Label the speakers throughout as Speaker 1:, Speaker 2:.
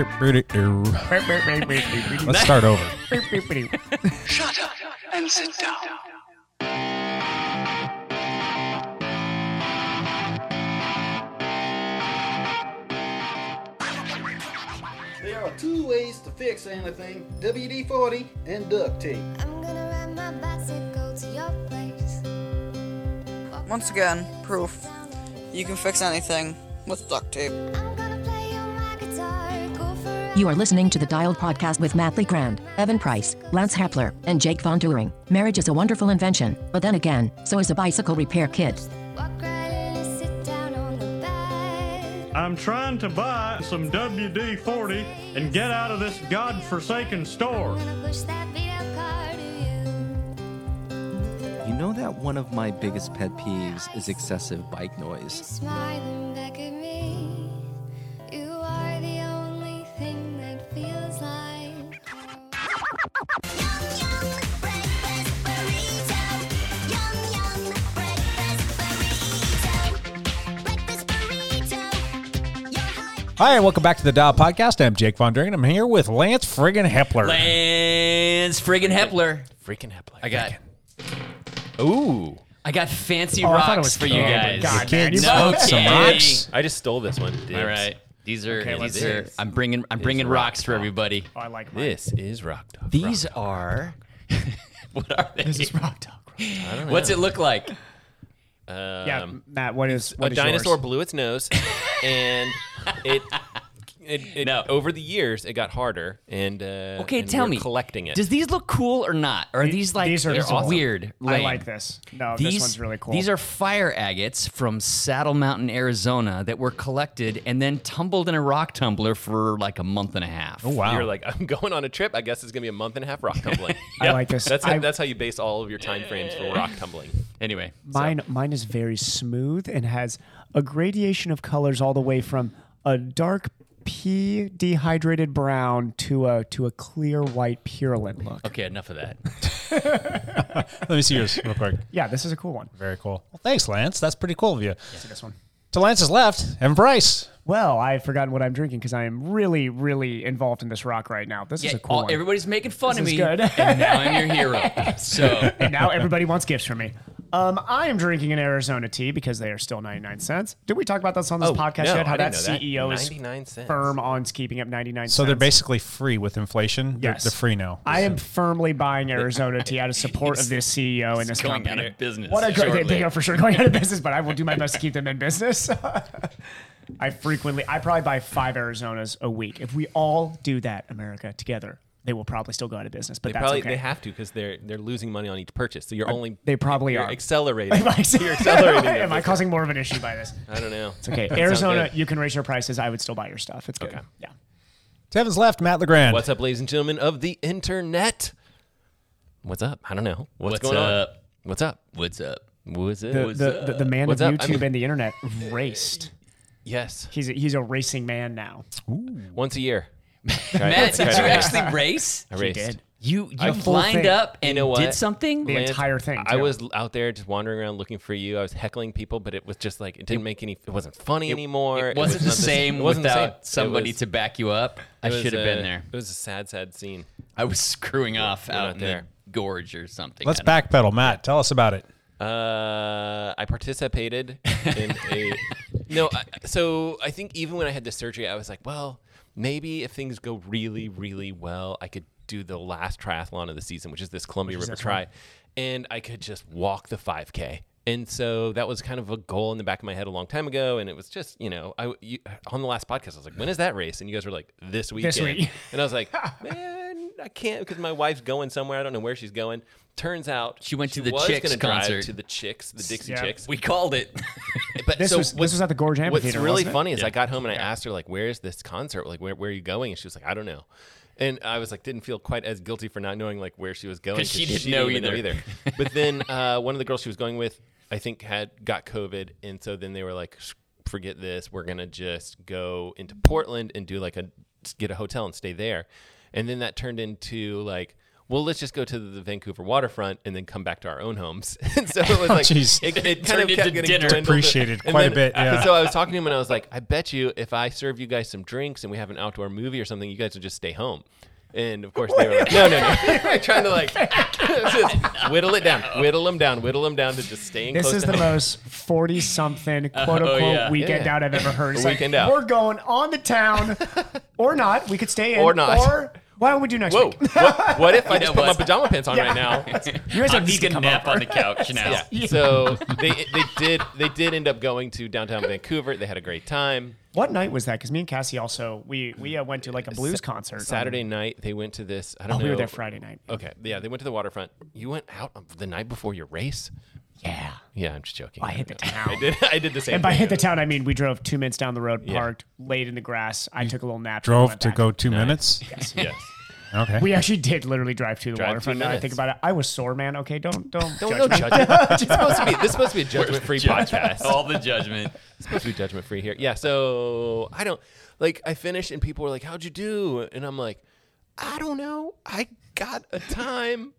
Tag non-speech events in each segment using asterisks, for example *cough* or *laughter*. Speaker 1: Let's start over.
Speaker 2: Shut up and sit down.
Speaker 3: There are two ways to fix anything WD 40 and duct tape.
Speaker 4: I'm gonna ride my bicycle to your place.
Speaker 5: Once again, proof. You can fix anything with duct tape.
Speaker 4: I'm gonna play on my guitar, go for
Speaker 6: You are listening to the Dialed Podcast with Matt Lee Grand, Evan Price, Lance Hepler, and Jake Von Turing. Marriage is a wonderful invention, but then again, so is a bicycle repair kit.
Speaker 4: a walk right in and sit down on the bed.
Speaker 7: I'm trying to buy some WD 40 and get out of this godforsaken store.
Speaker 4: I'm gonna push that beat up car to you.
Speaker 8: You know that one of my biggest pet peeves is excessive bike noise.
Speaker 4: Smiling back at me. You are the only thing that feels like.
Speaker 1: Hi, and welcome back to the Dial Podcast. I'm Jake Von Dringen. I'm here with Lance Friggin Hepler.
Speaker 9: Lance friggin' Hepler.
Speaker 10: Freaking Hepler.
Speaker 9: I got
Speaker 10: Ooh.
Speaker 9: I got fancy
Speaker 1: Oh, I thought it
Speaker 9: rocks
Speaker 1: was-
Speaker 9: for you
Speaker 1: oh, my
Speaker 9: guys.
Speaker 1: God, man, you
Speaker 9: No
Speaker 1: broke some
Speaker 9: kidding.
Speaker 1: rocks.
Speaker 10: I just stole this one. Dibs.
Speaker 9: All right. These are
Speaker 10: let's
Speaker 9: these
Speaker 10: do
Speaker 9: are
Speaker 10: this.
Speaker 9: I'm bringing I'm
Speaker 10: These
Speaker 9: bringing
Speaker 10: rock
Speaker 9: rocks for everybody.
Speaker 1: I like
Speaker 10: This is Rock Dog.
Speaker 9: These
Speaker 10: Rock
Speaker 9: are *laughs* What are they?
Speaker 10: Dog. Rock Dog. I don't know.
Speaker 9: What's it look like?
Speaker 10: Um,
Speaker 1: Yeah, Matt, what is
Speaker 10: a
Speaker 1: what is
Speaker 10: dinosaur
Speaker 1: yours?
Speaker 10: blew its nose, and it. It, it,
Speaker 9: No.
Speaker 10: Over the years, it got harder, and uh,
Speaker 9: Okay,
Speaker 10: and
Speaker 9: tell
Speaker 10: we're
Speaker 9: me.
Speaker 10: collecting it.
Speaker 9: Does these look cool or not? Or are these like
Speaker 1: these are
Speaker 9: they're
Speaker 1: just awesome.
Speaker 9: weird?
Speaker 1: I
Speaker 9: lame?
Speaker 1: like this. No,
Speaker 11: Oh,
Speaker 1: this one's really cool.
Speaker 9: These are fire agates from Saddle Mountain, Arizona, that were collected and then tumbled in a rock tumbler for like a month and a half.
Speaker 1: oh, wow.
Speaker 10: You're like, I'm going on a trip. I guess it's gonna be a month and a half rock tumbling.
Speaker 1: I like this.
Speaker 10: That's
Speaker 1: I-
Speaker 10: that's how you base all of your time frames for rock tumbling.
Speaker 9: Anyway,
Speaker 11: Mine, mine is very smooth and has a gradation of colors all the way from a dark pea dehydrated brown to a to a clear white purulent look.
Speaker 9: okay, enough of that.
Speaker 1: Let me see yours real quick.
Speaker 11: Yeah, this is a cool one.
Speaker 1: Very cool. Well, thanks, Lance. That's pretty cool of you.
Speaker 11: See this one.
Speaker 1: To Lance's left, Evan Price.
Speaker 11: Well, I've forgotten what I'm drinking because I am really, really involved in this rock right now. This is
Speaker 9: Yeah,
Speaker 11: a cool
Speaker 9: all-
Speaker 11: one.
Speaker 9: everybody's making fun of
Speaker 11: This is
Speaker 9: me,
Speaker 11: good.
Speaker 9: and now I'm your hero. So
Speaker 11: and now everybody wants gifts from me. Um, I am drinking an Arizona tea because they are still 99 cents. Did we talk about this on this
Speaker 10: Oh,
Speaker 11: podcast
Speaker 10: no,
Speaker 11: yet? How
Speaker 10: I
Speaker 11: that
Speaker 10: didn't know that.
Speaker 11: CEO
Speaker 10: 99
Speaker 11: is
Speaker 10: cents.
Speaker 11: firm on keeping up 99 cents.
Speaker 1: So they're basically free with inflation. They're-
Speaker 11: Yes.
Speaker 1: They're, free now.
Speaker 11: I am firmly
Speaker 10: *laughs*
Speaker 11: buying Arizona tea out of support of this CEO and this
Speaker 9: going
Speaker 11: company.
Speaker 9: out of business
Speaker 11: What a great they,
Speaker 9: shortly.
Speaker 11: they are for sure going out of business, but I will do my best to keep them in business. *laughs* I frequently, I probably buy five Arizonas a week. If we all do that, America together, they will probably still go out of business. But
Speaker 10: They
Speaker 11: that's
Speaker 10: probably
Speaker 11: okay.
Speaker 10: they have to because they're they're losing money on each purchase. So you're only
Speaker 11: they probably
Speaker 10: you're
Speaker 11: are. *laughs*
Speaker 10: accelerating.
Speaker 11: *laughs* Am I,
Speaker 10: you're accelerating.
Speaker 11: *laughs*
Speaker 10: their
Speaker 11: am I
Speaker 10: business.
Speaker 11: causing more of an issue by this?
Speaker 10: I don't know. It's *laughs*
Speaker 11: Okay, Arizona, you can raise your prices. I would still buy your stuff. It's good.
Speaker 10: Okay.
Speaker 11: Yeah.
Speaker 1: to Evan's left, Matt LeGrand.
Speaker 10: What's up, ladies and gentlemen of the internet? What's up? I don't know. What's,
Speaker 9: What's
Speaker 10: going on?
Speaker 9: up?
Speaker 10: What's up?
Speaker 9: what's up?
Speaker 10: What's it?
Speaker 11: The, the, the, the man
Speaker 10: What's
Speaker 11: of
Speaker 10: up? I
Speaker 11: YouTube
Speaker 10: mean-
Speaker 11: and the internet raced.
Speaker 10: yes,
Speaker 11: He's a, he's a racing man now.
Speaker 10: once a year.
Speaker 9: Matt, did you actually race?
Speaker 10: I raced.
Speaker 11: did.
Speaker 9: You
Speaker 11: The
Speaker 9: you
Speaker 11: whole
Speaker 9: lined
Speaker 11: thing.
Speaker 9: up and
Speaker 10: know
Speaker 9: did
Speaker 10: what?
Speaker 9: something?
Speaker 11: The entire thing,
Speaker 10: I
Speaker 11: too.
Speaker 10: was out there just wandering around looking for you. I was heckling people, but it was just like it didn't make any. It wasn't funny anymore.
Speaker 9: It wasn't
Speaker 10: was
Speaker 9: the
Speaker 10: not
Speaker 9: same
Speaker 10: it wasn't the same.
Speaker 9: without
Speaker 10: It
Speaker 9: somebody
Speaker 10: was-
Speaker 9: to back you up. I
Speaker 10: it was
Speaker 9: should have
Speaker 10: a-
Speaker 9: been there.
Speaker 10: It was a sad, sad scene.
Speaker 9: I was *laughs* screwing off
Speaker 10: not
Speaker 9: out in
Speaker 10: there.
Speaker 9: the gorge or something.
Speaker 1: Let's
Speaker 9: I don't-
Speaker 1: backpedal, Matt. Tell us about it.
Speaker 10: Uh, I participated in *laughs* a. no, I, so I think even when I had the surgery, I was like, well, maybe if things go really, really well, I could do the last triathlon of the season, which is this Columbia River Tri, and I could just walk the 5K. And so that was kind of a goal in the back of my head a long time ago, and it was just you know I you, on the last podcast I was like, when is that race? And you guys were like, this weekend.
Speaker 11: week.
Speaker 10: And I was *laughs* like, man, I can't because my wife's going somewhere. I don't know where she's going. Turns out
Speaker 9: She went to the
Speaker 10: was
Speaker 9: Chicks
Speaker 10: gonna drive
Speaker 9: concert.
Speaker 10: To the Chicks, the Dixie
Speaker 11: Yeah.
Speaker 10: Chicks.
Speaker 9: We called it.
Speaker 11: *laughs*
Speaker 10: But
Speaker 11: This was- this
Speaker 10: what's-
Speaker 11: was at the Gorge
Speaker 10: What's
Speaker 11: Amphitheater,
Speaker 10: really
Speaker 11: wasn't it?
Speaker 10: funny is I got home and I asked her like, "Where is this concert? Like, where, where are you going?" And she was like, "I don't know." And I was like, didn't feel quite as guilty for not knowing like where she was going
Speaker 9: 'Cause she didn't know
Speaker 10: even
Speaker 9: either.
Speaker 10: But then *laughs* uh, one of the girls she was going with, I think, had got COVID, and so then they were like, "Sh- "Forget this. We're gonna just go into Portland and do like a get a hotel and stay there." And then that turned into like well, let's just go to the Vancouver waterfront and then come back to our own homes. *laughs* and so it
Speaker 11: *laughs*
Speaker 10: was
Speaker 1: Oh,
Speaker 10: like,
Speaker 1: jeez.
Speaker 10: it, it kind
Speaker 9: Turned
Speaker 10: of kept
Speaker 9: into
Speaker 10: getting
Speaker 9: dinner.
Speaker 10: dwindled.
Speaker 1: Depreciated
Speaker 10: And
Speaker 1: quite a
Speaker 10: then-
Speaker 1: bit,
Speaker 10: uh,
Speaker 1: yeah.
Speaker 10: So I was talking to him and I was like, I bet you if I serve you guys some drinks and we have an outdoor movie or something, you guys will just stay home. And of course they were like, no, no, no. *laughs* They were trying to like just whittle it down, whittle them down, whittle them down to just staying
Speaker 11: This
Speaker 10: close
Speaker 11: is
Speaker 10: to
Speaker 11: the
Speaker 10: home.
Speaker 11: most 40 something quote unquote
Speaker 10: *laughs* Oh, yeah.
Speaker 11: weekend
Speaker 10: Yeah.
Speaker 11: out I've ever
Speaker 10: *laughs*
Speaker 11: heard. It's like,
Speaker 10: Weekend out.
Speaker 11: We're going on the
Speaker 10: *laughs*
Speaker 11: town or not. We could stay in
Speaker 10: Or not.
Speaker 11: Or why don't we do next
Speaker 10: Whoa!
Speaker 11: week?
Speaker 10: What, what if I
Speaker 9: You know
Speaker 10: just put my
Speaker 9: what?
Speaker 10: pajama pants on
Speaker 11: Yeah.
Speaker 10: right now?
Speaker 11: You guys
Speaker 9: I'm
Speaker 11: have
Speaker 9: just
Speaker 11: to
Speaker 9: gonna
Speaker 11: come
Speaker 9: nap
Speaker 11: over.
Speaker 9: on the couch now.
Speaker 10: Yeah. So they they did they did end up going to downtown Vancouver. They had a great time.
Speaker 11: What night was that? Because me and Cassie also we we uh, went to like a blues concert on-
Speaker 10: Saturday night they went to this. I don't
Speaker 11: Oh,
Speaker 10: know.
Speaker 11: we were there Friday night.
Speaker 10: Okay, yeah, they went to the waterfront. You went out on- the night before your race.
Speaker 11: Yeah.
Speaker 10: Yeah, I'm just joking.
Speaker 11: I hit the town.
Speaker 10: *laughs* I did. I did the same.
Speaker 11: And by
Speaker 10: thing.
Speaker 11: hit the town, I mean we drove two minutes down the road,
Speaker 10: Yeah.
Speaker 11: parked, laid in the grass. I took a little nap. and
Speaker 1: Drove
Speaker 11: went
Speaker 1: to
Speaker 11: back.
Speaker 1: go two minutes.
Speaker 11: Yes.
Speaker 10: Yes.
Speaker 11: *laughs*
Speaker 1: Okay.
Speaker 11: We actually did literally drive to the
Speaker 10: Drive two
Speaker 11: waterfront. Now I
Speaker 10: minutes.
Speaker 11: think about it, I was sore, man. Okay, don't don't judge
Speaker 10: Don't no
Speaker 11: me.
Speaker 10: judgment. *laughs* it's supposed to be. This is supposed to be a judgment-free
Speaker 9: Judgment.
Speaker 10: podcast.
Speaker 11: Oh.
Speaker 9: All the judgment.
Speaker 10: It's supposed to be judgment free here. Yeah. So I don't like. I finished and people were like, "How'd you do?" And I'm like, "I don't know. I got a time."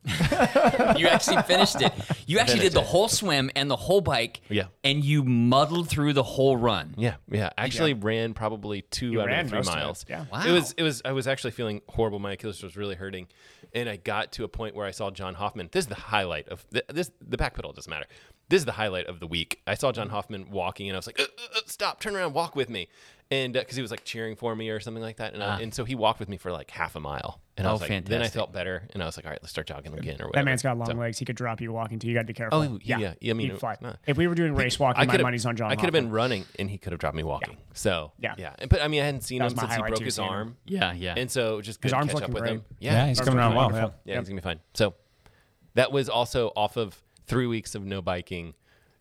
Speaker 9: You actually finished it. You actually did
Speaker 10: Finished
Speaker 9: the
Speaker 10: it.
Speaker 9: whole swim and the whole bike.
Speaker 10: Yeah.
Speaker 9: And you muddled through the whole run.
Speaker 10: Yeah, yeah. Actually, ran probably two
Speaker 11: You
Speaker 10: out
Speaker 11: ran
Speaker 10: of the
Speaker 11: most
Speaker 10: three
Speaker 11: of it,
Speaker 10: miles.
Speaker 11: yeah.
Speaker 10: It was it was I was actually feeling horrible. My Achilles was really hurting, and I got to a point where I saw John Hoffman. This is the highlight of th- this. The back pedal doesn't matter. This is the highlight of the week. I saw John Hoffman walking, and I was like, uh, uh, uh, "Stop! Turn around! Walk with me!" And because he was like cheering for me or something like that, and, I, and so he walked with me for like half a mile, and I
Speaker 9: Ah. Oh,
Speaker 10: was like, then I
Speaker 9: fantastic.
Speaker 10: felt better, and I was like, "All right, let's start jogging again." Or whatever.
Speaker 11: That man's got long
Speaker 10: So-
Speaker 11: legs. He could drop you walking too. You got to be careful.
Speaker 10: Oh, yeah. Yeah, I mean,
Speaker 11: He'd fly.
Speaker 10: it's not-
Speaker 11: If we were doing race walking, my
Speaker 10: could've-
Speaker 11: money's on John.
Speaker 10: I could have
Speaker 11: Hoffman.
Speaker 10: been running, and he could have dropped me walking. So
Speaker 11: Yeah.
Speaker 10: yeah. And- But I mean, I hadn't seen
Speaker 11: That was
Speaker 10: him
Speaker 11: my
Speaker 10: since he
Speaker 11: highlight
Speaker 10: broke
Speaker 11: too,
Speaker 10: his
Speaker 11: seeing him.
Speaker 10: arm.
Speaker 9: Yeah. Yeah.
Speaker 10: And so just good
Speaker 11: His
Speaker 10: to
Speaker 11: arm's
Speaker 10: catch up
Speaker 11: looking
Speaker 10: with
Speaker 11: great.
Speaker 10: him.
Speaker 1: Yeah, he's
Speaker 11: Arms
Speaker 1: coming
Speaker 11: are
Speaker 1: around well. Yeah.
Speaker 11: wonderful.
Speaker 10: yeah, he's gonna be fine. So that was also off of three weeks of no biking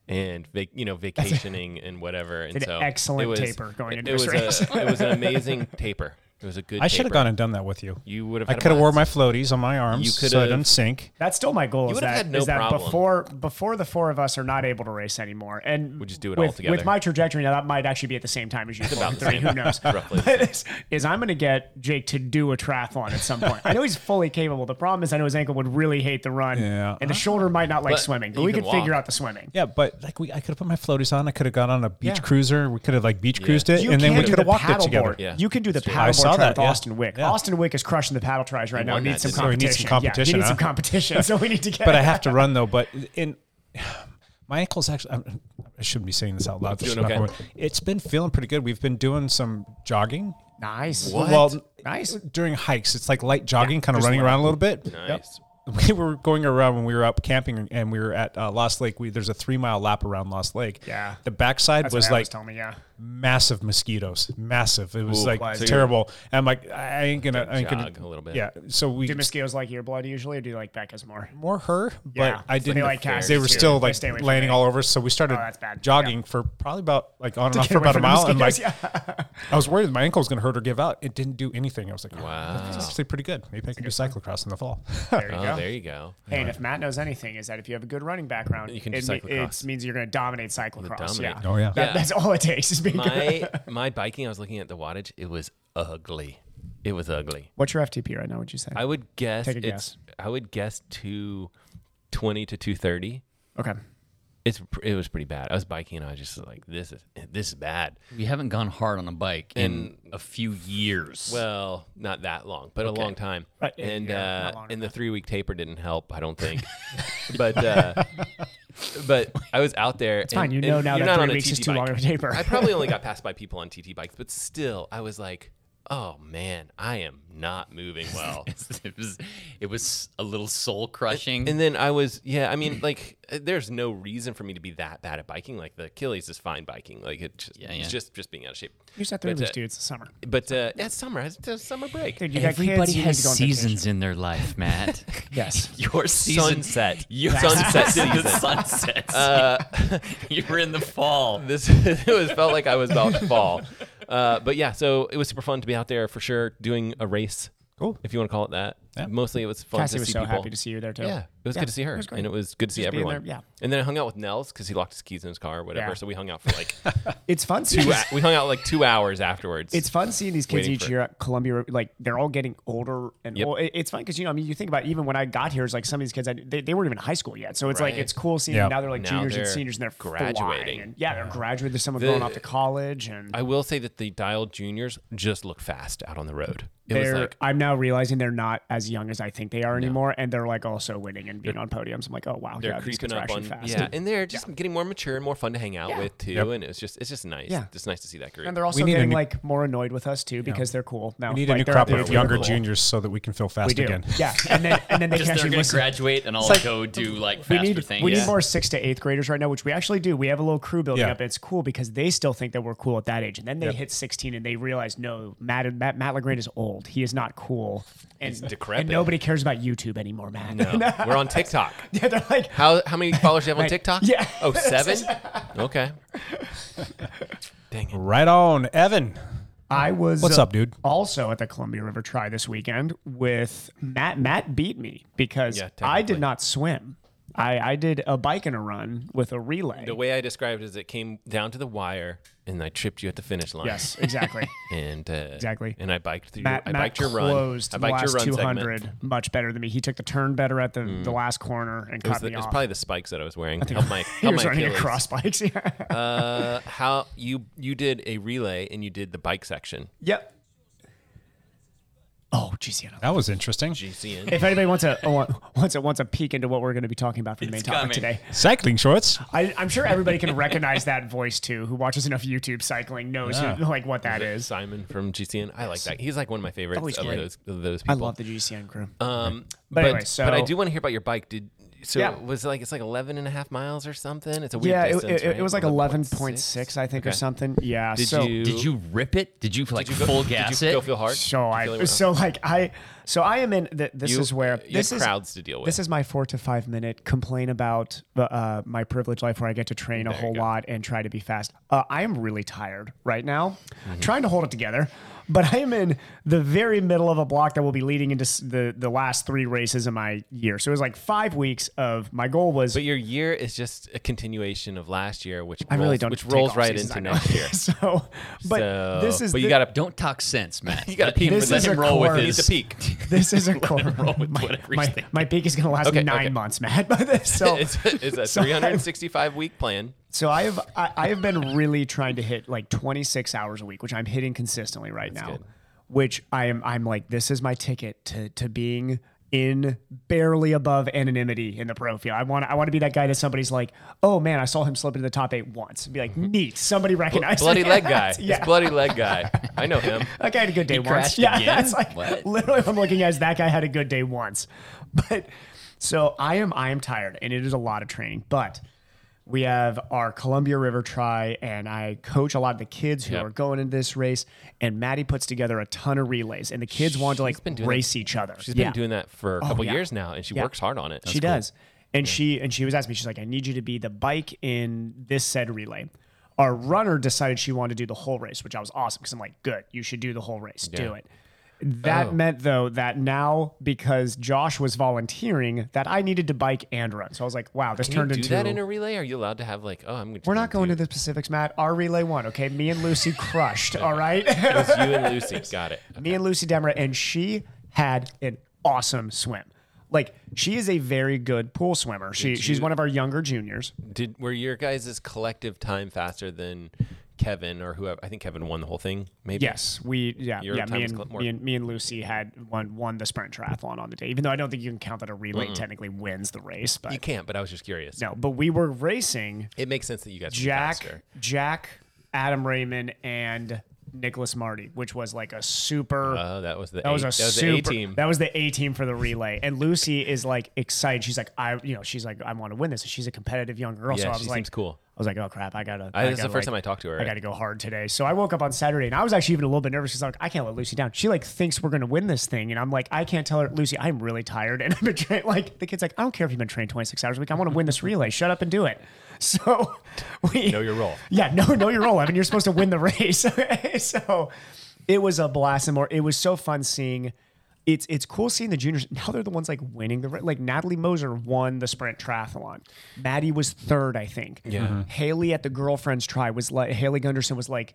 Speaker 10: and vac- you know vacationing and whatever. And
Speaker 11: An
Speaker 10: so
Speaker 11: excellent
Speaker 10: it was,
Speaker 11: taper going
Speaker 10: it-
Speaker 11: into
Speaker 10: it
Speaker 11: this
Speaker 10: was
Speaker 11: race.
Speaker 10: A, *laughs* it was an amazing taper. It was a good.
Speaker 1: I should have
Speaker 10: taper.
Speaker 1: gone and done that with you.
Speaker 10: You would have.
Speaker 1: I
Speaker 10: had a
Speaker 1: could have wore my
Speaker 10: blast.
Speaker 1: floaties on my arms
Speaker 10: You
Speaker 1: so I
Speaker 10: could've-
Speaker 1: didn't sink.
Speaker 11: That's still my goal.
Speaker 10: You
Speaker 11: is
Speaker 10: would've
Speaker 11: that,
Speaker 10: had no
Speaker 11: is that
Speaker 10: problem.
Speaker 11: before before the four of us are not able to race anymore, and we
Speaker 10: just do it all
Speaker 11: with,
Speaker 10: together.
Speaker 11: With my trajectory now, that might actually be at the same time as you. It's
Speaker 10: about the
Speaker 11: three.
Speaker 10: same.
Speaker 11: Who knows?
Speaker 10: *laughs* Roughly the
Speaker 11: But it's- is I'm going to get Jake to do a triathlon at some point. I know he's fully capable. The problem is I know his ankle would really hate the run,
Speaker 1: Yeah.
Speaker 11: and the shoulder might not like
Speaker 10: But
Speaker 11: swimming. But
Speaker 10: you
Speaker 11: we
Speaker 10: can
Speaker 11: could figure
Speaker 10: walk.
Speaker 11: out the swimming.
Speaker 1: Yeah, but like we, I could have put my floaties on. I could have gone on a beach cruiser. We could have like beach cruised it,
Speaker 11: You
Speaker 1: and then
Speaker 11: can
Speaker 1: we
Speaker 11: do
Speaker 1: could have
Speaker 11: the
Speaker 1: walked it
Speaker 11: paddleboard.
Speaker 1: together.
Speaker 11: *laughs*
Speaker 10: Yeah.
Speaker 11: You can do the
Speaker 10: That's
Speaker 1: I
Speaker 11: paddleboard
Speaker 1: saw
Speaker 11: try
Speaker 1: that,
Speaker 11: with
Speaker 1: yeah.
Speaker 11: Austin Wick.
Speaker 1: Yeah.
Speaker 11: Austin Wick is crushing the paddle tries right now.
Speaker 10: won
Speaker 11: He needs
Speaker 10: that,
Speaker 11: some
Speaker 10: didn't
Speaker 1: he? So he needs some
Speaker 11: competition.
Speaker 1: competition,
Speaker 11: Yeah, he needs
Speaker 1: huh?
Speaker 11: some competition. so we need to get.
Speaker 1: But I have to run though. But in my ankle's actually, I'm, I shouldn't be saying this out loud. This
Speaker 10: Doing
Speaker 1: is not
Speaker 10: okay?
Speaker 1: going- It's been feeling pretty good. We've been doing some jogging.
Speaker 11: nice.
Speaker 1: Well,
Speaker 11: Nice.
Speaker 1: during hikes, it's like light jogging, kind of
Speaker 11: just
Speaker 1: running
Speaker 11: light.
Speaker 1: around a little bit.
Speaker 10: Nice.
Speaker 1: we were going around when we were up camping and we were at uh, Lost Lake. We, there's a three mile lap around Lost Lake.
Speaker 11: Yeah.
Speaker 1: The backside
Speaker 11: That's
Speaker 1: was
Speaker 11: what
Speaker 1: like
Speaker 11: Adam was telling me. Yeah.
Speaker 1: massive mosquitoes, massive. It was
Speaker 10: Ooh,
Speaker 1: like
Speaker 10: wow. So
Speaker 1: terrible. And I'm like, I ain't gonna, I ain't
Speaker 10: Jog
Speaker 1: gonna
Speaker 10: a little bit.
Speaker 1: Yeah. So we
Speaker 11: Do mosquitoes like your blood usually, or do you like Becca's more?
Speaker 1: more her, but
Speaker 11: Yeah.
Speaker 1: I
Speaker 11: It's like
Speaker 1: didn't.
Speaker 11: like cactus
Speaker 1: they were
Speaker 11: too.
Speaker 1: still
Speaker 11: They
Speaker 1: like
Speaker 11: stay away from
Speaker 1: landing
Speaker 11: me.
Speaker 1: all over. us, So we started
Speaker 11: Oh, that's bad.
Speaker 1: jogging for probably about like
Speaker 11: *laughs*
Speaker 1: on and off
Speaker 11: Get
Speaker 1: for about
Speaker 11: away
Speaker 1: a
Speaker 11: from the
Speaker 1: mile. And like,
Speaker 11: mosquitoes, yeah.
Speaker 1: I was worried that my ankle was gonna hurt or give out. It didn't do anything. I was like, wow,
Speaker 10: Wow.
Speaker 1: that's actually pretty good. Maybe I can do cyclocross in the
Speaker 11: *laughs*
Speaker 1: fall.
Speaker 11: There you
Speaker 10: Oh,
Speaker 11: go.
Speaker 10: there
Speaker 11: *laughs*
Speaker 10: you go.
Speaker 11: Hey, and if Matt knows anything, is that if you have a good running background,
Speaker 10: You can
Speaker 11: it,
Speaker 10: do
Speaker 11: me-
Speaker 10: cyclocross.
Speaker 11: it means you're going to dominate cyclocross.
Speaker 10: dominate.
Speaker 11: Yeah.
Speaker 1: Oh, yeah.
Speaker 11: That-
Speaker 10: Yeah.
Speaker 11: That's all it takes is being good.
Speaker 10: My my biking. I was looking at the wattage. It was ugly. It was ugly.
Speaker 11: What's your FTP right now? Would you say?
Speaker 10: I would guess
Speaker 11: Take a
Speaker 10: it's
Speaker 11: guess.
Speaker 10: I would guess 220 to 230.
Speaker 11: okay.
Speaker 10: It's pr- it was pretty bad. I was biking and I was just like this is this is bad.
Speaker 9: You haven't gone hard on a bike in a few years.
Speaker 10: Well, not that long, but a long time.
Speaker 11: Right, yeah,
Speaker 10: And
Speaker 11: yeah, not
Speaker 10: uh,
Speaker 11: long
Speaker 10: and the 3-week taper didn't help, I
Speaker 11: *laughs*
Speaker 10: don't think. but uh, but I was out there It's
Speaker 11: Fine. You know now that three weeks is too long of a taper.
Speaker 10: I probably
Speaker 11: *laughs*
Speaker 10: only got passed by people on TT bikes, but still I was like, "Oh man, I am not moving
Speaker 11: *laughs*
Speaker 10: well."
Speaker 9: *laughs* it was it was a little soul crushing.
Speaker 10: And then I was, yeah, I mean, like, uh, there's no reason for me to be that bad at biking. Like, the Achilles is fine biking. Like, it just,
Speaker 9: Yeah, yeah.
Speaker 10: it's just just being out of shape.
Speaker 11: You said three
Speaker 10: But,
Speaker 11: weeks,
Speaker 10: uh,
Speaker 11: dude. It's the summer.
Speaker 10: But uh, yeah, it's summer. It's a summer break.
Speaker 11: Dude, you got
Speaker 9: Everybody
Speaker 11: kids, you need
Speaker 9: has
Speaker 11: to go on
Speaker 9: seasons
Speaker 11: vacation.
Speaker 9: in their life, Matt.
Speaker 10: *laughs*
Speaker 11: Yes.
Speaker 9: Your season
Speaker 10: Sunset.
Speaker 9: Your
Speaker 11: *laughs*
Speaker 9: *laughs*
Speaker 10: Sunset
Speaker 9: season.
Speaker 10: season. Uh,
Speaker 9: Sunsets. *laughs* you were in the fall.
Speaker 10: This *laughs* it was felt like I was about to fall. Uh, but yeah, so it was super fun to be out there for sure, doing a race.
Speaker 1: Cool.
Speaker 10: If you want to call it that. Mostly it was fun
Speaker 11: Cassie
Speaker 10: to
Speaker 11: was
Speaker 10: see
Speaker 11: so
Speaker 10: people.
Speaker 11: happy to see you there, too.
Speaker 10: Yeah, it was
Speaker 11: Yeah,
Speaker 10: good to see
Speaker 11: it
Speaker 10: her,
Speaker 11: was great.
Speaker 10: and it was good to see
Speaker 11: Just being
Speaker 10: everyone.
Speaker 11: there, yeah.
Speaker 10: and then I hung out with Nels because he locked his keys in his car or whatever.
Speaker 11: Yeah.
Speaker 10: So we hung out for
Speaker 11: *laughs*
Speaker 10: like
Speaker 11: It's fun
Speaker 10: two.
Speaker 11: seeing-
Speaker 10: hou- we hung out like two hours afterwards.
Speaker 11: It's fun seeing these kids
Speaker 10: waiting
Speaker 11: each
Speaker 10: for-
Speaker 11: year at Columbia. Like they're all getting older, and
Speaker 10: Yep.
Speaker 11: well, it- it's fun because you know, I mean, you think about even when I got here, it's like some of these kids, I, they, they weren't even in high school yet. So it's like
Speaker 10: Right.
Speaker 11: it's cool seeing
Speaker 10: Yeah.
Speaker 11: now they're like
Speaker 10: Now
Speaker 11: juniors and
Speaker 10: they're
Speaker 11: seniors, and they're flying,
Speaker 10: graduating.
Speaker 11: and yeah, they're graduating. There's someone
Speaker 10: The-
Speaker 11: going off to college, and
Speaker 10: I will say that the dialed juniors just look fast out on the road. It was
Speaker 11: they're.
Speaker 10: like
Speaker 11: I'm now realizing they're not as young as I think they are anymore, and they're like also winning and being on podiums. I'm like, oh wow,
Speaker 10: they're
Speaker 11: yeah, these
Speaker 10: creeping
Speaker 11: kids are
Speaker 10: up
Speaker 11: actually
Speaker 10: on
Speaker 11: fast.
Speaker 10: yeah, and they're just getting more mature and more fun to hang out with too.
Speaker 11: Yep.
Speaker 10: And it's just it's just nice.
Speaker 11: Yeah.
Speaker 10: It's nice to see that group.
Speaker 11: And they're also getting like more annoyed with us too because they're cool now.
Speaker 1: we need
Speaker 11: like,
Speaker 1: a new
Speaker 11: they're
Speaker 1: crop
Speaker 11: out there
Speaker 1: of
Speaker 11: for
Speaker 1: younger
Speaker 11: cool.
Speaker 1: juniors so that we can feel fast
Speaker 11: We do.
Speaker 1: again.
Speaker 11: Yeah, and then and then they
Speaker 12: Just
Speaker 11: can
Speaker 12: they're
Speaker 11: actually
Speaker 12: gonna
Speaker 11: listen.
Speaker 12: graduate and
Speaker 11: It's
Speaker 12: I'll
Speaker 11: like-
Speaker 12: go do like
Speaker 11: we
Speaker 12: faster
Speaker 11: need
Speaker 12: things.
Speaker 11: we need more six to eighth graders right now, which we actually do. We have a little crew building
Speaker 12: Yeah.
Speaker 11: up. It's cool because they still think that we're cool at that age, and then they
Speaker 12: Yep.
Speaker 11: hit sixteen and they realize no, Matt Matt, Matt Legrand is old. He is not cool, and
Speaker 10: He's decrepit.
Speaker 11: and nobody cares about YouTube anymore, Matt. *laughs*
Speaker 10: No, we're on TikTok.
Speaker 11: Yeah, they're like
Speaker 10: how how many followers do you have on
Speaker 11: Like,
Speaker 10: TikTok?
Speaker 11: yeah. *laughs*
Speaker 10: oh seven. okay,
Speaker 1: Right on, Evan.
Speaker 11: I was.
Speaker 1: What's
Speaker 11: uh,
Speaker 1: up, dude?
Speaker 11: Also at the Columbia River Try this weekend with Matt. Matt beat me because
Speaker 10: Yeah,
Speaker 11: I did not swim. I, I did a bike and a run with a relay.
Speaker 10: the way I described it is it came down to the wire and I tripped you at the finish line.
Speaker 11: Yes, exactly.
Speaker 10: and uh,
Speaker 11: Exactly.
Speaker 10: And I biked through.
Speaker 11: Matt,
Speaker 10: I
Speaker 11: Matt
Speaker 10: biked your run.
Speaker 11: closed
Speaker 10: I biked
Speaker 11: the
Speaker 10: your
Speaker 11: last
Speaker 10: run
Speaker 11: 200
Speaker 10: segment. Mm.
Speaker 11: much better than me. He took the turn better at the, the last corner and
Speaker 10: It was,
Speaker 11: cut
Speaker 10: the,
Speaker 11: me
Speaker 10: it was
Speaker 11: off.
Speaker 10: probably the spikes that I was wearing. Help
Speaker 11: *laughs*
Speaker 10: my
Speaker 11: he
Speaker 10: help
Speaker 11: was
Speaker 10: my
Speaker 11: running
Speaker 10: Achilles.
Speaker 11: across bikes. *laughs* Yeah.
Speaker 10: uh, how you you did a relay and you did the bike section.
Speaker 11: *laughs* Yep. Oh, GCN.
Speaker 1: That was interesting.
Speaker 10: GCN.
Speaker 11: If anybody wants a *laughs* wants a wants a peek into what we're going to be talking about for the main topic today,
Speaker 1: cycling shorts.
Speaker 11: I, I'm sure everybody can recognize that voice too. Who watches enough YouTube cycling knows
Speaker 10: Yeah.
Speaker 11: who, like what that
Speaker 10: Was it
Speaker 11: is.
Speaker 10: Simon from GCN. I like
Speaker 11: Yes.
Speaker 10: that. He's like one of my favorites
Speaker 11: Oh, he's
Speaker 10: of
Speaker 11: great.
Speaker 10: those of those
Speaker 11: I
Speaker 10: people.
Speaker 11: love the GCN crew.
Speaker 10: Um,
Speaker 11: But
Speaker 10: but,
Speaker 11: anyway,
Speaker 10: but I
Speaker 11: so-
Speaker 10: do want to hear about your bike. Did so
Speaker 11: Yeah.
Speaker 10: it was like it's like 11 and a half miles or something. It's a weird
Speaker 11: yeah, it,
Speaker 10: distance.
Speaker 11: it,
Speaker 10: right?
Speaker 11: it was like 11.6, I think, or
Speaker 10: Okay.
Speaker 11: something. Yeah.
Speaker 10: Did
Speaker 11: so
Speaker 10: you- Did you
Speaker 9: rip it? Did you like
Speaker 10: you go-
Speaker 9: full
Speaker 10: did you
Speaker 9: gas it?
Speaker 10: go feel hard?
Speaker 11: So I
Speaker 10: Feeling
Speaker 11: *laughs*
Speaker 10: well?
Speaker 11: so like I so I am in. Th- this
Speaker 10: You-
Speaker 11: is where
Speaker 10: you
Speaker 11: this
Speaker 10: have
Speaker 11: is
Speaker 10: crowds to deal with.
Speaker 11: This is my four to five minute complain about uh, my privileged life where I get to train a whole lot and try to be fast. Uh, I am really tired right now,
Speaker 10: Mm-hmm.
Speaker 11: trying to hold it together. But I am in the very middle of a block that will be leading into s- the the last three races of my year. So it was like five weeks of my goal was.
Speaker 10: But your year is just a continuation of last year, which
Speaker 11: I
Speaker 10: rolls,
Speaker 11: really don't
Speaker 10: which
Speaker 11: take
Speaker 10: rolls
Speaker 11: off
Speaker 10: right
Speaker 11: seasons, I
Speaker 10: into
Speaker 11: know.
Speaker 10: next year.
Speaker 11: so, *laughs* but
Speaker 10: So-
Speaker 11: this is
Speaker 10: but you
Speaker 11: the-
Speaker 10: got to
Speaker 9: don't talk *laughs* sense, man.
Speaker 10: You got to peak.
Speaker 11: This
Speaker 10: with
Speaker 11: is
Speaker 10: him.
Speaker 11: a
Speaker 10: roll with
Speaker 11: core-
Speaker 10: his peak.
Speaker 11: *laughs*
Speaker 10: *laughs*
Speaker 11: This is a core. my,
Speaker 10: whatever he's
Speaker 11: my,
Speaker 10: thinking.
Speaker 11: my peak is going to last
Speaker 10: Okay,
Speaker 11: nine
Speaker 10: okay.
Speaker 11: months, Matt. By
Speaker 10: *laughs*
Speaker 11: this, so
Speaker 10: it's, it's
Speaker 11: *laughs*
Speaker 10: a
Speaker 11: so
Speaker 10: 365 week plan.
Speaker 11: So I have I, I have been really trying to hit like 26 hours a week, which I'm hitting consistently right now. Which I am I'm like this is my ticket to to being in barely above anonymity in the pro field. I want I want to be that guy that somebody's like, oh man, I saw him slip into the top eight once. Be like, neat, somebody recognized
Speaker 10: Mm-hmm. bloody
Speaker 11: me.
Speaker 10: leg guy.
Speaker 11: *laughs* yeah.
Speaker 10: It's bloody leg guy. I
Speaker 11: *laughs*
Speaker 10: know him.
Speaker 11: That guy had a good day
Speaker 10: He
Speaker 11: once. *laughs*
Speaker 10: crashed
Speaker 11: Yeah,
Speaker 10: again?
Speaker 11: it's like
Speaker 10: What?
Speaker 11: literally, if I'm looking at is that guy had a good day once. *laughs* But so I am, I am tired, and it is a lot of training. But we have our Columbia River try, and I coach a lot of the kids who
Speaker 10: Yep.
Speaker 11: are going in this race. And Maddie puts together a ton of relays, and the kids want to like race each other.
Speaker 10: She's been
Speaker 11: Yeah.
Speaker 10: doing that for a
Speaker 11: Oh,
Speaker 10: couple
Speaker 11: yeah.
Speaker 10: years now, and she
Speaker 11: Yeah.
Speaker 10: works hard on it. That's
Speaker 11: she
Speaker 10: cool.
Speaker 11: does. And she and she was asking me, she's like, I need you to be the bike in this said relay. Our runner decided she wanted to do the whole race, which I was awesome because I'm like, good, you should do the whole race. Do
Speaker 10: Yeah.
Speaker 11: it. That
Speaker 10: Oh.
Speaker 11: meant though that now because Josh was volunteering, that I needed to bike and run. So I was like, wow, this
Speaker 10: Can
Speaker 11: turned
Speaker 10: you do
Speaker 11: into
Speaker 10: that in a relay? Are you allowed to have like, oh, I'm going to
Speaker 11: we're not going to the specifics, Matt. Our relay won, okay? Me and Lucy
Speaker 10: *laughs*
Speaker 11: crushed, all right? *laughs*
Speaker 10: It was you and Lucy. Got it.
Speaker 11: me and Lucy Demra, and she had an awesome swim. Like she is a very good pool swimmer. She
Speaker 10: Did
Speaker 11: she's
Speaker 10: you-
Speaker 11: one of our younger juniors.
Speaker 10: Did were your guys' collective time faster than Kevin or whoever? I think Kevin won the whole thing. Maybe.
Speaker 11: Yes, we yeah
Speaker 10: Your
Speaker 11: yeah
Speaker 10: time
Speaker 11: me
Speaker 10: was
Speaker 11: and,
Speaker 10: cl- more-
Speaker 11: me and me and Lucy had won won the sprint triathlon on the day. Even though I don't think you can count that a relay
Speaker 10: Mm-mm.
Speaker 11: technically wins the race, but
Speaker 10: you can't. But I was just curious.
Speaker 11: no. But we were racing
Speaker 10: It makes sense that you guys. were
Speaker 11: Jack,
Speaker 10: faster.
Speaker 11: Jack, Adam Raymond, and Nicholas Marty, which was like a super.
Speaker 10: Oh, that was the
Speaker 11: that was
Speaker 10: A-
Speaker 11: a
Speaker 10: that was the
Speaker 11: super.
Speaker 10: A-team.
Speaker 11: That was the A team for the relay, and Lucy is like excited. She's like, I, you know, she's like, I want to win this. And she's a competitive young girl,
Speaker 10: Yeah,
Speaker 11: so I
Speaker 10: she
Speaker 11: was like,
Speaker 10: seems cool.
Speaker 11: I was like, oh crap, I gotta.
Speaker 10: I- this is the
Speaker 11: gotta,
Speaker 10: first time I talked to her,
Speaker 11: I
Speaker 10: right?
Speaker 11: gotta go hard today. So I woke up on Saturday, and I was actually even a little bit nervous because like I can't let Lucy down. She like thinks we're gonna win this thing, and I'm like, I can't tell her, Lucy, I'm really tired, *laughs* and I've been trained. Like the kid's like, I don't care if you've been trained 26 hours a week. I want to win this relay. Shut up and do it. *laughs* So we
Speaker 10: Know your role.
Speaker 11: yeah, no, no, you're all. I mean, you're supposed to *laughs* win the race. so it was a blast and more. It was so fun seeing it's it's cool seeing the juniors. Now they're the ones like winning the re- like Natalie Moser won the sprint triathlon. Maddie was third, I think.
Speaker 10: Yeah.
Speaker 1: Mm-hmm.
Speaker 10: Mhm.
Speaker 11: Haley at the girlfriends try was like Haley Gunderson was like,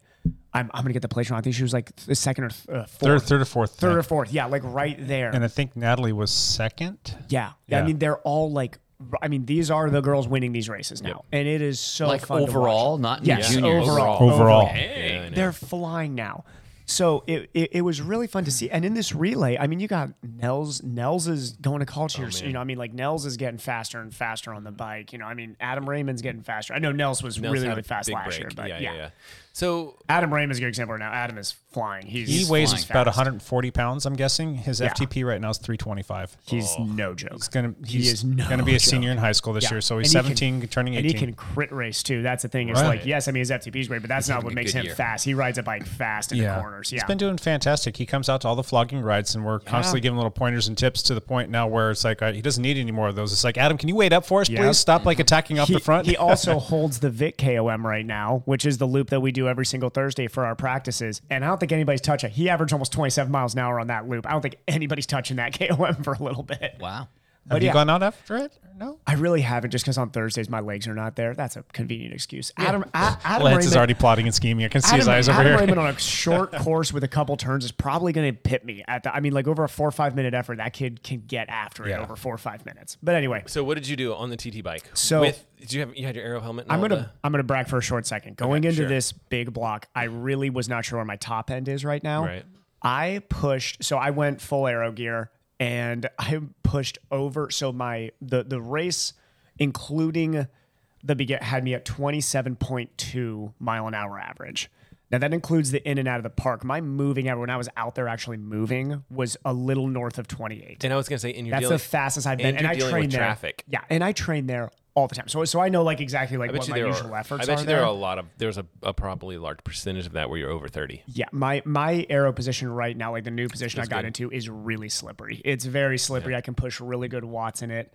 Speaker 11: I'm, I'm gonna get the place wrong. I think she was like th- second or th- uh, fourth.
Speaker 1: Third- third or fourth,
Speaker 11: Third
Speaker 1: yeah.
Speaker 11: or fourth. Yeah, like right there.
Speaker 1: And I think Natalie was second.
Speaker 11: yeah.
Speaker 1: Yeah.
Speaker 11: I mean they're all like. I mean, these are the girls winning these races now, and it is so
Speaker 9: Like
Speaker 11: fun to watch.
Speaker 9: overall, not in
Speaker 11: yes,
Speaker 9: juniors.
Speaker 11: overall,
Speaker 9: Overall.
Speaker 10: Oh,
Speaker 11: overall.
Speaker 9: Dang. Yeah, I know.
Speaker 11: They're flying now. So it, it, it was really fun to see. And in this relay, I mean, you got Nels. Nels is going to
Speaker 10: Oh,
Speaker 11: college here. so, you know, I mean, like Nels is getting faster and faster on the bike. You know, I mean, Adam Raymond's getting faster. I know Nels was
Speaker 10: Nels
Speaker 11: really,
Speaker 10: had a
Speaker 11: really fast
Speaker 10: big
Speaker 11: last
Speaker 10: break.
Speaker 11: year, but
Speaker 10: Yeah,
Speaker 11: yeah.
Speaker 10: yeah, yeah. So
Speaker 11: Adam Raymond's a good example right now. Adam is flying. He's
Speaker 1: he weighs
Speaker 11: flying
Speaker 1: about
Speaker 11: fast.
Speaker 1: 140 pounds, I'm guessing. His
Speaker 11: Yeah.
Speaker 1: FTP right now is 325.
Speaker 11: He's
Speaker 10: Oh.
Speaker 11: no joke.
Speaker 1: He's gonna
Speaker 11: He
Speaker 1: he's
Speaker 11: is no
Speaker 1: gonna be a
Speaker 11: joke.
Speaker 1: senior in high school this
Speaker 11: Yeah.
Speaker 1: year, so he's
Speaker 11: And he
Speaker 1: 17,
Speaker 11: can-
Speaker 1: turning 18.
Speaker 11: And he can crit race too. That's the thing. It's
Speaker 1: Right.
Speaker 11: like, yes, I mean, his FTP is great, but that's not what
Speaker 1: a
Speaker 11: makes
Speaker 1: good
Speaker 11: him
Speaker 1: year.
Speaker 11: fast. He rides a bike fast in the corners. Yeah.
Speaker 1: He's been doing fantastic. He comes out to all the flogging rides, and we're constantly giving little pointers and tips to the point now where it's like uh, he doesn't need any more of those. It's like, Adam, can you wait up for us,
Speaker 11: Yep.
Speaker 1: please? Stop like attacking off
Speaker 11: he,
Speaker 1: the front. *laughs*
Speaker 11: he also holds the Vic KOM right now, which is the loop that we do every single Thursday for our practices. And I don't think anybody's touching. He averaged almost 27 miles an hour on that loop. I don't think anybody's touching that *laughs* KOM for a little bit.
Speaker 9: Wow.
Speaker 1: Have you gone out after it? No.
Speaker 11: I really haven't, just because on Thursdays my legs are not there. That's a convenient excuse. Adam, I, Adam
Speaker 1: Lance
Speaker 11: Raymond,
Speaker 1: is already plotting and scheming. I can see his eyes over
Speaker 11: Adam
Speaker 1: here.
Speaker 11: Raymond
Speaker 1: *laughs*
Speaker 11: on a short course with a couple turns is probably going to pit me at the. I mean, like over a four or five minute effort, that kid can get after it
Speaker 10: Yeah.
Speaker 11: over four or five minutes. But anyway,
Speaker 10: So what did you do on the TT bike?
Speaker 11: So-
Speaker 10: with, did you have you had your aero helmet? and
Speaker 11: I'm
Speaker 10: all
Speaker 11: gonna I'm gonna brag for a short second. Going into
Speaker 10: sure.
Speaker 11: this big block, I really was not sure where my top end is right now.
Speaker 10: Right.
Speaker 11: I pushed, so I went full aero gear and I pushed over. So my the the race, including the begin, had me at 27.2 mile an hour average. Now that includes the in and out of the park. My moving hour when I was out there actually moving was a little north of 28.
Speaker 10: the- And I was gonna say, and you're
Speaker 11: That's
Speaker 10: dealing,
Speaker 11: the fastest I've been,
Speaker 10: and,
Speaker 11: and,
Speaker 10: you're
Speaker 11: I
Speaker 10: dealing
Speaker 11: train
Speaker 10: with
Speaker 11: there.
Speaker 10: traffic.
Speaker 11: Yeah, and I train there all the time. So, so I know like exactly
Speaker 10: I
Speaker 11: like
Speaker 10: bet
Speaker 11: what
Speaker 10: you
Speaker 11: my
Speaker 10: there
Speaker 11: usual
Speaker 10: are.
Speaker 11: efforts
Speaker 10: I bet
Speaker 11: are
Speaker 10: you there, are a lot of there's a, a probably large percentage of that where you're over thirty.
Speaker 11: yeah, my my arrow position right now, like the new position
Speaker 10: That's
Speaker 11: I got
Speaker 10: good.
Speaker 11: into, is really slippery. It's very slippery. I can push really good watts in it.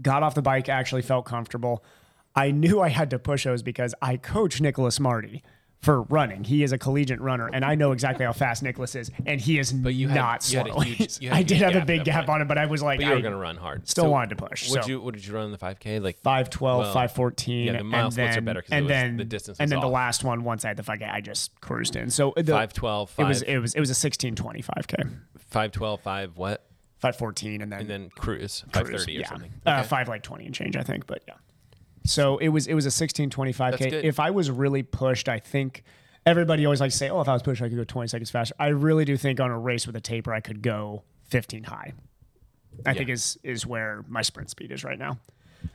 Speaker 11: Got off the bike, actually felt comfortable. I knew I had to push those because I coach Nicholas Marty for running. He is a collegiate runner, and I know exactly how fast Nicholas is, and he is
Speaker 10: had-
Speaker 11: not
Speaker 10: you had a
Speaker 11: slow.
Speaker 10: huge- you had
Speaker 11: *laughs*
Speaker 10: a
Speaker 11: I did
Speaker 10: huge
Speaker 11: have
Speaker 10: gap
Speaker 11: a
Speaker 10: at
Speaker 11: big
Speaker 10: that
Speaker 11: gap
Speaker 10: point.
Speaker 11: on it, but I was like,
Speaker 10: but you were
Speaker 11: I
Speaker 10: gonna run hard.
Speaker 11: Still
Speaker 10: So
Speaker 11: wanted to push.
Speaker 10: What
Speaker 11: so.
Speaker 10: you what did you run in the five k? Like
Speaker 11: 512,
Speaker 10: well,
Speaker 11: 514.
Speaker 10: Yeah, the mile
Speaker 11: and
Speaker 10: splits
Speaker 11: then,
Speaker 10: are better because
Speaker 11: and then,
Speaker 10: the distance.
Speaker 11: and
Speaker 10: was
Speaker 11: then the
Speaker 10: off.
Speaker 11: last one, once I had the 5K, I just cruised in. So uh, the,
Speaker 10: 512,
Speaker 11: It was,
Speaker 10: five-
Speaker 11: it was, it was a 1620 5K,
Speaker 10: five twelve five what
Speaker 11: 514, and then,
Speaker 10: and then cruise
Speaker 11: cruise,
Speaker 10: five thirty or
Speaker 11: yeah.
Speaker 10: something.
Speaker 11: Uh, 5 like 20 and change, I think, but yeah. So it was, it was a 1620
Speaker 10: That's
Speaker 11: 5K.
Speaker 10: good.
Speaker 11: If I was really pushed, I think everybody always likes to say, oh, if I was pushed, I could go 20 seconds faster. I really do think on a race with a taper, I could go 15 high. I
Speaker 10: Yeah.
Speaker 11: think is is where my sprint speed is right now.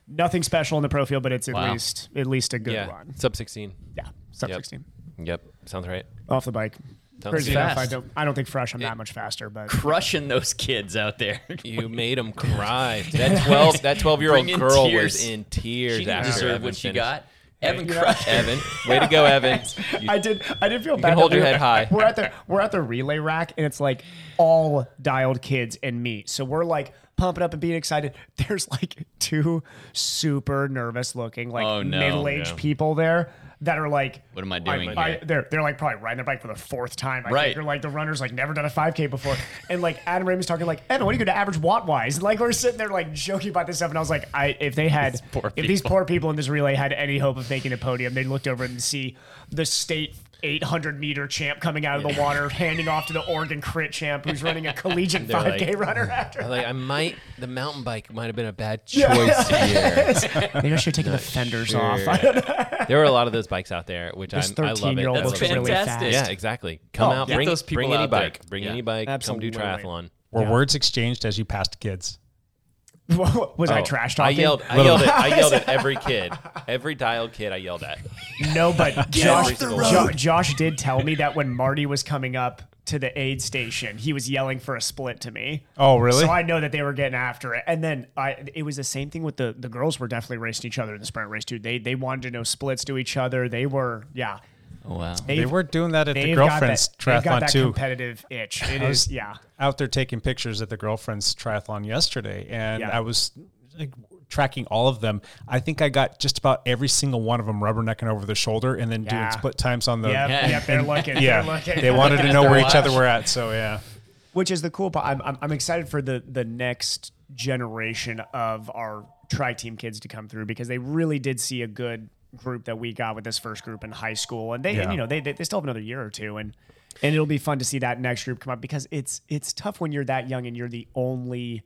Speaker 11: Nothing special in the pro field, but it's at
Speaker 10: Wow.
Speaker 11: least at least a good
Speaker 10: yeah,
Speaker 11: run.
Speaker 10: sub sixteen.
Speaker 11: Yeah, sub
Speaker 10: Yep.
Speaker 11: 16.
Speaker 10: Yep, sounds right.
Speaker 11: Off the bike.
Speaker 10: Sounds
Speaker 11: Crazy
Speaker 10: good.
Speaker 11: enough, I
Speaker 10: Fast.
Speaker 11: don't. I don't think fresh. I'm that much faster, but
Speaker 9: Crushing those kids out *laughs* there.
Speaker 10: You made
Speaker 11: *laughs*
Speaker 10: him cry. That twelve that twelve year old
Speaker 9: Bringing
Speaker 10: girl was
Speaker 9: tears.
Speaker 10: in tears
Speaker 9: She didn't
Speaker 10: after
Speaker 9: deserve
Speaker 10: Evan
Speaker 9: what she
Speaker 10: finished.
Speaker 9: got. Evan
Speaker 11: Yeah.
Speaker 9: crushed. it.
Speaker 10: Evan,
Speaker 9: *laughs*
Speaker 10: way to go, Evan.
Speaker 11: *laughs*
Speaker 10: You-
Speaker 11: I did. I did feel
Speaker 10: You
Speaker 11: bad.
Speaker 10: can
Speaker 11: that
Speaker 10: hold
Speaker 11: we
Speaker 10: your
Speaker 11: were-
Speaker 10: head high.
Speaker 11: We're at the we're at the relay rack, and it's like all dialed kids and me. So we're like pumping up and being excited. *laughs* There's like two super nervous looking like
Speaker 9: Oh, no.
Speaker 11: middle aged
Speaker 9: Yeah.
Speaker 11: people there that are like.
Speaker 9: What am I doing
Speaker 11: I-
Speaker 9: here?
Speaker 11: they're they're like probably riding their bike for the fourth time. I
Speaker 9: Right.
Speaker 11: Think. They're like the runners like never done a 5K before, and like Adam Raymond's talking like Evan, what do you go to average watt wise? And like we're sitting there like joking about this stuff, and I was like, I if they had if these poor people in this relay had any hope of making a podium, they looked over and see the state 800 meter champ coming out of the water, handing off to the Oregon crit champ who's running a collegiate
Speaker 10: *laughs* They're
Speaker 11: 5K
Speaker 10: like-
Speaker 11: runner after.
Speaker 10: I'm like I might the mountain bike might have been a bad choice
Speaker 11: Yeah.
Speaker 9: *laughs*
Speaker 10: here.
Speaker 11: Maybe I should have taken the fenders off. *laughs* I
Speaker 10: Sure.
Speaker 11: don't know.
Speaker 10: there were a lot of those bikes out there, which
Speaker 11: This
Speaker 10: I'm, I love it.
Speaker 11: 13-year-old
Speaker 10: That's
Speaker 11: looks
Speaker 10: what-
Speaker 11: really Fantastic. fast.
Speaker 10: Yeah, exactly. Come
Speaker 11: Oh,
Speaker 10: out,
Speaker 11: yeah.
Speaker 10: bring,
Speaker 9: Get those people
Speaker 10: bring any
Speaker 9: out there.
Speaker 10: bike, bring
Speaker 9: Yeah.
Speaker 10: any bike,
Speaker 11: Absolutely.
Speaker 10: come do triathlon.
Speaker 1: Were words exchanged as you passed kids?
Speaker 11: *laughs* Was I
Speaker 10: Oh,
Speaker 11: trash talking?
Speaker 10: I yelled. I yelled, at, I yelled at every kid, every dialed kid. I yelled at.
Speaker 11: *laughs* No,
Speaker 10: *laughs*
Speaker 11: but
Speaker 10: Get
Speaker 11: Josh,
Speaker 10: off the
Speaker 11: Jo-
Speaker 10: road.
Speaker 11: Josh did tell me that when Marty was coming up to the aid station, he was yelling for a split to me.
Speaker 1: Oh, really?
Speaker 11: So I know that they were getting after it. And then I, it was the same thing with the the girls were definitely racing each other in the sprint race too. They they wanted to know splits to each other. They were yeah.
Speaker 9: Wow.
Speaker 1: They
Speaker 11: They've-
Speaker 1: were doing that at the
Speaker 11: they've got
Speaker 1: girlfriend's
Speaker 11: that- they've got
Speaker 1: triathlon
Speaker 11: that
Speaker 1: too.
Speaker 11: Competitive itch. It
Speaker 1: I was
Speaker 11: is yeah.
Speaker 1: Out there taking pictures at the girlfriend's triathlon yesterday, and
Speaker 11: Yeah.
Speaker 1: I was like tracking all of them. I think I got just about every single one of them rubbernecking over the shoulder and then
Speaker 11: Yeah.
Speaker 1: doing split times on the.
Speaker 11: Yep, *laughs*
Speaker 1: Yeah, *laughs*
Speaker 11: yep, they're looking.
Speaker 1: yeah.
Speaker 11: *laughs* They're looking.
Speaker 1: They wanted to
Speaker 11: Just
Speaker 1: know
Speaker 11: their
Speaker 1: where each
Speaker 11: watch.
Speaker 1: other were at, so yeah.
Speaker 11: which is the cool part. I'm, I'm, I'm excited for the the next generation of our tri team kids to come through because they really did see a good group that we got with this first group in high school, and they and,
Speaker 1: Yeah.
Speaker 11: you know they, they they still have another year or two and. And it'll be fun to see that next group come up because it's it's tough when you're that young and you're the only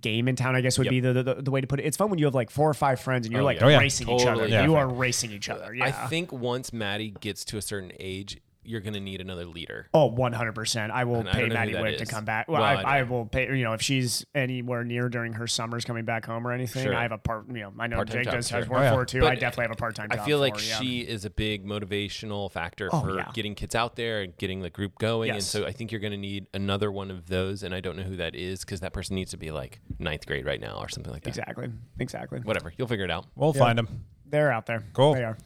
Speaker 11: game in town. I guess would
Speaker 10: Yep.
Speaker 11: be the, the the way to put it. It's fun when you have like four or five friends and you're
Speaker 10: Oh,
Speaker 11: like
Speaker 10: yeah. Oh, yeah.
Speaker 11: racing each other.
Speaker 10: Totally
Speaker 11: You are
Speaker 10: different.
Speaker 11: racing each other. Yeah.
Speaker 10: I think once Maddie gets to a certain age, you're going to need another leader.
Speaker 11: Oh, 100%. I will
Speaker 10: And I
Speaker 11: pay
Speaker 10: don't know who
Speaker 11: Maddie
Speaker 10: that
Speaker 11: Wick to
Speaker 10: is.
Speaker 11: come back. Well,
Speaker 10: Well,
Speaker 11: I, I, will pay, you know, if she's anywhere near during her summers coming back home or anything,
Speaker 10: Sure.
Speaker 11: I have a part, you know, I know
Speaker 10: Part-time
Speaker 11: Jake
Speaker 10: job,
Speaker 11: does
Speaker 10: sure.
Speaker 11: has work
Speaker 10: Oh, yeah.
Speaker 11: for her too.
Speaker 10: But
Speaker 11: I definitely have a part time job.
Speaker 10: I feel like
Speaker 11: for her, yeah.
Speaker 10: she is a big motivational factor
Speaker 11: Oh,
Speaker 10: for
Speaker 11: yeah.
Speaker 10: getting kids out there and getting the group going. And
Speaker 11: Yes.
Speaker 10: so I think you're going to need another one of those. And I don't know who that is because that person needs to be like ninth grade right now or something like that.
Speaker 11: Exactly. Exactly.
Speaker 10: Whatever. You'll figure it out.
Speaker 1: We'll
Speaker 11: Yeah.
Speaker 1: find him.
Speaker 11: They're out there.
Speaker 1: Cool.
Speaker 11: They are.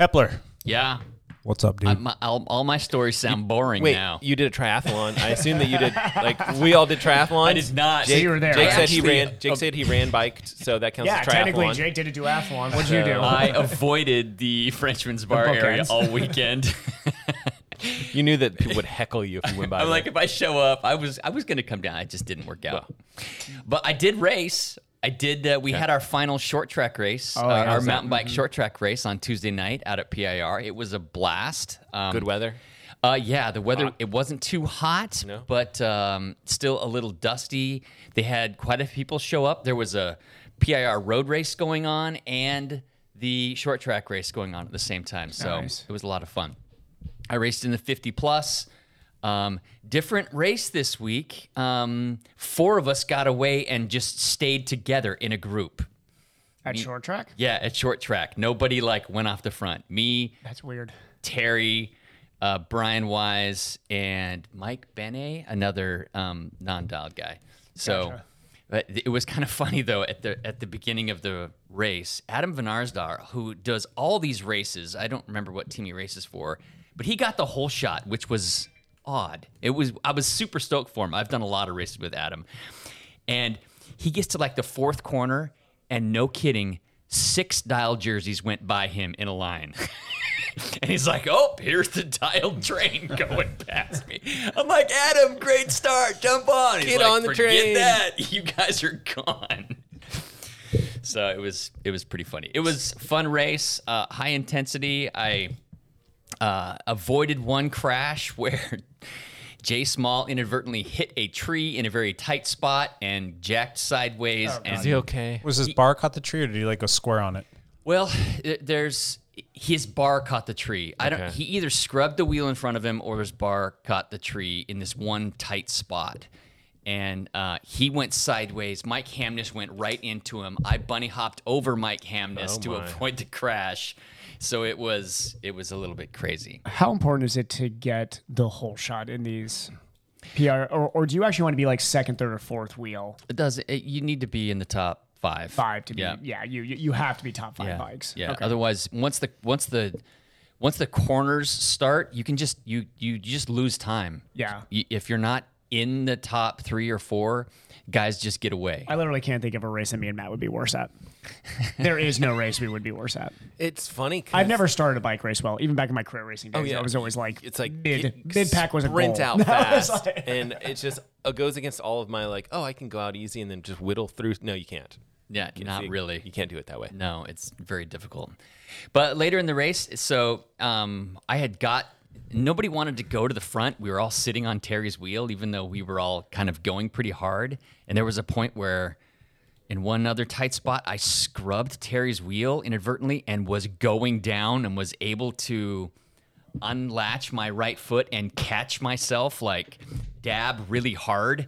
Speaker 1: Hepler.
Speaker 9: Yeah.
Speaker 1: What's up, dude?
Speaker 9: I, my, all, all my stories sound boring
Speaker 10: Wait,
Speaker 9: now.
Speaker 10: you did a triathlon. I assume that you did.
Speaker 11: *laughs*
Speaker 10: Like we all did triathlon.
Speaker 9: I did not.
Speaker 10: Jake,
Speaker 9: So you were there.
Speaker 10: Jake
Speaker 9: I
Speaker 10: said he
Speaker 9: actually-
Speaker 10: ran. Jake said he ran biked, so that counts
Speaker 11: Yeah,
Speaker 10: as triathlon.
Speaker 11: technically, Jake did a duathlon. What'd you do?
Speaker 9: I avoided the *laughs* Frenchman's Bar area
Speaker 11: bookends.
Speaker 9: all *laughs* weekend.
Speaker 10: you knew that people would heckle you if
Speaker 9: *laughs*
Speaker 10: you went by.
Speaker 9: I'm
Speaker 10: there.
Speaker 9: like, if I show up, I was I was gonna come down. It just didn't work out. but I did race. I did. Uh, we had our final short track race, uh,
Speaker 11: Oh, yeah,
Speaker 9: our
Speaker 11: is that- Mm-hmm.
Speaker 9: mountain bike short track race on Tuesday night out at PIR. It was a blast. Um,
Speaker 10: good weather.
Speaker 9: Uh, yeah, the weather it wasn't too hot, but um, still a little dusty. They had quite a few people show up. There was a PIR road race going on and the short track race going on at the same time. So
Speaker 11: Nice.
Speaker 9: it was a lot of fun. I raced in the 50 plus. Um, different race this week. Um, four of us got away and just stayed together in a group.
Speaker 11: At short track?
Speaker 9: Yeah, at short track. Nobody like went off the front. Me,
Speaker 11: That's weird.
Speaker 9: Terry, uh, Brian Wise, and Mike Benet, another um, non-dialed guy. So but it was kind of *laughs* funny though at the at the beginning of the race, Adam Van Arsdar, who does all these races, I don't remember what team he races for, but he got the whole shot, which was odd. It was I was super stoked for him. I've done a lot of races with Adam, and he gets to like the fourth corner, and no kidding, six dial jerseys went by him in a line. *laughs* And he's like, oh, here's the dialed train *laughs* going past me. I'm like, Adam, great start. Jump on. He's
Speaker 10: Get
Speaker 9: like,
Speaker 10: on the
Speaker 9: "Forget
Speaker 10: train."
Speaker 9: that. *laughs* You guys are gone. *laughs* So it was it was pretty funny. It was fun race, uh, high intensity. I uh, avoided one crash *laughs* where Jay Small inadvertently hit a tree in a very tight spot and jacked sideways. and
Speaker 10: Is he okay?
Speaker 1: Was his bar caught the tree, or did he like go square on it?
Speaker 9: well, th- there's his bar caught the tree. I don't.
Speaker 10: Okay.
Speaker 9: He either scrubbed the wheel in front of him or his bar caught the tree in this one tight spot, and uh, he went sideways. Mike Hamness went right into him. I bunny hopped over Mike Hamness
Speaker 10: Oh,
Speaker 9: to
Speaker 10: my.
Speaker 9: avoid the crash. So it was it was a little bit crazy.
Speaker 11: How important is it to get the whole shot in these PR? Or, or do you actually want to be like second, third, or fourth wheel?
Speaker 9: It does. It, you need to be in the top five.
Speaker 11: Five to be, yeah,
Speaker 9: Yeah.
Speaker 11: you, you you have to be top five
Speaker 9: yeah.
Speaker 11: bikes.
Speaker 9: Yeah. Otherwise, once the once the once the corners start, you can just you you you just lose time.
Speaker 11: Yeah.
Speaker 9: Y- If you're not in the top three or four, guys just get away.
Speaker 11: I literally can't think of a race that me and Matt would be worse at. there is no race we would be worse at.
Speaker 10: It's funny. 'cause-
Speaker 11: I've never started a bike race well, even back in my career racing days.
Speaker 10: Oh, yeah.
Speaker 11: I was always like,
Speaker 10: It's like
Speaker 11: mid
Speaker 10: get-
Speaker 11: mid pack was a
Speaker 10: sprint
Speaker 11: goal. *laughs*
Speaker 10: out *laughs*
Speaker 11: I was
Speaker 10: fast, and it just it goes against all of my like. Oh, I can go out easy and then just whittle through. No, you can't.
Speaker 9: yeah. Not
Speaker 10: See,
Speaker 9: really.
Speaker 10: You can't do it that way.
Speaker 9: No, it's very difficult. But later in the race, so um, I had got nobody wanted to go to the front. We were all sitting on Terry's wheel, even though we were all kind of going pretty hard. And there was a point where, in one other tight spot, I scrubbed Terry's wheel inadvertently and was going down and was able to unlatch my right foot and catch myself like dab really hard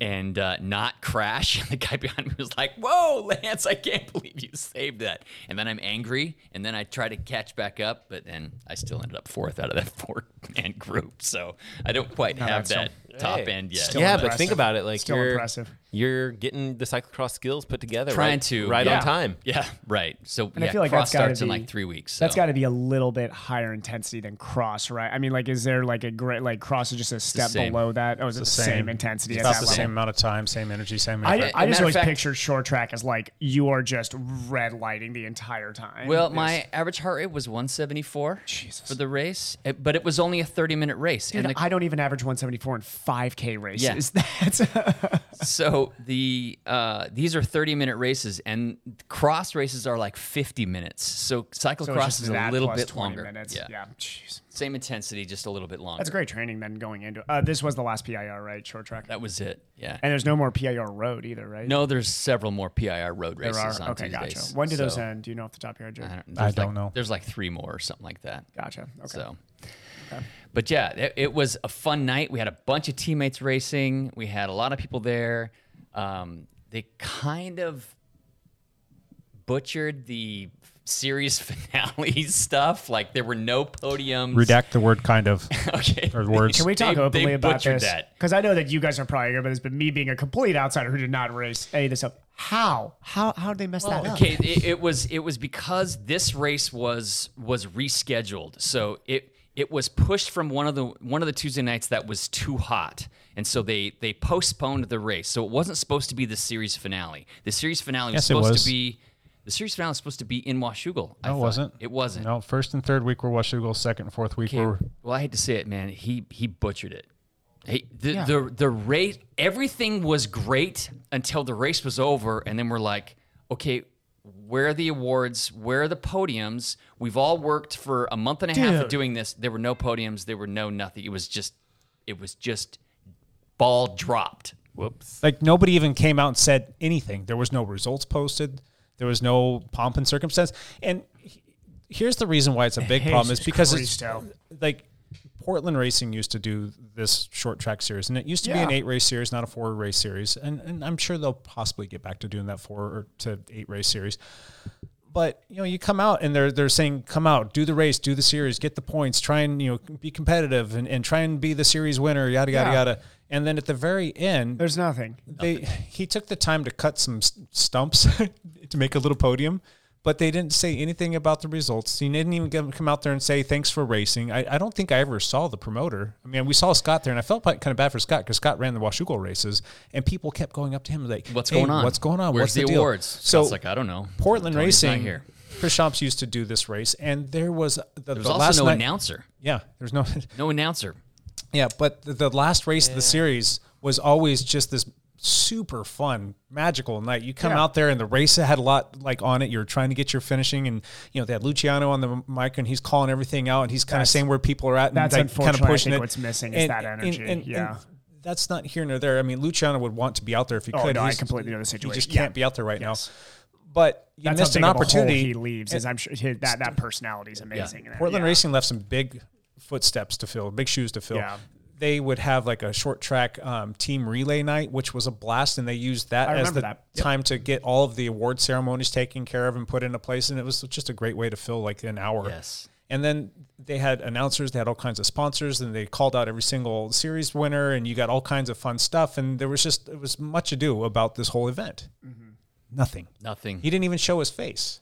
Speaker 9: and uh, not crash *laughs* the guy behind me was like whoa lance i can't believe you saved that and then i'm angry and then i try to catch back up but then i still ended up fourth out of that *laughs* four man group so i don't quite have
Speaker 11: that's still-
Speaker 9: that top
Speaker 10: Hey,
Speaker 9: end yet
Speaker 11: still
Speaker 10: yeah, but
Speaker 11: impressive.
Speaker 10: think about it. Like
Speaker 11: Still
Speaker 10: you're
Speaker 11: impressive.
Speaker 10: you're getting the cyclocross skills put together,
Speaker 9: Trying
Speaker 10: right,
Speaker 9: to,
Speaker 10: right
Speaker 9: yeah.
Speaker 10: on time.
Speaker 9: yeah right so
Speaker 11: And
Speaker 9: yeah,
Speaker 11: I feel like that's
Speaker 9: cross
Speaker 11: gotta
Speaker 9: starts in
Speaker 11: be-
Speaker 9: like three weeks so.
Speaker 11: That's got to be a little bit higher intensity than cross, right? I mean, like, is there like a great like cross is just a step
Speaker 9: same.
Speaker 11: below that? Oh, is it the same, intensity?
Speaker 1: It's
Speaker 11: at
Speaker 1: about
Speaker 11: that
Speaker 1: the
Speaker 11: level?
Speaker 1: same amount of time, same energy, same.
Speaker 11: I,
Speaker 1: effort.
Speaker 11: I just
Speaker 9: matter of
Speaker 11: always
Speaker 9: fact-
Speaker 11: pictured short track as like you are just red lighting the entire time.
Speaker 9: Well, my average heart rate was 174 for the race, it- eh, but it was only a 30 minute race.
Speaker 11: Dude,
Speaker 9: and the,
Speaker 11: I don't even average 174 in 5K races. *laughs*
Speaker 9: Yeah. so the uh, these are 30 minute races and cross races are like 50 minutes so
Speaker 11: So
Speaker 9: cyclocross
Speaker 11: it's just
Speaker 9: is a
Speaker 11: that
Speaker 9: little
Speaker 11: plus
Speaker 9: bit
Speaker 11: 20
Speaker 9: longer
Speaker 11: minutes. Yeah. Jeez.
Speaker 9: same intensity just a little bit longer
Speaker 11: That's great training then going into uh, this was the last PIR, right? Short track.
Speaker 9: that was it yeah
Speaker 11: And there's no more PIR road either, right?
Speaker 9: no there's several more pir road
Speaker 11: There
Speaker 9: races
Speaker 11: are.
Speaker 9: on
Speaker 11: okay,
Speaker 9: Tuesdays,
Speaker 11: gotcha. When do those
Speaker 9: so-
Speaker 11: end? Do you know off the top of your head, Jake?
Speaker 9: I don't,
Speaker 1: I
Speaker 9: there's
Speaker 1: don't
Speaker 9: like-
Speaker 1: know.
Speaker 9: There's like three more or something like that.
Speaker 11: Gotcha. Okay.
Speaker 9: So, but yeah, it, it was a fun night. We had a bunch of teammates racing. We had a lot of people there. Um, they kind of butchered the series *laughs* finale stuff. Like there were no podiums.
Speaker 1: Redact the word kind of.
Speaker 9: *laughs* okay.
Speaker 1: Or words.
Speaker 11: Can we talk
Speaker 9: They- they
Speaker 11: openly about
Speaker 9: butchered
Speaker 11: this?
Speaker 9: that.
Speaker 11: Because I know that you guys are probably going to this, but me being a complete outsider who did not race any of this up, how? How how did they mess that up?
Speaker 9: Oh, Okay, it, it was it was because this race was was rescheduled, so it it was pushed from one of the one of the Tuesday nights that was too hot, and so they they postponed the race. So it wasn't supposed to be the series finale. The series finale was
Speaker 1: Yes, it
Speaker 9: supposed
Speaker 1: was.
Speaker 9: to be the series finale was supposed to be in Washougal. I
Speaker 1: No, it
Speaker 9: thought.
Speaker 1: wasn't.
Speaker 9: It wasn't.
Speaker 1: No, first and third week were Washougal, second and fourth week
Speaker 9: Okay,
Speaker 1: were.
Speaker 9: Well, I hate to say it, man. He he butchered it. He, the,
Speaker 1: Yeah.
Speaker 9: the the race everything was great until the race was over, and then we're like, okay, where are the awards? Where are the podiums? We've all worked for a month and a half of
Speaker 11: Dude.
Speaker 9: doing this. There were no podiums. There were no nothing. It was just, it was just ball dropped. Whoops.
Speaker 1: Like nobody even came out and said anything. There was no results posted. There was no pomp and circumstance. And he- here's the reason why it's a
Speaker 11: *laughs*
Speaker 1: big problem is
Speaker 11: Jesus
Speaker 1: because it's
Speaker 11: Christo.
Speaker 1: like Portland Racing used to do this short track series, and it used to be
Speaker 11: Yeah.
Speaker 1: an eight race series, not a four race series. And, and I'm sure they'll possibly get back to doing that four or to eight race series. But you know, you come out and they're they're saying, come out, do the race, do the series, get the points, try and you know be competitive and, and try and be the series winner, yada yada
Speaker 11: Yeah.
Speaker 1: yada. And then at the very end,
Speaker 11: There's nothing.
Speaker 1: they *laughs* he took the time to cut some s- stumps *laughs* to make a little podium but they didn't say anything about the results he didn't even give- come out there and say thanks for racing I, I don't think i ever saw the promoter i mean we saw scott there and i felt kind of bad for scott because scott ran the washugal races and people kept going up to him like
Speaker 9: What's
Speaker 1: "Hey,
Speaker 9: going on?
Speaker 1: what's going on
Speaker 9: Where's
Speaker 1: what's
Speaker 9: the,
Speaker 1: deal?"
Speaker 9: awards? So
Speaker 1: so
Speaker 9: it's like I don't know.
Speaker 1: portland
Speaker 9: Tony's not
Speaker 1: racing
Speaker 9: here.
Speaker 1: chris Shomps used to do this race and there was the,
Speaker 9: There was
Speaker 1: the last
Speaker 9: also no
Speaker 1: night-
Speaker 9: announcer.
Speaker 1: yeah there's no *laughs*
Speaker 9: No announcer.
Speaker 1: yeah, but the, the last race of the series was always just this super fun, magical night. You come
Speaker 11: Yeah.
Speaker 1: out there and the race had a lot like on it. You're trying to get your finishing, and you know they had Luciano on the mic and he's calling everything out and he's kind of
Speaker 11: That's-
Speaker 1: saying where people are at. And
Speaker 11: that's
Speaker 1: like,
Speaker 11: unfortunately,
Speaker 1: kind
Speaker 11: I
Speaker 1: of pushing
Speaker 11: think
Speaker 1: it.
Speaker 11: what's missing is that energy, yeah.
Speaker 1: that's not here nor there. I mean, Luciano would want to be out there if he
Speaker 11: Oh,
Speaker 1: could.
Speaker 11: no, I
Speaker 1: He's-
Speaker 11: completely know
Speaker 1: He just
Speaker 11: the situation.
Speaker 1: can't
Speaker 11: Yeah.
Speaker 1: be out there right now. But you
Speaker 11: That's
Speaker 1: missed
Speaker 11: how
Speaker 1: an
Speaker 11: big of a hole
Speaker 1: opportunity.
Speaker 11: he leaves. Is I'm sure his, that that personality is amazing. And that-
Speaker 1: Portland
Speaker 11: yeah.
Speaker 1: Racing left some big footsteps to fill, big shoes to fill.
Speaker 11: Yeah.
Speaker 1: They would have like a short track um, team relay night, which was a blast, and they used that
Speaker 11: I
Speaker 1: as the
Speaker 11: remember that. Yep.
Speaker 1: time to get all of the award ceremonies taken care of and put into place. And it was just a great way to fill like an hour.
Speaker 9: Yes.
Speaker 1: And then they had announcers, they had all kinds of sponsors, and they called out every single series winner, and you got all kinds of fun stuff. And there was just it was much ado about this whole event.
Speaker 11: Mm-hmm.
Speaker 1: Nothing.
Speaker 9: Nothing.
Speaker 1: He didn't even show his face.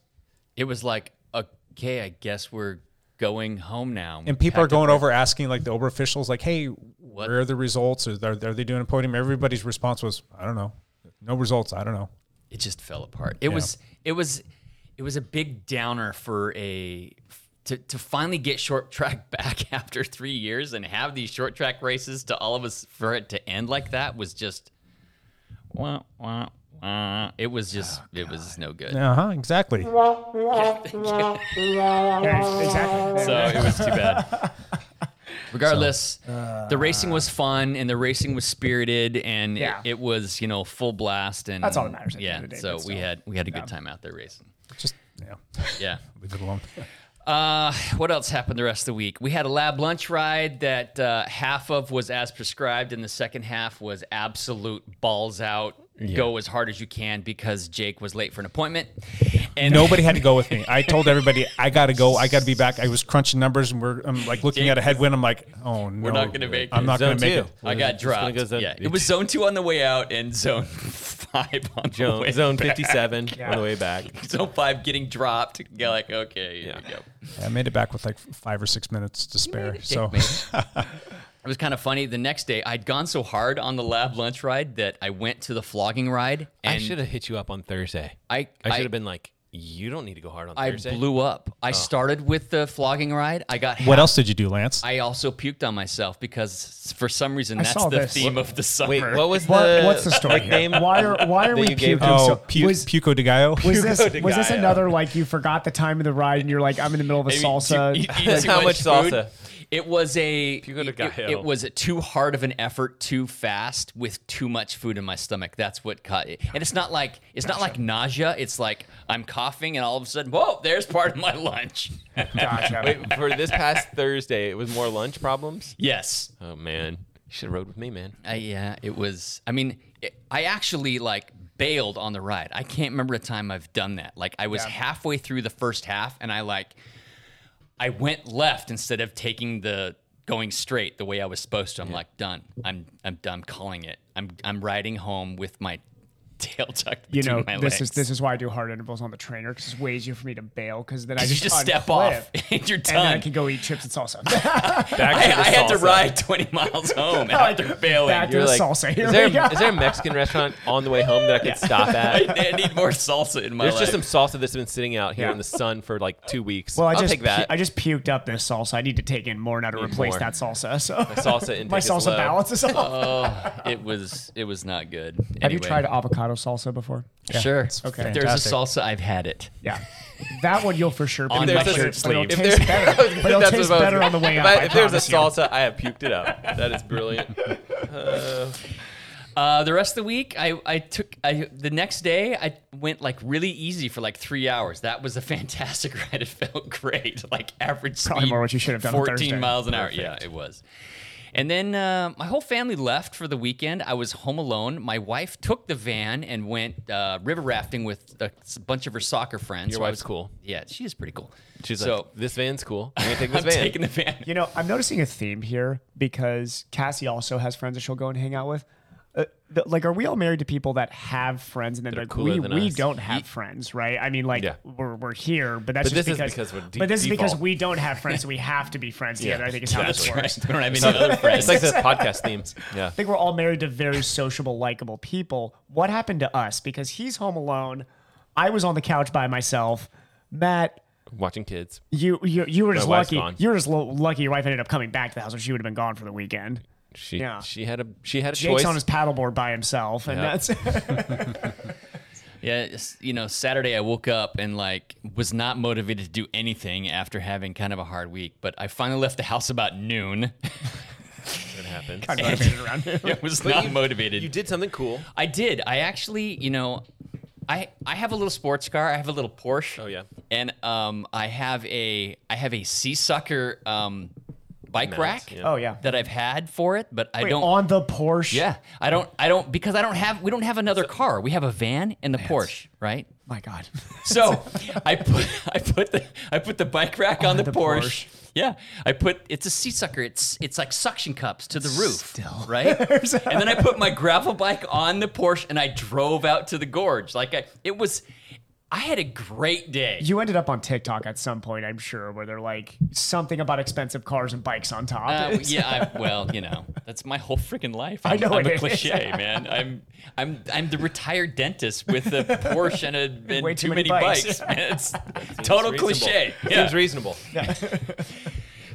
Speaker 9: It was like okay, I guess we're going home now.
Speaker 1: And people are
Speaker 9: Packed up
Speaker 1: going
Speaker 9: our
Speaker 1: over asking like the Ober officials, like, "Hey, where are the results? Or are, are they doing a podium?" Everybody's response was, "I don't know. No results. I don't know."
Speaker 9: it just fell apart. It
Speaker 1: Yeah.
Speaker 9: was it was it was a big downer for a to, to finally get short *laughs* track back after three years and have these short track races to all of us for it to end like that was just wah, wah, wah. it was just
Speaker 11: Oh,
Speaker 9: it was no good.
Speaker 1: Uh huh. Exactly.
Speaker 11: There- exactly.
Speaker 9: So it was
Speaker 11: *laughs*
Speaker 9: too bad. Regardless,
Speaker 11: uh,
Speaker 9: the racing was fun and the racing was spirited and it-
Speaker 11: Yeah.
Speaker 9: it, was you know full blast and
Speaker 11: That's all that matters at the
Speaker 9: Yeah,
Speaker 11: end of the day,
Speaker 9: so
Speaker 11: but
Speaker 9: we
Speaker 11: still.
Speaker 9: had we had a
Speaker 11: Yeah.
Speaker 9: good time out there racing.
Speaker 1: Just yeah. *laughs*
Speaker 9: Yeah.
Speaker 1: Leave it alone.
Speaker 9: Uh, what else happened the rest of the week? We had a lab lunch ride that uh, half of was as prescribed, and the second half was absolute balls out. Go as hard as you can because Jake was late for an appointment. And
Speaker 1: Nobody had to go with me. I told everybody, "I got to go. I got to be back." I was crunching numbers, and we're I'm like looking at a headwind. I'm like, "Oh no,
Speaker 9: We're not going to make it.
Speaker 1: I'm not going
Speaker 10: Zone
Speaker 1: to make
Speaker 10: two.
Speaker 1: it."
Speaker 9: I got
Speaker 10: Just gonna
Speaker 9: dropped.
Speaker 10: go zone-
Speaker 9: yeah, it was zone two on the way out and zone *laughs* five on the way
Speaker 10: *laughs* Zone, zone
Speaker 9: back. *laughs*
Speaker 10: 57 on the way back.
Speaker 9: Zone five getting dropped. You're like, okay, here
Speaker 10: *laughs*
Speaker 9: we go.
Speaker 1: I made it back with like five or six minutes to spare. So
Speaker 9: *laughs* It was kind of funny. The next day, I'd gone so hard on the lab lunch ride that I went to the flogging ride. And
Speaker 10: I should have hit you up on Thursday.
Speaker 9: I,
Speaker 10: I should have been like, You don't need to go hard on
Speaker 9: I
Speaker 10: Thursday.
Speaker 9: blew up. I
Speaker 10: Oh.
Speaker 9: started with the flogging ride. I got.
Speaker 1: What
Speaker 9: half-
Speaker 1: else did you do, Lance?
Speaker 9: I also puked on myself because for some reason
Speaker 11: I
Speaker 9: that's
Speaker 11: saw
Speaker 9: the
Speaker 11: this.
Speaker 9: theme of the summer.
Speaker 10: Wait, what was
Speaker 11: What-
Speaker 10: the
Speaker 11: what's the story here?
Speaker 10: nickname
Speaker 11: Why are- why are
Speaker 10: that
Speaker 11: we
Speaker 10: you gave
Speaker 11: puking
Speaker 10: him?
Speaker 11: so-
Speaker 1: Oh, Pu-
Speaker 11: was-
Speaker 1: Puco de Gallo.
Speaker 11: Was this
Speaker 10: Hugo de
Speaker 11: was this
Speaker 10: Gallo.
Speaker 11: another like you forgot the time of the ride and you're like I'm in the middle of a
Speaker 9: Maybe
Speaker 11: salsa?
Speaker 9: too- eat- eat
Speaker 11: like,
Speaker 9: too
Speaker 10: How much
Speaker 9: food.
Speaker 10: salsa?
Speaker 9: It was a.
Speaker 10: go to
Speaker 9: it-
Speaker 10: Gallo.
Speaker 9: It, was a too hard of an effort, too fast, with too much food in my stomach. That's what caught it. And it's not like it's not like nausea. It's like I'm coughing, and all of a sudden, whoa! There's part of my *laughs* lunch.
Speaker 11: gotcha.
Speaker 10: Wait, *laughs* for this past Thursday, it was more lunch problems.
Speaker 9: yes.
Speaker 10: Oh man, you should have rode with me, man.
Speaker 9: Uh, yeah. It was. I mean, it, I actually like bailed on the ride. I can't remember a time I've done that. Like I was halfway through the first half, and I like I went left instead of taking the going straight the way I was supposed to. I'm like, done. I'm I'm done calling it. I'm I'm riding home with my *laughs* tail tucked
Speaker 11: you
Speaker 9: between
Speaker 11: know
Speaker 9: my
Speaker 11: this
Speaker 9: legs.
Speaker 11: is this is why I do hard intervals on the trainer because it's way easier for me to bail because
Speaker 10: *laughs*
Speaker 11: then I
Speaker 9: 'Cause you
Speaker 11: just,
Speaker 9: just step
Speaker 11: unclip,
Speaker 9: off *laughs* and you're
Speaker 11: and then I
Speaker 9: done.
Speaker 11: can go eat chips and
Speaker 10: *laughs*
Speaker 11: salsa. *laughs*
Speaker 10: Back
Speaker 9: I,
Speaker 10: to the
Speaker 9: I had to
Speaker 10: salsa.
Speaker 9: ride 20 miles
Speaker 11: *laughs*
Speaker 9: home after
Speaker 11: back
Speaker 9: bailing.
Speaker 11: to-
Speaker 10: You're
Speaker 11: the
Speaker 10: like,
Speaker 11: salsa. Here
Speaker 10: is, there,
Speaker 11: we go."
Speaker 10: is there a Mexican restaurant on the way home that I could
Speaker 11: *laughs*
Speaker 10: stop
Speaker 9: I,
Speaker 10: at?
Speaker 9: *laughs* I need more salsa in my
Speaker 10: There's
Speaker 9: life.
Speaker 10: just some salsa that's been sitting out here
Speaker 11: Yeah.
Speaker 10: in the sun for like two weeks.
Speaker 11: well, I
Speaker 10: I'll
Speaker 11: just
Speaker 10: take that.
Speaker 11: pu- I just puked up this salsa. I need to take in more now to replace
Speaker 10: more.
Speaker 11: that salsa. So *laughs* my
Speaker 10: salsa intake
Speaker 11: my
Speaker 10: is
Speaker 11: salsa
Speaker 10: low.
Speaker 11: balance is off.
Speaker 10: *laughs*
Speaker 9: oh, it was it was not good.
Speaker 11: Have you
Speaker 9: Anyway.
Speaker 11: tried avocado salsa before?
Speaker 9: Sure.
Speaker 11: Okay.
Speaker 9: If there's a
Speaker 1: fantastic.
Speaker 9: salsa, I've had it.
Speaker 11: Yeah. That one you'll for sure
Speaker 9: On
Speaker 11: be
Speaker 9: my
Speaker 11: better.
Speaker 9: shirt
Speaker 11: But it'll
Speaker 9: sleeve.
Speaker 10: *laughs* If
Speaker 11: taste
Speaker 10: there-
Speaker 11: better. But it'll
Speaker 10: That's
Speaker 11: taste
Speaker 10: what I was-
Speaker 11: better on the way
Speaker 10: if
Speaker 11: up.
Speaker 10: I-
Speaker 11: I
Speaker 10: if there's a
Speaker 11: promise you.
Speaker 10: salsa, I have puked it up. That
Speaker 11: *laughs*
Speaker 10: is brilliant.
Speaker 9: Uh, the rest of the week, I, I took I the next day I went like really easy for like three hours. That was a *laughs* fantastic ride. It felt great, *laughs* like average
Speaker 11: Probably
Speaker 9: speed,
Speaker 11: more what you should have done on
Speaker 9: Fourteen
Speaker 11: Thursday.
Speaker 9: miles an hour. Yeah, it was. And then uh, my whole family left for the weekend. I was home alone. My wife took the van and went uh, river rafting with a s- bunch of her soccer friends.
Speaker 10: Your
Speaker 9: I
Speaker 10: wife's
Speaker 9: was-
Speaker 10: cool.
Speaker 9: Yeah, she is pretty cool.
Speaker 10: She's
Speaker 9: so
Speaker 10: like, this van's cool. I'm gonna take
Speaker 9: *laughs*
Speaker 10: this
Speaker 9: I'm
Speaker 10: van.
Speaker 9: taking the
Speaker 10: *laughs*
Speaker 9: van.
Speaker 11: You know, I'm noticing a theme here because Cassie also has friends that she'll go and hang out with. Uh, th- like, are we all married to people that have friends and then
Speaker 10: That are
Speaker 11: like
Speaker 10: cooler
Speaker 11: we,
Speaker 10: than
Speaker 11: we
Speaker 10: us?
Speaker 11: don't have friends, right? I mean, like
Speaker 10: Yeah.
Speaker 11: we're, we're here, but that's
Speaker 10: But
Speaker 11: just
Speaker 10: this is
Speaker 11: because,
Speaker 10: because we're de-
Speaker 11: but this is
Speaker 10: default.
Speaker 11: because we don't have friends, so we have to be friends
Speaker 10: *laughs*
Speaker 11: together. I think is how
Speaker 9: That's
Speaker 11: this
Speaker 9: right.
Speaker 11: works.
Speaker 9: We don't have any other friends.
Speaker 10: It's like the
Speaker 11: *laughs*
Speaker 10: podcast themes. Yeah.
Speaker 11: I think we're all married to very sociable, likable people. What happened to us? Because he's home alone, I was on the couch by myself. Matt,
Speaker 10: Watching kids.
Speaker 11: you you, you were just
Speaker 10: wife's
Speaker 11: lucky.
Speaker 10: gone.
Speaker 11: You were just lo- lucky. Your wife ended up coming back to the house, or she would have been gone for the weekend.
Speaker 10: She
Speaker 11: Yeah.
Speaker 10: she had a she had a
Speaker 11: Jake's
Speaker 10: choice.
Speaker 11: on his paddleboard by himself, and
Speaker 10: Yeah. *laughs*
Speaker 11: that's
Speaker 9: Yeah, it's- you know, Saturday I woke up and like was not motivated to do anything after having kind of a hard week, but I finally left the house about
Speaker 10: *laughs*
Speaker 9: noon. *laughs*
Speaker 10: it
Speaker 11: *laughs*
Speaker 10: happens. *laughs*
Speaker 11: kind of motivated around him.
Speaker 9: I was not motivated.
Speaker 10: You did something cool.
Speaker 9: I did. I actually, you know, I I have a little sports car. I have a little Porsche.
Speaker 10: Oh, yeah.
Speaker 9: And um, I have a I have a Sea Sucker um, bike
Speaker 10: Mount,
Speaker 9: rack.
Speaker 10: yeah.
Speaker 11: Oh yeah,
Speaker 9: That I've had for it, but I
Speaker 11: Wait,
Speaker 9: don't.
Speaker 11: on the Porsche.
Speaker 9: yeah, I don't. I don't because I don't have. We don't have another car. We have a van and the Porsche, right?
Speaker 11: my God, *laughs*
Speaker 9: So I put I put the I put the bike rack on, the,
Speaker 11: the
Speaker 9: Porsche.
Speaker 11: Porsche.
Speaker 9: Yeah, I put it's a seat sucker. It's it's like suction cups to the roof, Still. right? and then I put my gravel bike on the Porsche and I drove out to the gorge. Like I, it was, I had a great day.
Speaker 11: you ended up on TikTok at some point, I'm sure, where they're like something about expensive cars and bikes on top.
Speaker 9: Uh, yeah, I, well, you know, that's my whole freaking life. I'm,
Speaker 11: I know it
Speaker 9: I'm a
Speaker 11: is.
Speaker 9: cliche, man. I'm I'm I'm the retired dentist with a Porsche and, a, and
Speaker 11: Way
Speaker 9: too, many, bikes. man. *laughs* it's total
Speaker 10: It's reasonable.
Speaker 9: cliche. Yeah.
Speaker 10: Seems reasonable.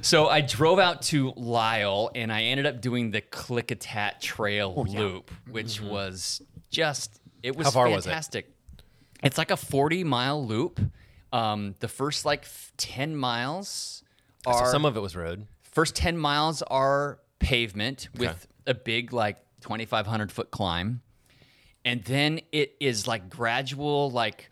Speaker 9: So I drove out to Lyle and I ended up doing the Klickitat Trail Loop, which was just it was
Speaker 10: Oh, Mm-hmm. How far was it?
Speaker 9: fantastic. It's like a 40 mile loop. Um, the first like f- 10 miles are
Speaker 10: So some of it was road.
Speaker 9: first 10 miles are pavement with a big like 2500 foot climb and then it is like gradual like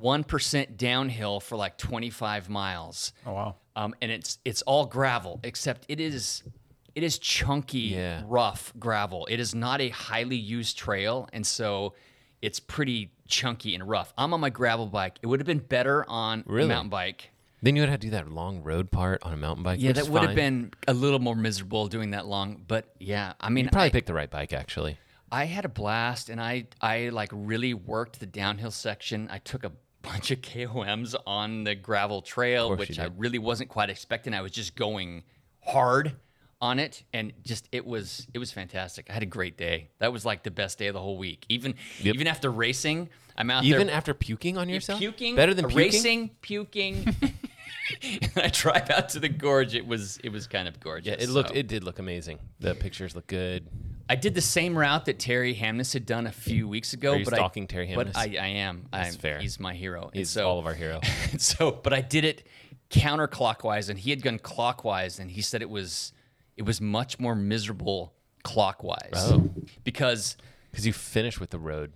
Speaker 9: 1% downhill for like 25 miles
Speaker 1: Oh, wow.
Speaker 9: um, and it's it's all gravel except it is it is chunky
Speaker 10: Yeah.
Speaker 9: rough gravel it is not a highly used trail and so it's pretty chunky and rough i'm on my gravel bike it would have been better on a
Speaker 10: Really?
Speaker 9: mountain bike
Speaker 10: Then you would have to do that long road part on a mountain bike.
Speaker 9: yeah,
Speaker 10: which
Speaker 9: that
Speaker 10: is
Speaker 9: would have
Speaker 10: fine.
Speaker 9: been a little more miserable doing that long, but yeah, I mean,
Speaker 10: You probably
Speaker 9: I,
Speaker 10: picked the right bike actually.
Speaker 9: I had a blast, and I I like really worked the downhill section. I took a *laughs* bunch of KOMs on the gravel trail,
Speaker 10: course
Speaker 9: which
Speaker 10: you
Speaker 9: I
Speaker 10: did.
Speaker 9: really wasn't quite expecting. I was just going hard on it and just it was it was fantastic. I had a great day. That was like the best day of the whole week. Even even after racing, I'm out there
Speaker 10: Even after puking on
Speaker 9: Yeah,
Speaker 10: yourself?
Speaker 9: puking,
Speaker 10: Better than puking?
Speaker 9: racing, puking. *laughs* and I drive out to the gorge. It was it was kind of gorgeous.
Speaker 10: Yeah, it looked-
Speaker 9: it
Speaker 10: did look amazing. The pictures look good.
Speaker 9: I did the same route that Terry Hamness had done a few weeks ago.
Speaker 10: Are you
Speaker 9: but I-
Speaker 10: stalking Terry
Speaker 9: But
Speaker 10: Hamness?
Speaker 9: I, I am.
Speaker 10: That's
Speaker 9: I'm,
Speaker 10: fair.
Speaker 9: He's my hero. And
Speaker 10: He's
Speaker 9: so,
Speaker 10: all of our hero.
Speaker 9: and *laughs* so, but I did it counterclockwise, and he had gone clockwise, and he said it was it was much more miserable clockwise.
Speaker 10: Oh.
Speaker 9: because
Speaker 10: because you finish with the road.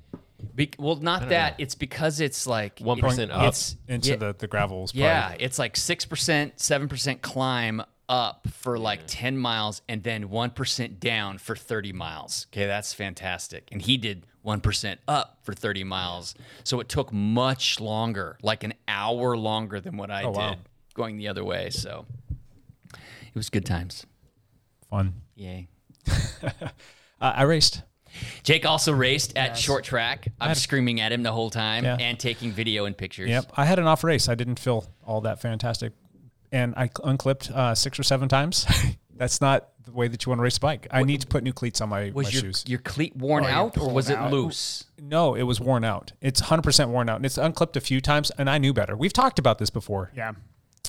Speaker 9: Be, well,
Speaker 10: I
Speaker 9: not
Speaker 10: don't
Speaker 9: that. It's because it's like
Speaker 10: 1%
Speaker 9: it's-
Speaker 10: up
Speaker 9: it's-
Speaker 1: into
Speaker 9: yeah,
Speaker 1: the the gravels. part.
Speaker 9: yeah, it's like six percent, seven percent climb up for like ten miles, and then one percent down for thirty miles. Okay, that's fantastic. And he did one percent up for thirty miles, so it took much longer, like an hour longer than what I
Speaker 1: Oh,
Speaker 9: did
Speaker 1: wow.
Speaker 9: going the other way. So it was good times.
Speaker 1: Fun.
Speaker 9: Yay.
Speaker 1: Uh, I raced.
Speaker 9: Jake also raced at short track.
Speaker 1: I
Speaker 9: I'm
Speaker 1: had a-
Speaker 9: screaming at him the whole time
Speaker 1: Yeah.
Speaker 9: and taking video and pictures.
Speaker 1: Yep. I had an off race. I didn't feel all that fantastic. And I cl- unclipped uh, six or seven times. *laughs* That's not the way that you want to race a bike. I need to put new cleats on my, my
Speaker 9: Was your,
Speaker 1: shoes.
Speaker 9: your cleat worn
Speaker 1: Oh, you
Speaker 9: out or
Speaker 1: pulled
Speaker 9: was it
Speaker 1: out.
Speaker 9: loose?
Speaker 1: No, it was worn out. It's 100% worn out. And it's unclipped a few times, and I knew better. We've talked about this before.
Speaker 11: Yeah.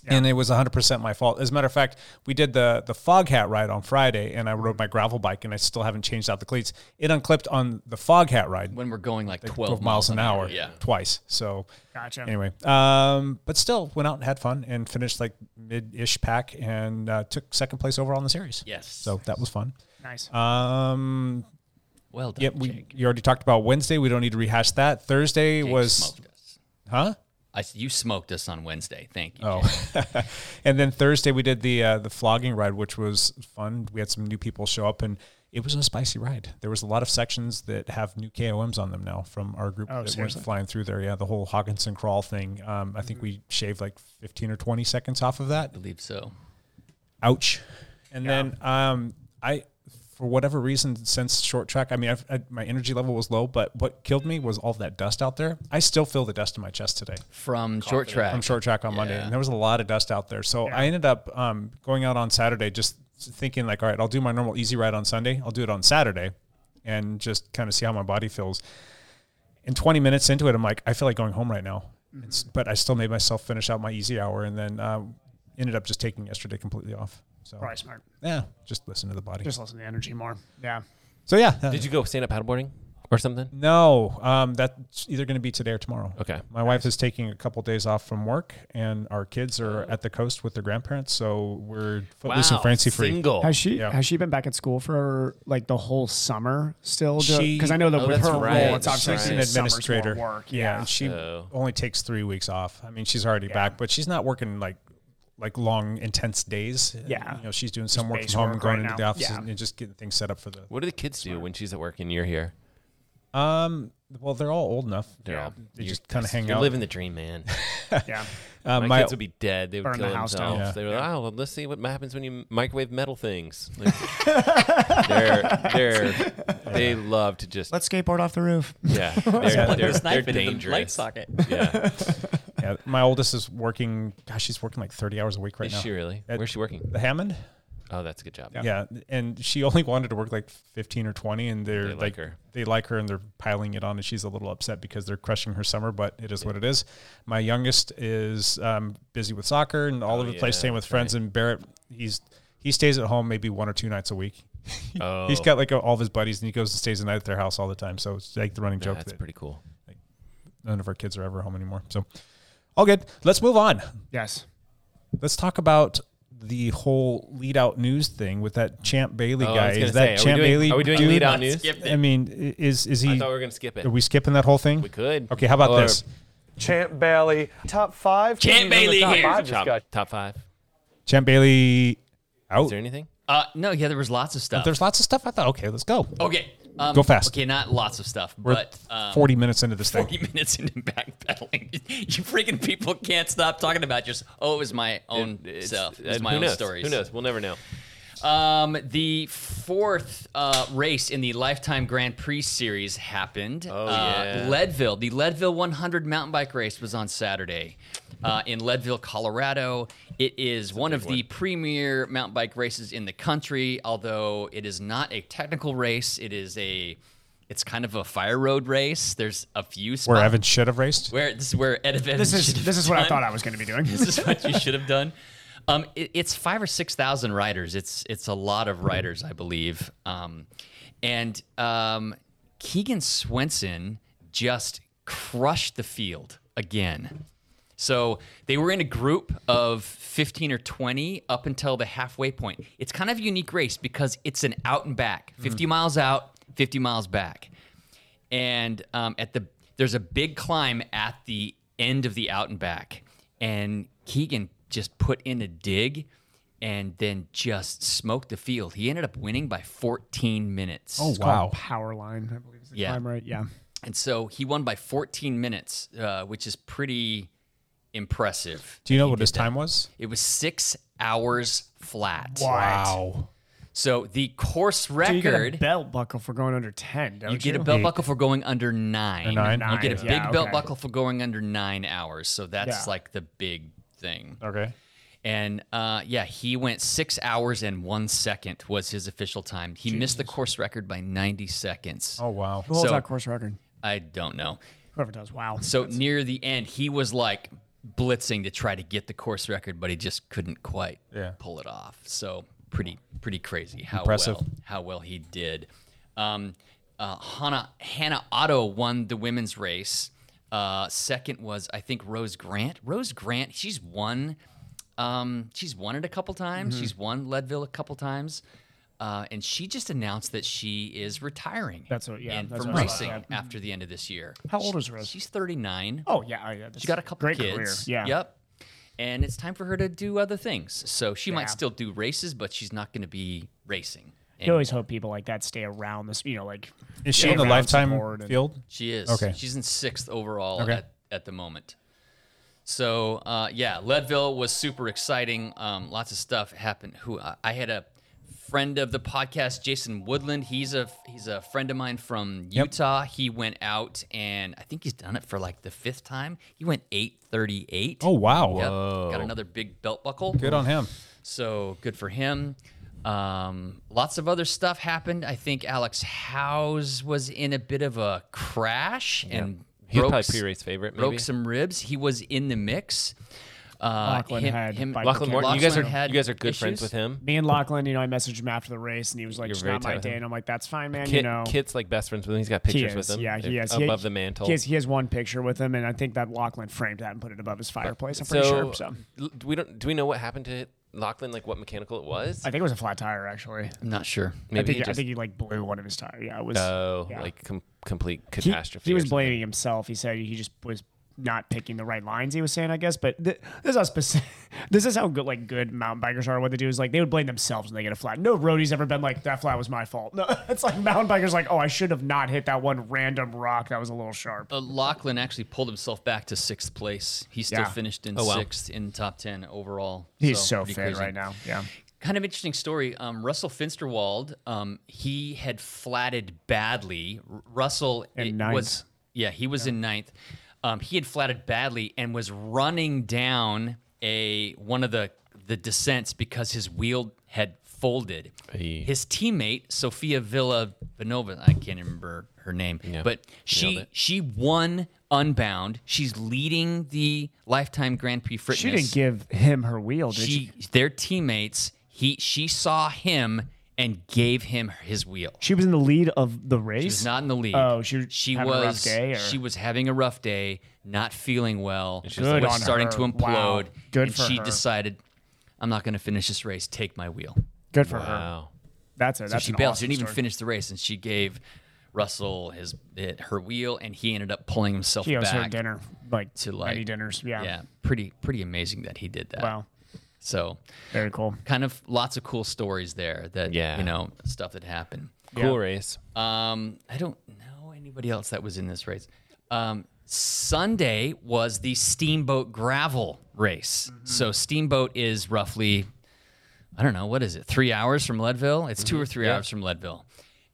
Speaker 1: And it was 100% my fault. As a matter of fact, we did the the fog hat ride on Friday, and I rode my gravel bike, and I still haven't changed out the cleats. It unclipped on the fog hat ride
Speaker 9: when we're going like 12,
Speaker 1: 12 miles an hour,
Speaker 9: Yeah.
Speaker 1: twice. So
Speaker 11: Gotcha.
Speaker 1: Anyway, um, but still went out and had fun and finished like mid-ish pack and uh, took second place overall in the series.
Speaker 9: Yes.
Speaker 1: So that was fun.
Speaker 11: Nice.
Speaker 1: Um,
Speaker 9: well done.
Speaker 1: yep. We you already talked about Wednesday. We don't need to rehash that. Thursday
Speaker 9: Jake
Speaker 1: was,
Speaker 9: smoked us.
Speaker 1: huh?
Speaker 9: I s you smoked us on Wednesday. Thank you.
Speaker 1: Oh, *laughs* and then Thursday we did the uh, the flogging ride, which was fun. We had some new people show up, and it was a spicy ride. There was a lot of sections that have new KOMs on them now from our group
Speaker 11: Oh,
Speaker 1: that
Speaker 11: seriously? Mm-hmm.
Speaker 1: went flying through there. Yeah, the whole Hawkinson crawl thing. Um, I think we shaved like fifteen or twenty seconds off of that.
Speaker 9: I believe so.
Speaker 1: Ouch. And then um, I, for whatever reason, since short track, I mean, I've, I, my energy level was low, but what killed me was all that dust out there. I still feel the dust in my chest today.
Speaker 9: From short track.
Speaker 1: From short track on Monday,
Speaker 9: Yeah.
Speaker 1: and there was a lot of dust out there. So I ended up um, going out on Saturday, just thinking like, all right, I'll do my normal easy ride on Sunday. I'll do it on Saturday, and just kind of see how my body feels. And 20 minutes into it, I'm like, I feel like going home right now. It's, but I still made myself finish out my easy hour, and then uh, ended up just taking yesterday completely off. So
Speaker 11: Probably smart.
Speaker 1: yeah, just listen to the body.
Speaker 11: Just listen to energy more. Yeah.
Speaker 1: So yeah,
Speaker 10: Did you go stand up paddleboarding or something?
Speaker 1: No, um, that's either going to be today or tomorrow.
Speaker 10: Okay.
Speaker 1: My wife is taking a couple days off from work, and our kids
Speaker 10: Oh.
Speaker 1: are at the coast with their grandparents, so we're footloose and fancy free.
Speaker 11: Has she
Speaker 1: Yeah.
Speaker 11: has she been back at school for like the whole summer still? Jo-
Speaker 1: She-
Speaker 11: I know that
Speaker 1: Oh,
Speaker 11: with
Speaker 1: that's
Speaker 11: her
Speaker 1: right.
Speaker 11: role, it's obviously
Speaker 1: She's an
Speaker 11: summer's more
Speaker 1: administrator.
Speaker 11: Work.
Speaker 1: Yeah,
Speaker 11: Yeah.
Speaker 1: and she only takes three weeks off. I mean, she's already back, but she's not working like like long, intense days.
Speaker 11: Yeah.
Speaker 1: you know, she's doing
Speaker 11: Just
Speaker 1: some work
Speaker 11: base
Speaker 1: from home,
Speaker 11: work
Speaker 1: going
Speaker 11: right
Speaker 1: into the
Speaker 11: now.
Speaker 1: offices,
Speaker 11: Yeah.
Speaker 1: and just getting things set up for the.
Speaker 10: What do the kids do when she's at work and you're here?
Speaker 1: Um. Well, they're all old enough.
Speaker 10: They're all
Speaker 1: They
Speaker 10: you're-
Speaker 1: just kind of hang
Speaker 10: you're
Speaker 1: out.
Speaker 10: living the dream, man.
Speaker 9: *laughs*
Speaker 11: Yeah.
Speaker 1: Uh,
Speaker 10: my,
Speaker 1: my-
Speaker 10: kids would be dead. They would
Speaker 11: Burn
Speaker 10: kill
Speaker 11: the house
Speaker 10: themselves.
Speaker 11: down.
Speaker 10: They were like, oh, well, let's see what happens when you microwave metal things. Like, they're they're they love to just
Speaker 11: Let's skateboard off the roof. *laughs*
Speaker 10: yeah.
Speaker 1: Yeah.
Speaker 10: They're,
Speaker 1: Put
Speaker 10: they're,
Speaker 1: this
Speaker 10: they're
Speaker 1: knife into the light
Speaker 10: dangerous.
Speaker 9: socket.
Speaker 10: Yeah.
Speaker 1: yeah, my oldest is working. Gosh, she's working like thirty hours a week right
Speaker 10: Is
Speaker 1: now.
Speaker 10: she really?
Speaker 1: At
Speaker 10: Where's she working?
Speaker 1: The Hammond.
Speaker 10: Oh, that's a good job.
Speaker 1: Yeah. and she only wanted to work like 15 or 20 and they're
Speaker 10: They like
Speaker 1: like,
Speaker 10: her.
Speaker 1: they like her and they're piling it on and she's a little upset because they're crushing her summer but it is what it is my youngest is um, busy with soccer and all
Speaker 10: Oh,
Speaker 1: over the place
Speaker 10: yeah,
Speaker 1: staying with
Speaker 10: that's
Speaker 1: friends and barrett he's he stays at home maybe one or two nights a week
Speaker 10: Oh.
Speaker 1: he's got like all of his buddies and he goes and stays the night at their house all the time so it's like the running joke
Speaker 10: That's
Speaker 1: that
Speaker 10: pretty cool.
Speaker 1: none of our kids are ever home anymore so all good let's move on
Speaker 9: *laughs*
Speaker 11: Yes.
Speaker 1: let's talk about the whole lead out news thing with that Champ Bailey
Speaker 10: Oh, I was
Speaker 1: guy.
Speaker 10: gonna
Speaker 1: Is
Speaker 10: say, are
Speaker 1: that
Speaker 10: we
Speaker 1: Champ
Speaker 10: doing-
Speaker 1: Bailey?
Speaker 10: are we doing
Speaker 1: dude?
Speaker 10: lead out news? Skipped it.
Speaker 1: I mean, i- is is he?
Speaker 10: I thought we were gonna skip it.
Speaker 1: Are we skipping that whole thing?
Speaker 10: We could.
Speaker 1: Okay, how about
Speaker 10: Or-
Speaker 1: this?
Speaker 12: Champ Bailey, top five.
Speaker 9: Champ Bailey
Speaker 12: top
Speaker 9: here.
Speaker 12: Five
Speaker 9: Top-
Speaker 12: discussion.
Speaker 10: Top five.
Speaker 1: Champ Bailey out.
Speaker 10: Is there anything?
Speaker 9: Uh, no, yeah, there was lots of stuff.
Speaker 1: There's lots of stuff. I thought, okay, let's go.
Speaker 10: Oh,
Speaker 9: Okay. Um,
Speaker 1: Go fast.
Speaker 9: Okay, not lots of stuff,
Speaker 1: We're
Speaker 9: but um,
Speaker 1: 40 minutes into this thing.
Speaker 9: 40 *laughs* minutes into backpedaling. *laughs* you freaking people can't stop talking about just, oh, it was my own
Speaker 10: It's-
Speaker 9: self. It
Speaker 10: uh,
Speaker 9: was my
Speaker 10: who
Speaker 9: own
Speaker 10: knows?
Speaker 9: stories.
Speaker 10: Who knows? We'll never know.
Speaker 9: Um, the fourth uh, race in the Lifetime Grand Prix series happened. Oh, uh,
Speaker 10: yeah.
Speaker 9: Leadville, the Leadville 100 mountain bike race was on Saturday. uh, in Leadville, Colorado. It is one of the premier mountain bike races in the country, although it is not a technical race. It is a it's kind of a fire road race. There's a few spots
Speaker 1: Where Evan should have raced.
Speaker 9: where this is where Ed Evans
Speaker 11: This is-
Speaker 9: should have
Speaker 11: this is what I
Speaker 9: done.
Speaker 11: thought I was gonna be doing.
Speaker 9: this is what you should have done. Um, it- it's five or six thousand riders. It's it's a lot of riders, I believe. Um, and um, Keegan Swenson just crushed the field again. So they were in a group of 15 or 20 up until the halfway point. It's kind of a unique race because it's an out and back, 50 miles out, 50 miles back. And um, at the there's a big climb at the end of the out and back, and Keegan just put in a dig, and then just smoked the field. He ended up winning by 14 minutes.
Speaker 1: Oh,
Speaker 11: It's called *laughs* Power line, I believe is the
Speaker 9: Yeah.
Speaker 11: climb, right? Yeah.
Speaker 9: And so he won by 14 minutes, uh, which is pretty impressive.
Speaker 1: Do you know what his time was?
Speaker 9: It was six hours flat.
Speaker 1: Wow.
Speaker 9: So the course
Speaker 11: Dude, you get a
Speaker 9: record.
Speaker 11: belt buckle for going under 10, don't you?
Speaker 9: You get a belt buckle for going under nine.
Speaker 1: Under
Speaker 11: nine,
Speaker 9: You get a big
Speaker 11: yeah,
Speaker 9: belt
Speaker 11: okay.
Speaker 9: buckle for going under nine hours. So that's
Speaker 1: Yeah.
Speaker 9: like the big thing.
Speaker 1: Okay.
Speaker 9: And uh, yeah, he went six hours and one second was his official time. He missed the course record by 90 seconds.
Speaker 1: Oh, wow.
Speaker 11: Who holds that course record?
Speaker 9: I don't know.
Speaker 11: Whoever does. Wow.
Speaker 9: So near the end, he was like blitzing to try to get the course record, but he just couldn't quite
Speaker 1: Yeah.
Speaker 9: pull it off. So pretty, pretty crazy how
Speaker 1: Impressive.
Speaker 9: well how well he did. Um, uh, Hannah Hannah Otto won the women's race. Uh, second was I think Rose Grant. Rose Grant, she's won. Um, she's won it a couple times.
Speaker 13: Mhm.
Speaker 1: Mm-hmm.
Speaker 9: She's won Leadville a couple times. Uh, and she just announced that she is retiring.
Speaker 11: That's what- yeah,
Speaker 9: and
Speaker 11: that's
Speaker 9: from
Speaker 11: what I
Speaker 9: racing
Speaker 11: saw.
Speaker 9: after the end of this year.
Speaker 11: How old
Speaker 9: She-
Speaker 11: is Rose?
Speaker 9: She's 39.
Speaker 11: Oh, yeah. oh, yeah
Speaker 9: She's got a couple
Speaker 11: great
Speaker 9: kids.
Speaker 11: career. Yeah.
Speaker 9: Yep. And it's time for her to do other things. So she
Speaker 11: Yeah.
Speaker 9: might still do races, but she's not going to be racing.
Speaker 11: You always hope people like that stay around this, you know, like.
Speaker 1: Is she
Speaker 11: stay
Speaker 1: in the
Speaker 11: around
Speaker 1: lifetime
Speaker 11: support and-
Speaker 1: field?
Speaker 9: She is.
Speaker 1: Okay.
Speaker 9: She's in sixth overall
Speaker 1: Okay.
Speaker 9: at, at the moment. So uh, yeah, Leadville was super exciting. Um, lots of stuff happened. Who I I had a friend of the podcast, Jason Woodland. He's a he's a friend of mine from
Speaker 1: Yep.
Speaker 9: Utah. He went out and I think he's done it for like the fifth time. He went eight thirty eight.
Speaker 1: Oh, wow.
Speaker 9: Yep.
Speaker 1: Whoa.
Speaker 9: Got another big belt buckle.
Speaker 1: Good on him.
Speaker 9: So good for him. Um, lots of other stuff happened. I think Alex Howes was in a bit of a crash
Speaker 10: Yeah.
Speaker 9: and
Speaker 10: He was
Speaker 9: broke
Speaker 10: probably
Speaker 9: s-
Speaker 10: pre-race favorite,
Speaker 9: Broke
Speaker 10: maybe.
Speaker 9: some ribs. He was in the mix. Uh,
Speaker 11: Lachlan had bike
Speaker 10: Lachlan Morton, you guys are
Speaker 9: Lachlan had
Speaker 10: you guys are good friends
Speaker 9: issues.
Speaker 10: with him.
Speaker 11: Me and Lachlan, you know, I messaged him after the race, and he was like,
Speaker 10: You're
Speaker 11: "It's
Speaker 10: very
Speaker 11: not my
Speaker 10: tight with
Speaker 11: day,"
Speaker 10: him.
Speaker 11: and I'm like, "That's fine, man."
Speaker 10: Kit,
Speaker 11: you know,
Speaker 10: Kit's like best friends with him. He's got
Speaker 11: He
Speaker 10: pictures with
Speaker 11: is,
Speaker 10: him.
Speaker 11: Yeah, he
Speaker 10: They're
Speaker 11: has. He-
Speaker 10: above the mantle.
Speaker 11: He has, he has one picture with him, and I think that Lachlan framed that and put it above his fireplace. I'm pretty sure. So
Speaker 10: l- do we don't do we know what happened to Lachlan? Like what mechanical it was?
Speaker 11: I think it was a flat tire, actually.
Speaker 9: I'm not sure.
Speaker 11: I
Speaker 10: Maybe
Speaker 11: think
Speaker 10: he
Speaker 11: I
Speaker 10: just-
Speaker 11: think he like blew one of his tires. Yeah, it was.
Speaker 10: oh,
Speaker 11: yeah.
Speaker 10: like com- complete
Speaker 11: He-
Speaker 10: catastrophe.
Speaker 11: He,
Speaker 10: or
Speaker 11: was
Speaker 10: something.
Speaker 11: blaming himself. He said he just was not picking the right lines. He was saying, I guess. But th- this is how specific. *laughs* This is how good like good mountain bikers are. What they do is like they would blame themselves when they get a flat. No roadie's ever been like that flat was my fault. *laughs* No, it's like mountain bikers like, oh, I should have not hit that one random rock that was a little sharp.
Speaker 9: Uh, Lachlan actually pulled himself back to sixth place. He still
Speaker 11: Yeah.
Speaker 9: finished in
Speaker 11: Oh, wow.
Speaker 9: sixth in top ten overall.
Speaker 11: He's so,
Speaker 9: pretty
Speaker 11: fit
Speaker 9: crazy.
Speaker 11: right now. Yeah.
Speaker 9: Kind of interesting story. Um, Russell Finsterwald, um, he had flatted badly. R- Russell
Speaker 11: In
Speaker 9: it
Speaker 11: ninth.
Speaker 9: was yeah, he was in ninth. Um, he had flatted badly and was running down a one of the the descents because his wheel had folded. His teammate Sophia Villa Benova, I can't remember her name, but
Speaker 10: Nailed
Speaker 9: she
Speaker 10: it.
Speaker 9: she won Unbound. She's leading the Lifetime Grand Prix Fitness
Speaker 11: She didn't give him her wheel, did she?
Speaker 9: she, their teammates he she saw him and gave him his wheel
Speaker 11: She was in the lead of the race.
Speaker 9: she was not in the lead
Speaker 11: Oh, she
Speaker 9: she
Speaker 11: having
Speaker 9: was
Speaker 11: a rough day. Or?
Speaker 9: she was having a rough day not feeling well
Speaker 11: she's Good
Speaker 9: was
Speaker 11: on
Speaker 9: starting
Speaker 11: her.
Speaker 9: to implode
Speaker 11: Wow. Good
Speaker 9: and
Speaker 11: for
Speaker 9: she
Speaker 11: her.
Speaker 9: decided i'm not going to finish this race take my wheel
Speaker 11: Good for her.
Speaker 9: wow.
Speaker 11: That's it.
Speaker 9: so
Speaker 11: That's
Speaker 9: she
Speaker 11: an
Speaker 9: bailed
Speaker 11: awesome
Speaker 9: she didn't even
Speaker 11: story.
Speaker 9: finish the race and she gave russell his it, her wheel and he ended up pulling himself
Speaker 11: She owes
Speaker 9: back
Speaker 11: her dinner, like
Speaker 9: to
Speaker 11: many
Speaker 9: like
Speaker 11: dinners. Yeah.
Speaker 9: yeah pretty pretty amazing that he did that
Speaker 11: Wow.
Speaker 9: so
Speaker 11: Very cool.
Speaker 9: Kind of lots of cool stories there that
Speaker 10: Yeah.
Speaker 9: you know stuff that happened.
Speaker 10: Cool Yeah. race. Uh,
Speaker 9: Um, I don't know anybody else that was in this race. Um, Sunday was the Steamboat Gravel race. So Steamboat is roughly, I don't know, what is it? Three hours from Leadville. It's two or three
Speaker 10: Yeah.
Speaker 9: hours from Leadville,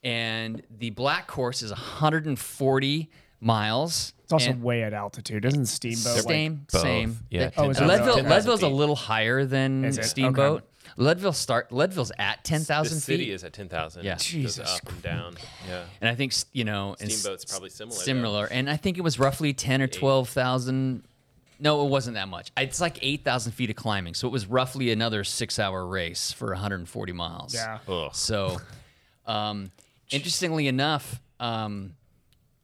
Speaker 9: and the black course is 140 miles.
Speaker 11: It's also
Speaker 9: and-
Speaker 11: way at altitude. Isn't Steamboat like-
Speaker 9: same, same.
Speaker 11: Yeah.
Speaker 9: Oh,
Speaker 11: is that-
Speaker 9: Leadville,
Speaker 11: okay.
Speaker 9: Leadville's a little higher than
Speaker 11: Is it? Okay.
Speaker 9: Steamboat. Leadville start. Leadville's at ten thousand
Speaker 10: The
Speaker 9: feet.
Speaker 10: city is at 10,000.
Speaker 9: Yeah.
Speaker 10: It goes
Speaker 9: Jesus
Speaker 10: up and down. Yeah.
Speaker 9: And I think s- you know, and s-
Speaker 10: Steamboat's probably similar, though.
Speaker 9: Similar, and I think it was roughly ten or twelve thousand. No, it wasn't that much. It's like eight thousand feet of climbing, so it was roughly another six-hour race for 140 miles.
Speaker 11: Yeah.
Speaker 9: So, um, interestingly enough, um,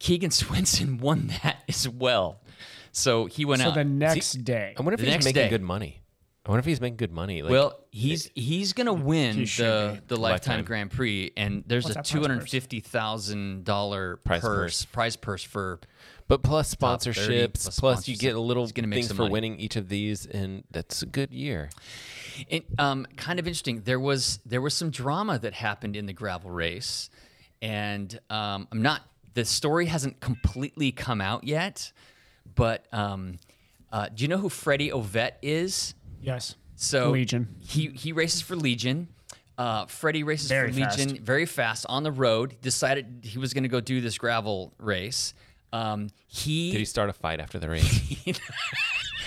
Speaker 9: Keegan Swenson *laughs* won that as well. So he went
Speaker 11: so
Speaker 9: out
Speaker 11: the next
Speaker 9: See,
Speaker 11: day.
Speaker 10: I wonder if
Speaker 9: The
Speaker 10: he's
Speaker 9: next
Speaker 10: making
Speaker 9: day.
Speaker 10: good money. I wonder if he's making good money. Like,
Speaker 9: well, he's he's gonna win
Speaker 10: He should
Speaker 9: the
Speaker 10: be.
Speaker 9: the lifetime,
Speaker 10: Lifetime.
Speaker 9: Grand Prix, and there's
Speaker 10: What's
Speaker 9: a
Speaker 10: that prize
Speaker 9: two
Speaker 10: purse?
Speaker 9: hundred fifty thousand dollar
Speaker 10: Prize
Speaker 9: prize
Speaker 10: purse.
Speaker 9: purse prize purse for.
Speaker 10: But plus
Speaker 9: top 30,
Speaker 10: sponsorships, plus, you get a little
Speaker 9: He's gonna make
Speaker 10: things
Speaker 9: some
Speaker 10: for
Speaker 9: money.
Speaker 10: winning each of these, and that's a good year.
Speaker 9: It, um, kind of interesting. There was there was some drama that happened in the gravel race, and um, I'm not. The story hasn't completely come out yet, but um, uh, do you know who Freddie Ovette is?
Speaker 11: Yes.
Speaker 9: So
Speaker 11: Legion.
Speaker 9: He he races for Legion. Uh, Freddie races
Speaker 11: Very
Speaker 9: for Legion
Speaker 11: fast.
Speaker 9: very fast on the road. Decided he was going to go do this gravel race. Um, he *laughs*
Speaker 10: Did he start a fight after
Speaker 11: *laughs*
Speaker 10: the race?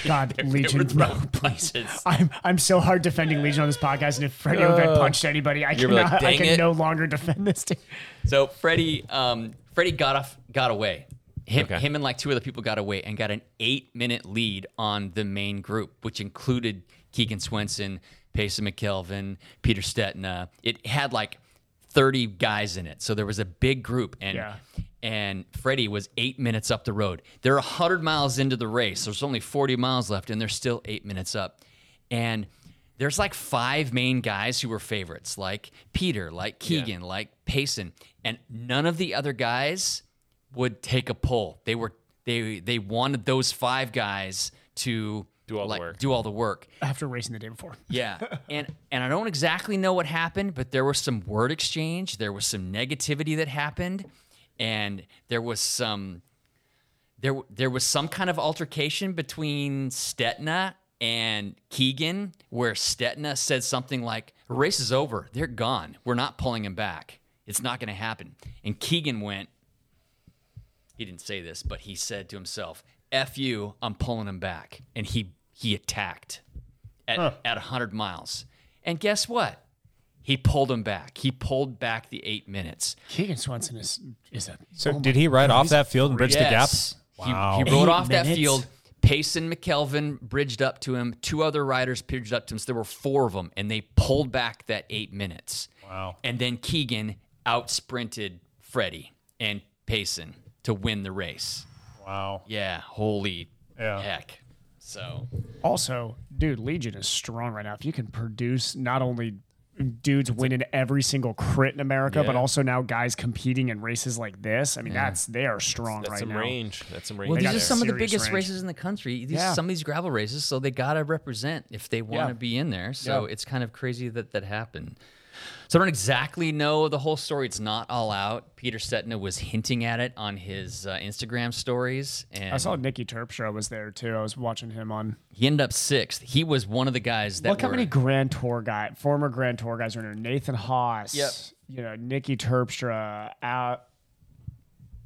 Speaker 11: God, Legion. bro, please. I'm I'm so hard defending Legion on this podcast, and if Freddie
Speaker 9: Uh,
Speaker 11: Ovett punched anybody, I
Speaker 9: you're like,
Speaker 11: cannot, I
Speaker 9: "Dang
Speaker 11: can
Speaker 9: it."
Speaker 11: no longer defend this team.
Speaker 9: So Freddie, um, Freddie got off, got away. Him,
Speaker 10: Okay.
Speaker 9: him and like two other people got away and got an eight-minute lead on the main group, which included Keegan Swenson, Payson McKelvin, Peter Stetna. It had like thirty guys in it, so there was a big group, and
Speaker 11: Yeah.
Speaker 9: and Freddie was eight minutes up the road. They're hundred miles into the race. There's only forty miles left, and they're still eight minutes up, and. There's like five main guys who were favorites, like Peter, like Keegan, like Payson, and none of the other guys would take a pull. They were they they wanted those five guys to do all the work. Do all the work.
Speaker 11: After racing the day before.
Speaker 9: Yeah. and and I don't exactly know what happened, but there was some word exchange, there was some negativity that happened, and there was some there w- there was some kind of altercation between Stetna and Keegan where Stetna said something like race is over. They're gone. We're not pulling him back. It's not going to happen. And Keegan went he didn't say this, but he said to himself, "F you, I'm pulling him back." And he he attacked at
Speaker 11: Huh.
Speaker 9: at 100 miles. And guess what? He pulled him back. He pulled back the 8 minutes.
Speaker 11: Keegan Swenson is is a.
Speaker 1: So
Speaker 11: oh my
Speaker 1: did he ride
Speaker 11: God,
Speaker 1: off
Speaker 11: he's
Speaker 1: that field and bridge
Speaker 9: Yes.
Speaker 1: the gap?
Speaker 9: He-
Speaker 1: Wow.
Speaker 9: He, rode off that field. Payson McKelvin bridged up to him. Two other riders bridged up to him. So there were four of them, and they pulled back that eight minutes.
Speaker 1: Wow.
Speaker 9: And then Keegan out sprinted Freddie and Payson to win the race.
Speaker 1: Wow.
Speaker 9: Yeah. Holy
Speaker 1: Yeah.
Speaker 9: heck. So
Speaker 11: Also, dude, Legion is strong right now. If you can produce not only dudes winning every single crit in America, but
Speaker 10: Yeah.
Speaker 11: also now guys competing in races like this, I mean, that's they are strong
Speaker 10: That's
Speaker 11: right
Speaker 10: some
Speaker 11: now.
Speaker 10: range. That's some range.
Speaker 9: well,
Speaker 11: They
Speaker 9: these
Speaker 11: got
Speaker 9: are some of the
Speaker 11: serious
Speaker 9: biggest
Speaker 11: range.
Speaker 9: races in the country. These,
Speaker 11: Yeah.
Speaker 9: Some of these gravel races, so they gotta represent if they want to
Speaker 11: Yeah.
Speaker 9: be in there. So
Speaker 11: Yeah.
Speaker 9: it's kind of crazy that that happened. So I don't exactly know the whole story. It's not all out. Peter Setna was hinting at it on his uh, Instagram stories, and
Speaker 11: I saw Nikki Terpstra was there too. I was watching him on.
Speaker 9: he ended up sixth. He was one of the guys that
Speaker 11: Look how
Speaker 9: were-
Speaker 11: many Grand Tour guy, former Grand Tour guys are in there. Nathan Haas,
Speaker 9: Yep.
Speaker 11: you know, Nikki Terpstra, out.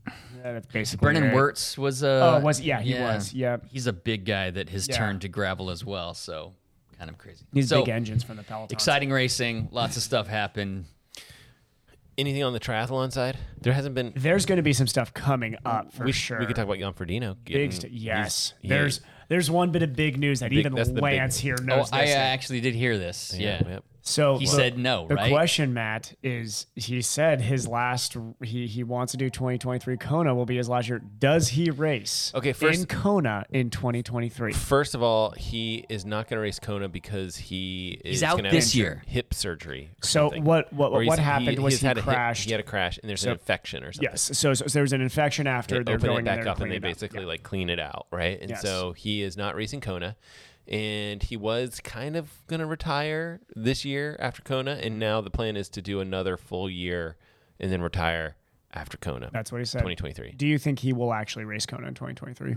Speaker 11: Yeah, that's basically
Speaker 9: Brennan
Speaker 11: it.
Speaker 9: Wirtz was a.
Speaker 11: Oh, was- yeah, he was. Yep.
Speaker 9: He's a big guy that has
Speaker 11: Yeah.
Speaker 9: turned to gravel as well. So kind of crazy.
Speaker 11: These
Speaker 9: So,
Speaker 11: big engines from the Peloton.
Speaker 9: Exciting racing. Lots of stuff happened.
Speaker 10: Anything on the triathlon side? There hasn't been.
Speaker 11: There's going to be some stuff coming up for
Speaker 10: we,
Speaker 11: sure.
Speaker 10: We could talk about Jan
Speaker 11: Big st- yes. There's there's one bit of big news that
Speaker 10: Big-
Speaker 11: even
Speaker 10: that's the big
Speaker 11: Lance
Speaker 10: one.
Speaker 11: here
Speaker 10: Oh,
Speaker 11: knows.
Speaker 9: oh, I uh,
Speaker 11: this.
Speaker 9: actually did hear this. Yeah.
Speaker 10: Yeah, yep.
Speaker 11: so
Speaker 9: he
Speaker 11: the-
Speaker 9: said no,
Speaker 11: The
Speaker 9: right?
Speaker 11: question, Matt, is he said his last he he wants to do 2023 Kona will be his last year. Does he race?
Speaker 10: Okay, first-
Speaker 11: in Kona in 2023.
Speaker 10: First of all, he is not going to race Kona because he is
Speaker 9: He's out
Speaker 10: gonna have
Speaker 9: this year.
Speaker 10: Hip surgery. or
Speaker 11: So
Speaker 10: something.
Speaker 11: what- what-
Speaker 10: Or he's-
Speaker 11: what happened was
Speaker 10: he's
Speaker 11: he
Speaker 10: had a hip-
Speaker 11: crashed.
Speaker 10: he had a crash, and there's
Speaker 11: So-
Speaker 10: an infection or something.
Speaker 11: Yes. So, so, so there was an infection after
Speaker 10: they
Speaker 11: they're
Speaker 10: open
Speaker 11: going
Speaker 10: it
Speaker 11: in
Speaker 10: back
Speaker 11: there to
Speaker 10: up and
Speaker 11: clean
Speaker 10: they
Speaker 11: it up.
Speaker 10: basically like clean it out, right? And
Speaker 11: Yes.
Speaker 10: so he is not racing Kona, and he was kind of gonna retire this year after Kona,
Speaker 11: Mm-hmm.
Speaker 10: and now the plan is to do another full year and then retire after Kona.
Speaker 11: That's what he said.
Speaker 10: 2023.
Speaker 11: Do you think he will actually race Kona in 2023?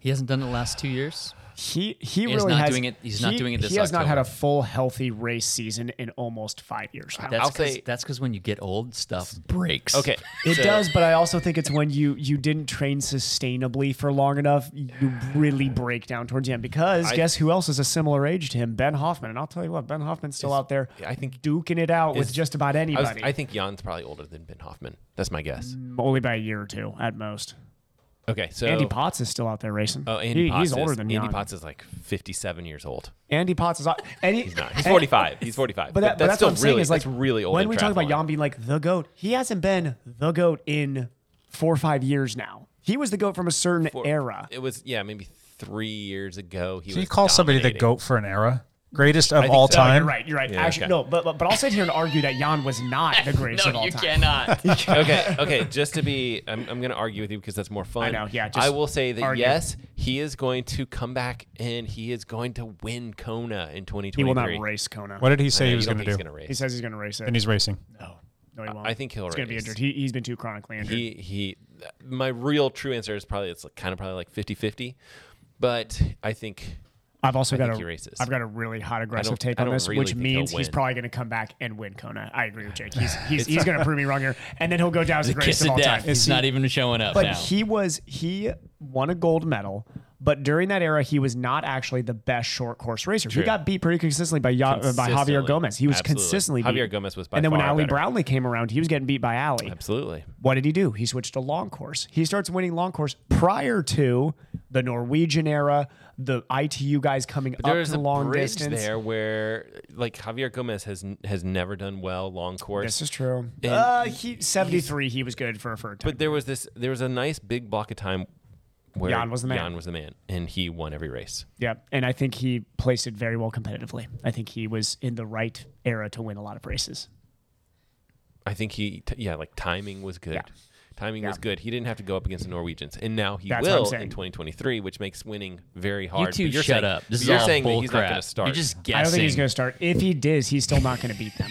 Speaker 9: He hasn't done it the last two years.
Speaker 11: He he
Speaker 9: He's
Speaker 11: really
Speaker 9: not
Speaker 11: has,
Speaker 9: doing it- he's not
Speaker 11: he-
Speaker 9: doing it this
Speaker 11: He has not had a
Speaker 9: October.
Speaker 11: full healthy race season in almost five years. Now.
Speaker 9: That's because when you get old, stuff breaks.
Speaker 10: Okay,
Speaker 11: It
Speaker 10: so-
Speaker 11: does, but I also think it's when you you didn't train sustainably for long enough, you really break down towards the end. Because
Speaker 10: I-
Speaker 11: guess who else is a similar age to him? Ben Hoffman, and I'll tell you what, Ben Hoffman's still
Speaker 10: Is-
Speaker 11: out there.
Speaker 10: I think
Speaker 11: duking it out with
Speaker 10: is-
Speaker 11: just about
Speaker 10: I was-
Speaker 11: anybody,
Speaker 10: I, think Jan's probably older than Ben Hoffman. That's my guess.
Speaker 11: only by a year or two at most.
Speaker 10: Okay, so
Speaker 11: Andy Potts is still out there racing.
Speaker 10: Oh, Andy
Speaker 11: He-
Speaker 10: Potts
Speaker 11: he's
Speaker 10: is,
Speaker 11: older than
Speaker 10: Andy
Speaker 11: Jan.
Speaker 10: Potts is like fifty-seven years old.
Speaker 11: Andy Potts
Speaker 10: *laughs*
Speaker 11: is out. And he- *laughs*
Speaker 10: He's not. He's
Speaker 11: and-
Speaker 10: forty-five. He's forty-five.
Speaker 11: But, that, but that's,
Speaker 10: still
Speaker 11: what I'm
Speaker 10: really,
Speaker 11: saying is like
Speaker 10: that's really old.
Speaker 11: When
Speaker 10: in
Speaker 11: we talk about
Speaker 10: triathlon.
Speaker 11: Jan being like the goat, he hasn't been the goat in four or five years now. He was the goat from a certain era.
Speaker 10: it was yeah, maybe three years ago. He
Speaker 1: Can you
Speaker 10: was
Speaker 1: call somebody the
Speaker 10: dominating.
Speaker 1: goat for an era? Greatest of
Speaker 10: I think
Speaker 1: all
Speaker 10: so.
Speaker 1: time.
Speaker 11: Oh, You're right. You're right.
Speaker 10: Yeah,
Speaker 11: Actually,
Speaker 10: okay.
Speaker 11: no. But, but but I'll sit here and argue that Jan was not
Speaker 10: *laughs*
Speaker 11: the greatest of all time.
Speaker 1: *laughs*
Speaker 10: okay, okay. Just to be, I'm, I'm going to argue with you because that's more fun.
Speaker 11: I know, yeah, just
Speaker 10: I will say that
Speaker 11: argue.
Speaker 10: yes, he is going to come back and he is going to win Kona in 2023.
Speaker 11: He will not race Kona.
Speaker 1: What did he say
Speaker 10: I know,
Speaker 1: he
Speaker 10: you
Speaker 1: was
Speaker 10: don't
Speaker 1: gonna
Speaker 10: think
Speaker 1: do?
Speaker 10: He's going to
Speaker 11: He
Speaker 10: race.
Speaker 11: says he's going to race it.
Speaker 1: And he's racing.
Speaker 11: No, no, he won't.
Speaker 10: I think he'll
Speaker 11: He's going to be
Speaker 10: race.
Speaker 11: injured. He, he's been too chronically injured.
Speaker 10: He he. My real true answer is probably it's like, kind of probably like 50-50, but I think
Speaker 11: I've also
Speaker 10: I
Speaker 11: got
Speaker 10: think he
Speaker 11: a
Speaker 10: races.
Speaker 11: have got a really hot aggressive
Speaker 10: don't-
Speaker 11: take
Speaker 10: I
Speaker 11: on
Speaker 10: don't
Speaker 11: this,
Speaker 10: really
Speaker 11: which
Speaker 10: think
Speaker 11: means
Speaker 10: he'll
Speaker 11: he's
Speaker 10: win.
Speaker 11: probably going to come back and win Kona. I agree with Jake.
Speaker 10: *laughs*
Speaker 11: He's he's,
Speaker 9: It's-
Speaker 11: he's going to prove me wrong here, and then he'll go down as the
Speaker 9: The
Speaker 11: greatest
Speaker 9: kiss
Speaker 11: of
Speaker 9: of
Speaker 11: all
Speaker 9: death.
Speaker 11: time.
Speaker 9: He's
Speaker 11: He-
Speaker 9: not even showing up
Speaker 11: But
Speaker 9: now.
Speaker 11: he was he won a gold medal. But during that era, he was not actually the best short course racer.
Speaker 10: True.
Speaker 11: He got beat pretty consistently by Ya- uh, by Javier
Speaker 10: Consistently.
Speaker 11: Gomez. He was
Speaker 10: Absolutely.
Speaker 11: consistently beat.
Speaker 10: Javier Gomez was by
Speaker 11: and then when
Speaker 10: far
Speaker 11: Ali
Speaker 10: better.
Speaker 11: Brownlee came around, he was getting beat by Ali.
Speaker 10: absolutely.
Speaker 11: What did he do? He switched to long course. He starts winning long course prior to the Norwegian era, the ITU guys coming
Speaker 10: But
Speaker 11: up
Speaker 10: there is
Speaker 11: to
Speaker 10: a
Speaker 11: long
Speaker 10: bridge
Speaker 11: distance.
Speaker 10: there where like Javier Gomez has has never done well long course.
Speaker 11: This is true.
Speaker 10: And
Speaker 11: Uh, he, 73, he was good for a third time.
Speaker 10: But there was this there was a nice big block of time where
Speaker 11: Jan was the man.
Speaker 10: Jan was the man and he won every race.
Speaker 11: Yeah, and I think he placed it very well competitively. I think he was in the right era to win a lot of races.
Speaker 10: I think he t- yeah, like timing was good. Timing was
Speaker 11: Yeah.
Speaker 10: good. He didn't have to go up against the Norwegians, and now he
Speaker 11: That's what I'm
Speaker 10: will
Speaker 11: saying.
Speaker 10: in 2023, which makes winning very
Speaker 9: you
Speaker 10: hard.
Speaker 9: two
Speaker 10: But you're
Speaker 9: shut
Speaker 10: saying,
Speaker 9: up. This
Speaker 10: but
Speaker 9: is
Speaker 10: you're
Speaker 9: all
Speaker 10: saying that
Speaker 9: bull
Speaker 10: he's
Speaker 9: crap.
Speaker 10: not going to start.
Speaker 9: You're just guessing.
Speaker 11: I don't think he's going to start. If he does, he's still not going to
Speaker 10: *laughs*
Speaker 11: beat them.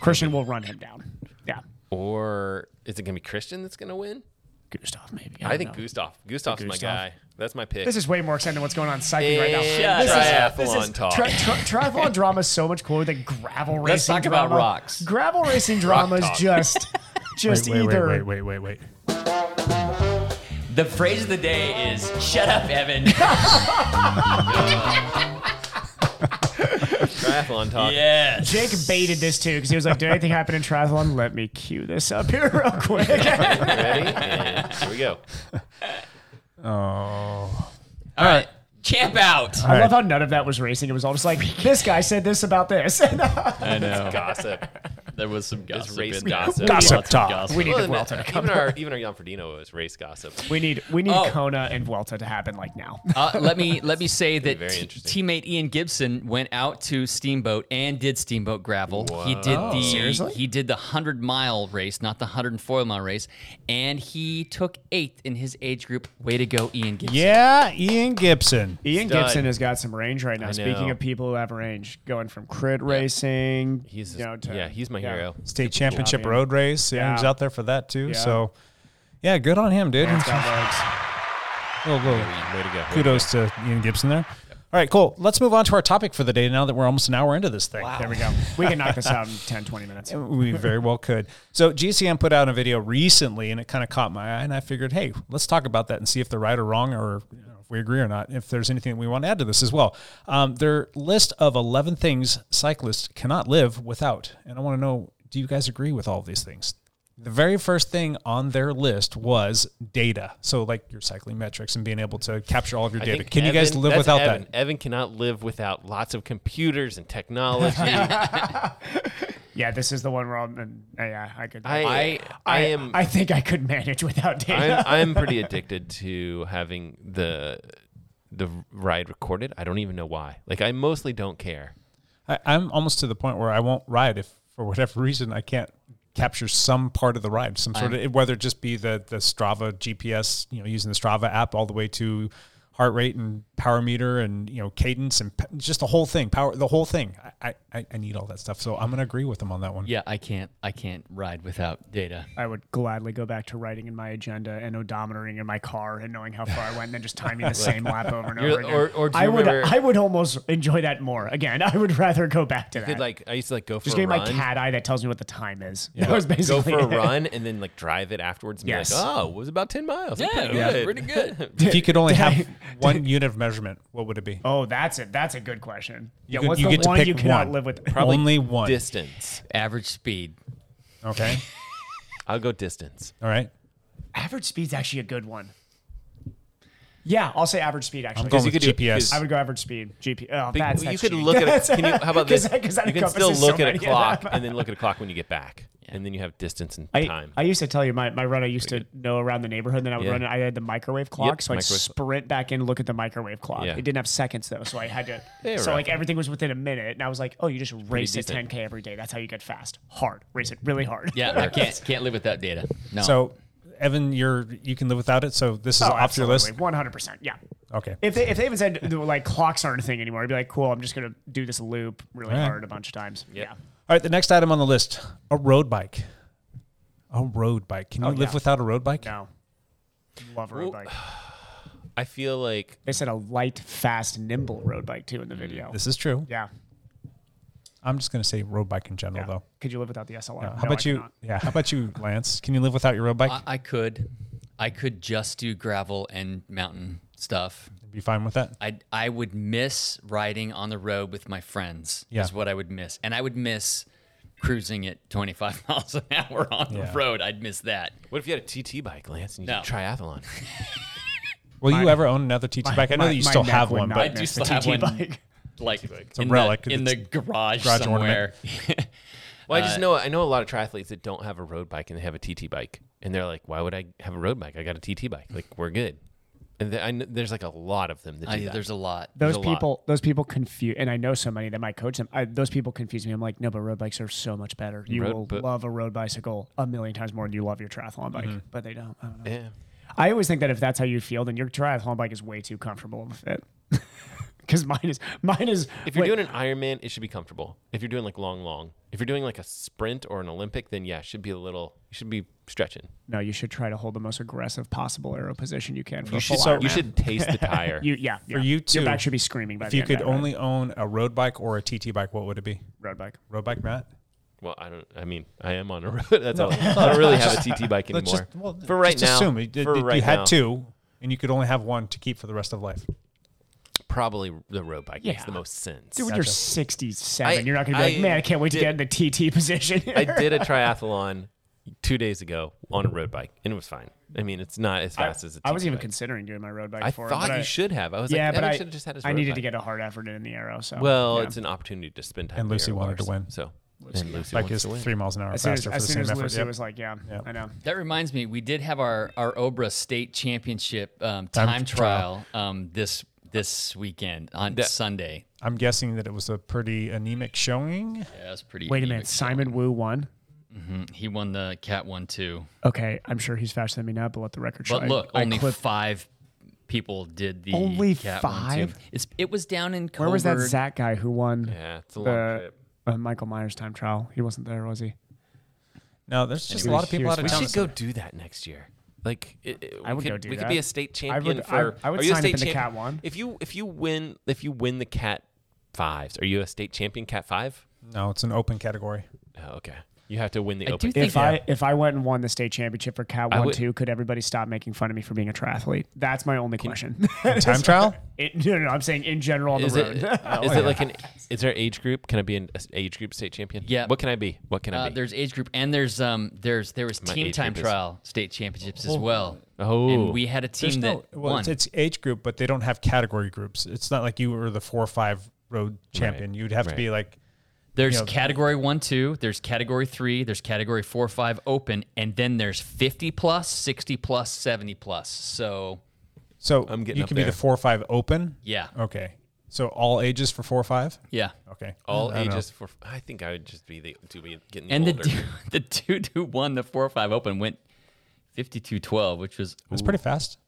Speaker 11: Christian will run him down. Yeah,
Speaker 10: Or is it going to be Christian that's going to win?
Speaker 11: Gustav maybe.
Speaker 10: I,
Speaker 11: don't
Speaker 10: think
Speaker 11: know.
Speaker 10: Gustav. Gustav's my
Speaker 11: Gustav.
Speaker 10: guy. That's my pick.
Speaker 11: This is way more exciting than what's going on in cycling right now.
Speaker 10: And
Speaker 11: This
Speaker 10: triathlon
Speaker 11: is, this is,
Speaker 10: talk.
Speaker 11: Tri- tri- triathlon drama is so much cooler than gravel racing.
Speaker 9: Let's talk about
Speaker 11: drama.
Speaker 9: rocks.
Speaker 11: Gravel racing drama is
Speaker 9: talk.
Speaker 11: just, just
Speaker 1: wait, wait,
Speaker 11: either.
Speaker 1: wait, wait, wait, wait.
Speaker 9: The phrase of the day is "Shut up, *laughs* Evan."
Speaker 10: Triathlon
Speaker 9: *laughs*
Speaker 10: talk.
Speaker 9: yes.
Speaker 11: Jake baited this too because he was like, "Did anything happen in triathlon? Let me cue this up here real quick."
Speaker 10: Ready? And here we go.
Speaker 1: Oh.
Speaker 9: All right. Champ out.
Speaker 11: I love how none of that was racing. It was all just like, "This guy said this about this." *laughs*
Speaker 9: I know.
Speaker 10: Gossip.
Speaker 9: There was some gossip.
Speaker 10: race
Speaker 9: in there.
Speaker 10: gossip.
Speaker 9: Lots of
Speaker 11: Gossip talk.
Speaker 9: gossip.
Speaker 11: We need
Speaker 10: Well,
Speaker 11: the Vuelta to come.
Speaker 10: even our even our Janfordino is race gossip.
Speaker 11: We need we need
Speaker 9: Oh.
Speaker 11: Kona and Vuelta to happen like now.
Speaker 9: Uh, let me let me say that
Speaker 10: very
Speaker 9: t-
Speaker 10: interesting.
Speaker 9: teammate Ian Gibson went out to Steamboat and did Steamboat gravel. He did the
Speaker 11: Seriously?
Speaker 9: he did the hundred mile race, not the hundred and four mile race, and he took eighth in his age group. Way to go, Ian Gibson!
Speaker 1: Yeah, Ian Gibson.
Speaker 11: Ian
Speaker 10: Stud.
Speaker 11: Gibson has got some range right now. Speaking
Speaker 10: know.
Speaker 11: of people who have range, going from crit racing,
Speaker 10: He's
Speaker 11: you know, to-
Speaker 10: yeah, he's my hero.
Speaker 1: State championship
Speaker 11: Bobby.
Speaker 1: road race. Yeah, he's
Speaker 11: Yeah.
Speaker 1: out there for that too.
Speaker 11: Yeah.
Speaker 1: So, yeah, good on him, dude.
Speaker 11: He's
Speaker 1: *laughs*
Speaker 11: got legs.
Speaker 1: Whoa, whoa.
Speaker 10: Way to go.
Speaker 1: Kudos to Ian Gibson there. All right, cool. Let's move on to our topic for the day now that we're almost an hour into this thing.
Speaker 11: There we go. We can knock this out in 10, 20 minutes.
Speaker 1: *laughs* We very well could. So GCM put out a video recently, and it kind of caught my eye, and I figured, hey, let's talk about that and see if they're right or wrong, or you know, if we agree or not. If there's anything we want to add to this as well, um, their list of eleven things cyclists cannot live without, and I want to know, do you guys agree with all of these things? The very first thing on their list was data. So like your cycling metrics and being able to capture all of your
Speaker 10: I
Speaker 1: data.
Speaker 10: think
Speaker 1: Can you guys
Speaker 10: Evan-
Speaker 1: live
Speaker 10: that's
Speaker 1: without
Speaker 10: Evan.
Speaker 1: that?
Speaker 10: Evan cannot live without lots of computers and technology. I,
Speaker 11: Yeah, this is the one where I'm. and, uh, yeah, I could.
Speaker 10: I, am
Speaker 11: I think I could manage without
Speaker 10: *laughs*
Speaker 11: data.
Speaker 10: I'm, I'm pretty addicted to having the the ride recorded. I don't even know why. Like I mostly don't care.
Speaker 1: I, I'm almost to the point where I won't ride if, for whatever reason, I can't capture some part of the ride, some sort of whether it just be the the Strava GPS, you know, using the Strava app all the way to heart rate and power meter and you know cadence and pe- just the whole thing, power the whole thing. I I, I need all that stuff, so I'm gonna agree with him on that one.
Speaker 9: Yeah, I can't I can't ride without data.
Speaker 11: I would gladly go back to writing in my agenda and odometering in my car and knowing how far I went and then just timing the same lap over and
Speaker 10: You're-
Speaker 11: over again.
Speaker 10: or- or do you
Speaker 11: I would
Speaker 10: remember-
Speaker 11: I would almost enjoy that more. Again, I would rather go back to
Speaker 10: You
Speaker 11: that.
Speaker 10: could like I used to like go for
Speaker 11: just
Speaker 10: a
Speaker 11: getting my
Speaker 10: run.
Speaker 11: cat eye that tells me what the time is.
Speaker 10: *laughs*
Speaker 11: *laughs*
Speaker 10: Yeah.
Speaker 11: That was
Speaker 10: Go-
Speaker 11: basically
Speaker 10: go for a
Speaker 11: it.
Speaker 10: run and then like drive it afterwards and
Speaker 11: Yes.
Speaker 10: be like, oh, it was about ten miles. That's
Speaker 11: Yeah,
Speaker 10: pretty
Speaker 11: yeah.
Speaker 10: good.
Speaker 11: Pretty
Speaker 1: *laughs*
Speaker 11: good.
Speaker 1: If you could only
Speaker 11: Did I-
Speaker 1: have one unit of measurement, what would it be?
Speaker 11: Oh, that's it. That's a good question.
Speaker 1: You
Speaker 11: yeah,
Speaker 1: could-
Speaker 11: what's
Speaker 1: you
Speaker 11: the
Speaker 1: get to
Speaker 11: one
Speaker 1: pick
Speaker 11: you cannot
Speaker 1: one.
Speaker 11: live with?
Speaker 1: Probably Only one.
Speaker 10: distance.
Speaker 9: Average speed.
Speaker 1: Okay.
Speaker 10: I'll go distance.
Speaker 1: All right.
Speaker 11: Average speed's actually a good one. Yeah, I'll say average speed actually.
Speaker 1: I'm going 'Cause you with could do- GPS.
Speaker 11: I would go average speed. GPS. Oh,
Speaker 10: But
Speaker 11: that's
Speaker 10: you
Speaker 11: that's
Speaker 10: could
Speaker 11: cheating.
Speaker 10: look at
Speaker 11: That's- *laughs*
Speaker 10: a, can you, how about
Speaker 11: 'cause
Speaker 10: this?
Speaker 11: that- 'cause that
Speaker 10: you can still
Speaker 11: encompasses
Speaker 10: look
Speaker 11: so
Speaker 10: at a
Speaker 11: many of
Speaker 10: clock
Speaker 11: them.
Speaker 10: and then look at a clock when you get back, and then you have distance and
Speaker 11: *laughs* I,
Speaker 10: time.
Speaker 11: I used to tell you my, my run I used to know around the neighborhood and then I would
Speaker 10: Yeah.
Speaker 11: run I had the microwave clock so I'd
Speaker 10: microwave.
Speaker 11: sprint back in look at the microwave clock
Speaker 10: Yeah.
Speaker 11: it didn't have seconds though so I had
Speaker 10: *laughs*
Speaker 11: to
Speaker 10: They were
Speaker 11: so like
Speaker 10: up.
Speaker 11: everything was within a minute and I was like oh you just race at
Speaker 9: decent.
Speaker 11: 10k every day that's how you get fast hard race it really hard
Speaker 9: Yeah, I can't can't live without data. No.
Speaker 1: So, Evan, you're you can live without it. So this is
Speaker 11: *laughs* Oh,
Speaker 1: off your list.
Speaker 11: absolutely. 100% yeah
Speaker 1: Okay.
Speaker 11: if they if they even said they were like clocks aren't a thing anymore I'd be like cool I'm just gonna do this loop really
Speaker 1: All right.
Speaker 11: hard a bunch of times yeah
Speaker 1: All right. The next item on the list: a road bike. A road bike. Can you
Speaker 11: Oh,
Speaker 1: live
Speaker 11: yeah.
Speaker 1: without a road bike?
Speaker 11: no love a road bike
Speaker 10: I feel like
Speaker 11: they said a light fast nimble road bike too in the video
Speaker 1: This is true.
Speaker 11: yeah
Speaker 1: I'm just gonna say road bike in general, though.
Speaker 11: Could you live without the SLR?
Speaker 1: Yeah.
Speaker 11: No,
Speaker 1: How
Speaker 11: I
Speaker 1: about you?
Speaker 11: cannot.
Speaker 1: Yeah.
Speaker 11: *laughs*
Speaker 1: How about you, Lance? Can you live without your road bike?
Speaker 10: Uh,
Speaker 9: I, I could I could just do gravel and mountain stuff.
Speaker 1: Be fine with that.
Speaker 9: I I would miss riding on the road with my friends.
Speaker 1: Yeah.
Speaker 9: Is what I would miss, and I would miss cruising at 25 *laughs* miles an hour on
Speaker 1: Yeah.
Speaker 9: the road. I'd miss that.
Speaker 10: What if you had a TT bike, Lance, and you
Speaker 9: No.
Speaker 10: did triathlon?
Speaker 1: Will you ever own another TT
Speaker 11: my-
Speaker 1: bike? I know
Speaker 11: my-
Speaker 1: that you
Speaker 11: my
Speaker 1: still
Speaker 11: neck
Speaker 1: have
Speaker 11: would
Speaker 1: one,
Speaker 11: not
Speaker 1: but
Speaker 9: I do still have
Speaker 11: TT
Speaker 9: one,
Speaker 11: bike.
Speaker 9: *laughs* like
Speaker 1: a
Speaker 9: in
Speaker 1: relic.
Speaker 9: the, in
Speaker 1: It's
Speaker 9: the garage,
Speaker 1: garage ornament.
Speaker 9: somewhere. *laughs*
Speaker 10: Well, I just
Speaker 9: Uh,
Speaker 10: know I know a lot of triathletes that don't have a road bike and they have a TT bike, and they're like, "Why would I have a road bike? I got a TT bike. Like we're good." And th- I kn- there's like a lot of them that do
Speaker 9: I-
Speaker 10: that.
Speaker 9: there's a lot.
Speaker 11: Those
Speaker 10: There's a lot.
Speaker 11: people, those people confuse, and I know so many that might coach them. I, those people confuse me. I'm like, no, but road bikes are so much better. You
Speaker 10: Road
Speaker 11: will
Speaker 10: bi-
Speaker 11: love a road bicycle a million times more than you love your triathlon bike. But they don't. I don't know.
Speaker 10: Yeah.
Speaker 11: I always think that if that's how you feel, then your triathlon bike is way too comfortable of a fit. *laughs* Because mine is, mine is.
Speaker 10: If you're
Speaker 11: wait,
Speaker 10: doing an Ironman, it should be comfortable. If you're doing like long, long, if you're doing like a sprint or an Olympic, then yeah, it should be a little. You should be stretching.
Speaker 11: no, you should try to hold the most aggressive possible arrow position you can for
Speaker 10: You
Speaker 11: a
Speaker 10: should-
Speaker 11: full
Speaker 10: so-
Speaker 11: Ironman.
Speaker 10: you should taste
Speaker 1: *laughs*
Speaker 10: the tire.
Speaker 11: you, yeah, yeah.
Speaker 1: for you too,
Speaker 11: your back should be screaming. By
Speaker 1: If
Speaker 11: the
Speaker 1: you
Speaker 11: end
Speaker 1: could
Speaker 11: of that ride.
Speaker 1: only own a road bike or a TT bike, what would it be?
Speaker 11: road bike.
Speaker 1: Road bike, Matt.
Speaker 10: Well, I don't. I mean, I am on a *laughs* road. That's all. I don't really have a TT bike anymore.
Speaker 1: Let's just, well,
Speaker 10: for right
Speaker 1: just
Speaker 10: now,
Speaker 1: assume you, did-
Speaker 10: for
Speaker 1: you
Speaker 10: right
Speaker 1: had
Speaker 10: now,
Speaker 1: two, and you could only have one to keep for the rest of life.
Speaker 10: Probably the road bike makes
Speaker 11: Yeah.
Speaker 10: the most sense.
Speaker 11: Dude, when you're 67,
Speaker 10: I-
Speaker 11: you're not going to be
Speaker 10: I
Speaker 11: like, man, I can't wait
Speaker 10: did-
Speaker 11: to get in the TT *laughs* position.
Speaker 10: I did a triathlon two days ago on a road bike, and it was fine. I mean, it's not as fast as a
Speaker 11: I was
Speaker 10: TT
Speaker 11: even
Speaker 10: bike.
Speaker 11: considering doing my road bike.
Speaker 10: I
Speaker 11: for it,
Speaker 10: thought
Speaker 11: but
Speaker 10: you should have. I was
Speaker 11: yeah,
Speaker 10: like,
Speaker 11: but
Speaker 10: Evan
Speaker 11: I,
Speaker 10: should have just had his
Speaker 11: I
Speaker 10: road
Speaker 11: needed to
Speaker 10: bike.
Speaker 11: get a hard effort in the arrow. So
Speaker 10: Well,
Speaker 11: yeah.
Speaker 10: it's an opportunity to spend time.
Speaker 1: And
Speaker 10: with
Speaker 1: Lucy
Speaker 10: your
Speaker 1: wanted to
Speaker 10: lovers.
Speaker 1: win.
Speaker 10: So
Speaker 11: Lucy-
Speaker 10: and Lucy
Speaker 1: Like
Speaker 10: wants
Speaker 1: it's
Speaker 10: to win.
Speaker 1: three miles an hour
Speaker 11: as soon as,
Speaker 1: faster
Speaker 11: as
Speaker 1: for the
Speaker 11: soon
Speaker 1: same
Speaker 11: as
Speaker 1: effort.
Speaker 11: Lucy
Speaker 1: Yep.
Speaker 11: was like, yeah,
Speaker 1: Yep.
Speaker 11: I know.
Speaker 9: That reminds me, we did have our our Obra State Championship um,
Speaker 1: Time
Speaker 9: time,
Speaker 1: trial.
Speaker 9: trial, um, this this weekend on
Speaker 10: That-
Speaker 9: Sunday.
Speaker 1: I'm guessing that it was a pretty anemic showing.
Speaker 9: Yeah, that's pretty.
Speaker 11: Wait a minute.
Speaker 9: epic.
Speaker 11: Simon Wu won.
Speaker 9: Mhm. He won the Cat one too.
Speaker 11: Okay, I'm sure he's faster than me now, but let the record show.
Speaker 9: But look,
Speaker 11: I,
Speaker 9: only
Speaker 11: I clipped-
Speaker 9: five people did the
Speaker 11: Only
Speaker 9: Cat One
Speaker 11: five?
Speaker 9: too. It's, it was down in Colbert.
Speaker 11: where was that Zach guy who won
Speaker 10: Yeah, it's a long
Speaker 11: the
Speaker 10: trip.
Speaker 11: uh, Michael Myers time trial? He wasn't there, was he?
Speaker 1: No, there's just a
Speaker 11: Anyway,
Speaker 1: lot of people out
Speaker 11: here's-
Speaker 1: of
Speaker 10: We
Speaker 1: town.
Speaker 10: should go do that next year. Like it, it-
Speaker 11: I
Speaker 10: we
Speaker 11: would
Speaker 10: could,
Speaker 11: go do
Speaker 10: We
Speaker 11: that.
Speaker 10: could be a state
Speaker 11: I
Speaker 10: champion
Speaker 11: would- I-
Speaker 10: for.
Speaker 11: I would
Speaker 10: are you a
Speaker 11: sign up
Speaker 10: state
Speaker 11: in the
Speaker 10: champion?
Speaker 11: Cat one.
Speaker 10: If you if you win if you win the cat fives, are you a state champion cat five?
Speaker 1: No, it's an open
Speaker 10: *laughs*
Speaker 1: category.
Speaker 10: Oh, okay, you have to win the
Speaker 9: I
Speaker 10: open.
Speaker 9: do think
Speaker 11: If I if I went and won the state championship for Cat
Speaker 10: I
Speaker 11: One
Speaker 10: would-
Speaker 11: Two, could everybody stop making fun of me for being a triathlete? That's my only
Speaker 10: *laughs*
Speaker 11: question.
Speaker 1: And time trial?
Speaker 11: It, *laughs* no, no, no, I'm saying in general on
Speaker 10: is
Speaker 11: the
Speaker 10: it
Speaker 11: road. *laughs*
Speaker 10: is
Speaker 9: *laughs*
Speaker 10: it like an is there age group? Can I be an age group state champion?
Speaker 9: Yeah.
Speaker 10: What can I be? What can I
Speaker 9: Uh,
Speaker 10: be?
Speaker 9: there's age group and there's um there's there was
Speaker 10: My
Speaker 9: team
Speaker 10: age
Speaker 9: time
Speaker 10: group is-
Speaker 9: trial state championships as well.
Speaker 10: Oh.
Speaker 9: and we had a
Speaker 1: There's
Speaker 9: team
Speaker 1: no-
Speaker 9: that
Speaker 1: well,
Speaker 9: won.
Speaker 1: it's, it's age group, but they don't have category groups. It's not like you were the four or five road champion. You'd have to
Speaker 10: Right.
Speaker 1: be like
Speaker 9: There's
Speaker 1: you know-
Speaker 9: category one, two. There's category three. There's category four, five open, and then there's 50 plus, 60 plus, 70 plus. So
Speaker 1: so.
Speaker 10: I'm getting
Speaker 1: you
Speaker 10: up
Speaker 1: can be
Speaker 10: there.
Speaker 1: the four or five open.
Speaker 9: yeah,
Speaker 1: Okay, so all ages for four or five.
Speaker 9: yeah.
Speaker 1: Okay,
Speaker 10: All
Speaker 1: I don't know.
Speaker 10: ages for. I think I would just be the to be getting
Speaker 9: And the
Speaker 10: older.
Speaker 9: dude, *laughs* the dude who won the four, five open went 52, 12, which was
Speaker 1: That's pretty fast.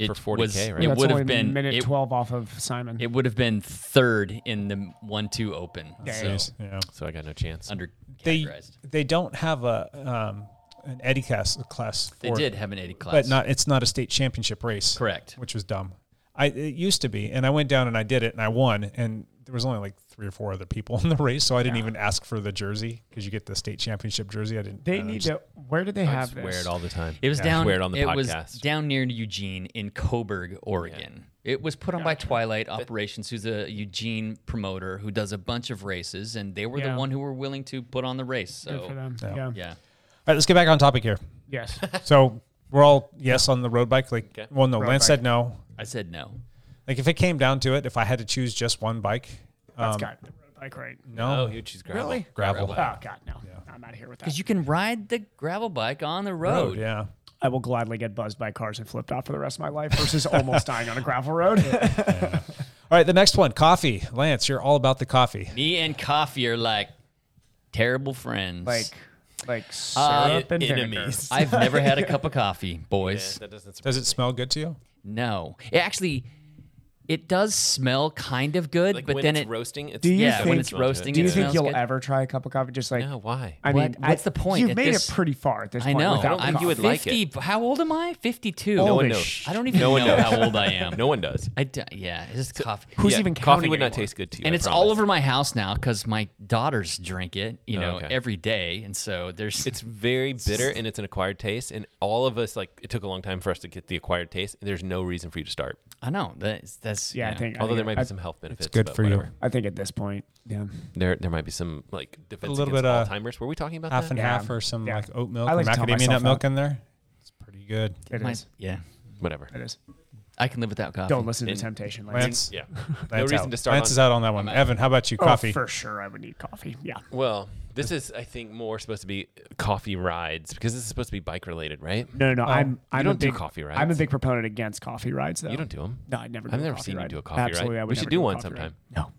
Speaker 9: It
Speaker 10: for 40K,
Speaker 9: was-
Speaker 10: right?
Speaker 9: It
Speaker 11: That's
Speaker 9: would
Speaker 11: only
Speaker 9: have been
Speaker 11: minute
Speaker 9: it-
Speaker 11: twelve off of Simon.
Speaker 9: It would have been third in the one-two open.
Speaker 11: Dang.
Speaker 9: So,
Speaker 1: yeah.
Speaker 10: so I got no chance.
Speaker 9: Under
Speaker 1: They they don't have a um, an Eddie class class.
Speaker 9: They
Speaker 1: for-
Speaker 9: did have an Eddie class.
Speaker 1: but not it's not a state championship race.
Speaker 9: Correct.
Speaker 1: Which was dumb. I it used to be, and I went down and I did it, and I won, and there was only like three or four other people *laughs* in the race, so I didn't even ask for the jersey because you get the state championship jersey. I didn't. uh,
Speaker 11: They
Speaker 1: I
Speaker 11: need
Speaker 1: just-
Speaker 11: to. Where do they
Speaker 10: I
Speaker 11: have
Speaker 10: just
Speaker 11: this?
Speaker 10: wear it all the time.
Speaker 9: It was
Speaker 10: Yeah.
Speaker 9: down.
Speaker 10: Wear it on the
Speaker 9: it was
Speaker 10: podcast.
Speaker 9: down near Eugene in Coburg, Oregon. It was put on by Twilight Operations, who's a Eugene promoter who does a bunch of races, and they were
Speaker 11: Yeah.
Speaker 9: the one who were willing to put on the race. So
Speaker 11: Good for them. Yeah.
Speaker 9: yeah.
Speaker 11: Yeah.
Speaker 1: All right, let's get back on topic here.
Speaker 9: *laughs*
Speaker 11: Yes.
Speaker 1: so we're all yes on the road bike. Like,
Speaker 9: Okay.
Speaker 1: well, no,
Speaker 9: Road
Speaker 1: Lance
Speaker 9: bike.
Speaker 1: said no.
Speaker 9: I said no.
Speaker 1: Like, if it came down to it, if I had to choose just one bike,
Speaker 11: That's
Speaker 1: um,
Speaker 11: got the road bike right.
Speaker 1: no,
Speaker 10: No, he would Oh, choose gravel.
Speaker 11: Really?
Speaker 1: Gravel.
Speaker 11: Oh God, no! I'm out of here with that.
Speaker 9: Because you can ride the gravel bike on the road.
Speaker 1: Ah, yeah.
Speaker 11: I will gladly get buzzed by cars and flipped off for the rest of my life versus almost dying on a gravel *laughs* road.
Speaker 1: All right, the next one, coffee. Lance, you're all about the coffee.
Speaker 9: Me and coffee are like terrible friends.
Speaker 11: like, like
Speaker 9: Uh,
Speaker 11: syrup and
Speaker 9: enemies.
Speaker 11: enemies.
Speaker 9: I've never had a cup of coffee, boys.
Speaker 10: *laughs* that doesn't
Speaker 1: Does it smell good to you?
Speaker 9: No, it actually, it does smell kind of good,
Speaker 10: Like
Speaker 9: but
Speaker 10: when
Speaker 9: then
Speaker 10: it's
Speaker 9: it
Speaker 10: roasting, it's
Speaker 11: Do you
Speaker 9: yeah, when
Speaker 11: think-
Speaker 9: it's roasting,
Speaker 11: Do you
Speaker 9: it
Speaker 11: think
Speaker 9: smells
Speaker 11: you'll
Speaker 9: good.
Speaker 11: ever try a cup of coffee? Just like
Speaker 10: No, why?
Speaker 11: I mean,
Speaker 9: What- what's
Speaker 11: I-
Speaker 9: the point?
Speaker 11: You've
Speaker 9: at
Speaker 11: made
Speaker 9: this-
Speaker 11: it pretty far at this
Speaker 9: I
Speaker 11: point.
Speaker 9: know.
Speaker 11: without
Speaker 9: I'm
Speaker 10: think you would like it.
Speaker 9: 50. How old am I? 52.
Speaker 11: Old
Speaker 10: No one
Speaker 11: as
Speaker 10: knows.
Speaker 11: sh-
Speaker 9: I don't even
Speaker 10: No one
Speaker 9: know
Speaker 10: knows.
Speaker 9: how old I am.
Speaker 10: *laughs* No one does.
Speaker 9: I d- yeah, it's coffee.
Speaker 11: Who's
Speaker 10: Yeah,
Speaker 11: even
Speaker 10: coffee
Speaker 11: counting
Speaker 10: would not
Speaker 11: anymore?
Speaker 10: taste good to you.
Speaker 9: and
Speaker 10: I
Speaker 9: it's
Speaker 10: promise.
Speaker 9: all over my house now because my daughters drink it, you
Speaker 10: Oh,
Speaker 9: know,
Speaker 10: okay.
Speaker 9: every day, and so there's
Speaker 10: It's very bitter and it's an acquired taste. And all of us, like, it took a long time for us to get the acquired taste. And there's no reason for you to start.
Speaker 9: I know that's that's
Speaker 11: Yeah,
Speaker 9: you
Speaker 11: I
Speaker 9: know.
Speaker 11: think. I
Speaker 10: Although there
Speaker 11: think-
Speaker 10: might be
Speaker 11: I-
Speaker 10: some health benefits.
Speaker 1: good
Speaker 10: but
Speaker 1: for you.
Speaker 10: whatever.
Speaker 11: I think at this point, yeah.
Speaker 10: There, there might be some like defense
Speaker 1: little
Speaker 10: against
Speaker 1: bit, uh,
Speaker 10: Alzheimer's. Were we talking about
Speaker 1: half
Speaker 10: that?
Speaker 1: and
Speaker 11: Yeah.
Speaker 1: half or some
Speaker 11: Yeah.
Speaker 1: like oat milk
Speaker 11: I
Speaker 1: or
Speaker 11: like to tell
Speaker 1: macadamia nut
Speaker 11: myself
Speaker 1: milk
Speaker 11: that.
Speaker 1: in there. It's pretty good.
Speaker 11: It
Speaker 9: my-
Speaker 11: is.
Speaker 9: yeah,
Speaker 10: Whatever.
Speaker 11: It is.
Speaker 9: I can live without coffee.
Speaker 11: Don't listen to
Speaker 10: And-
Speaker 11: temptation. Lance.
Speaker 1: Lance,
Speaker 10: Yeah. no
Speaker 1: Lance
Speaker 10: reason
Speaker 1: out.
Speaker 10: to start.
Speaker 1: Lance
Speaker 10: on-
Speaker 1: is out on that one. Evan, how about you?
Speaker 11: Oh,
Speaker 1: Coffee.
Speaker 11: for sure. I would need coffee. Yeah.
Speaker 10: Well, this is, I think, more supposed to be coffee rides because this is supposed to be bike related, right?
Speaker 11: No, no, no. I'm. I'm a
Speaker 10: don't do
Speaker 11: big,
Speaker 10: coffee
Speaker 11: I'm a
Speaker 10: rides.
Speaker 11: big proponent against coffee rides, though.
Speaker 10: You don't do them.
Speaker 11: No, I never.
Speaker 10: I've
Speaker 11: do a
Speaker 10: never
Speaker 11: coffee
Speaker 10: seen
Speaker 11: ride.
Speaker 10: you do a coffee
Speaker 11: Absolutely,
Speaker 10: ride.
Speaker 11: I would
Speaker 10: We should
Speaker 11: never
Speaker 10: do
Speaker 11: a
Speaker 10: one
Speaker 11: coffee ride.
Speaker 10: sometime.
Speaker 11: No,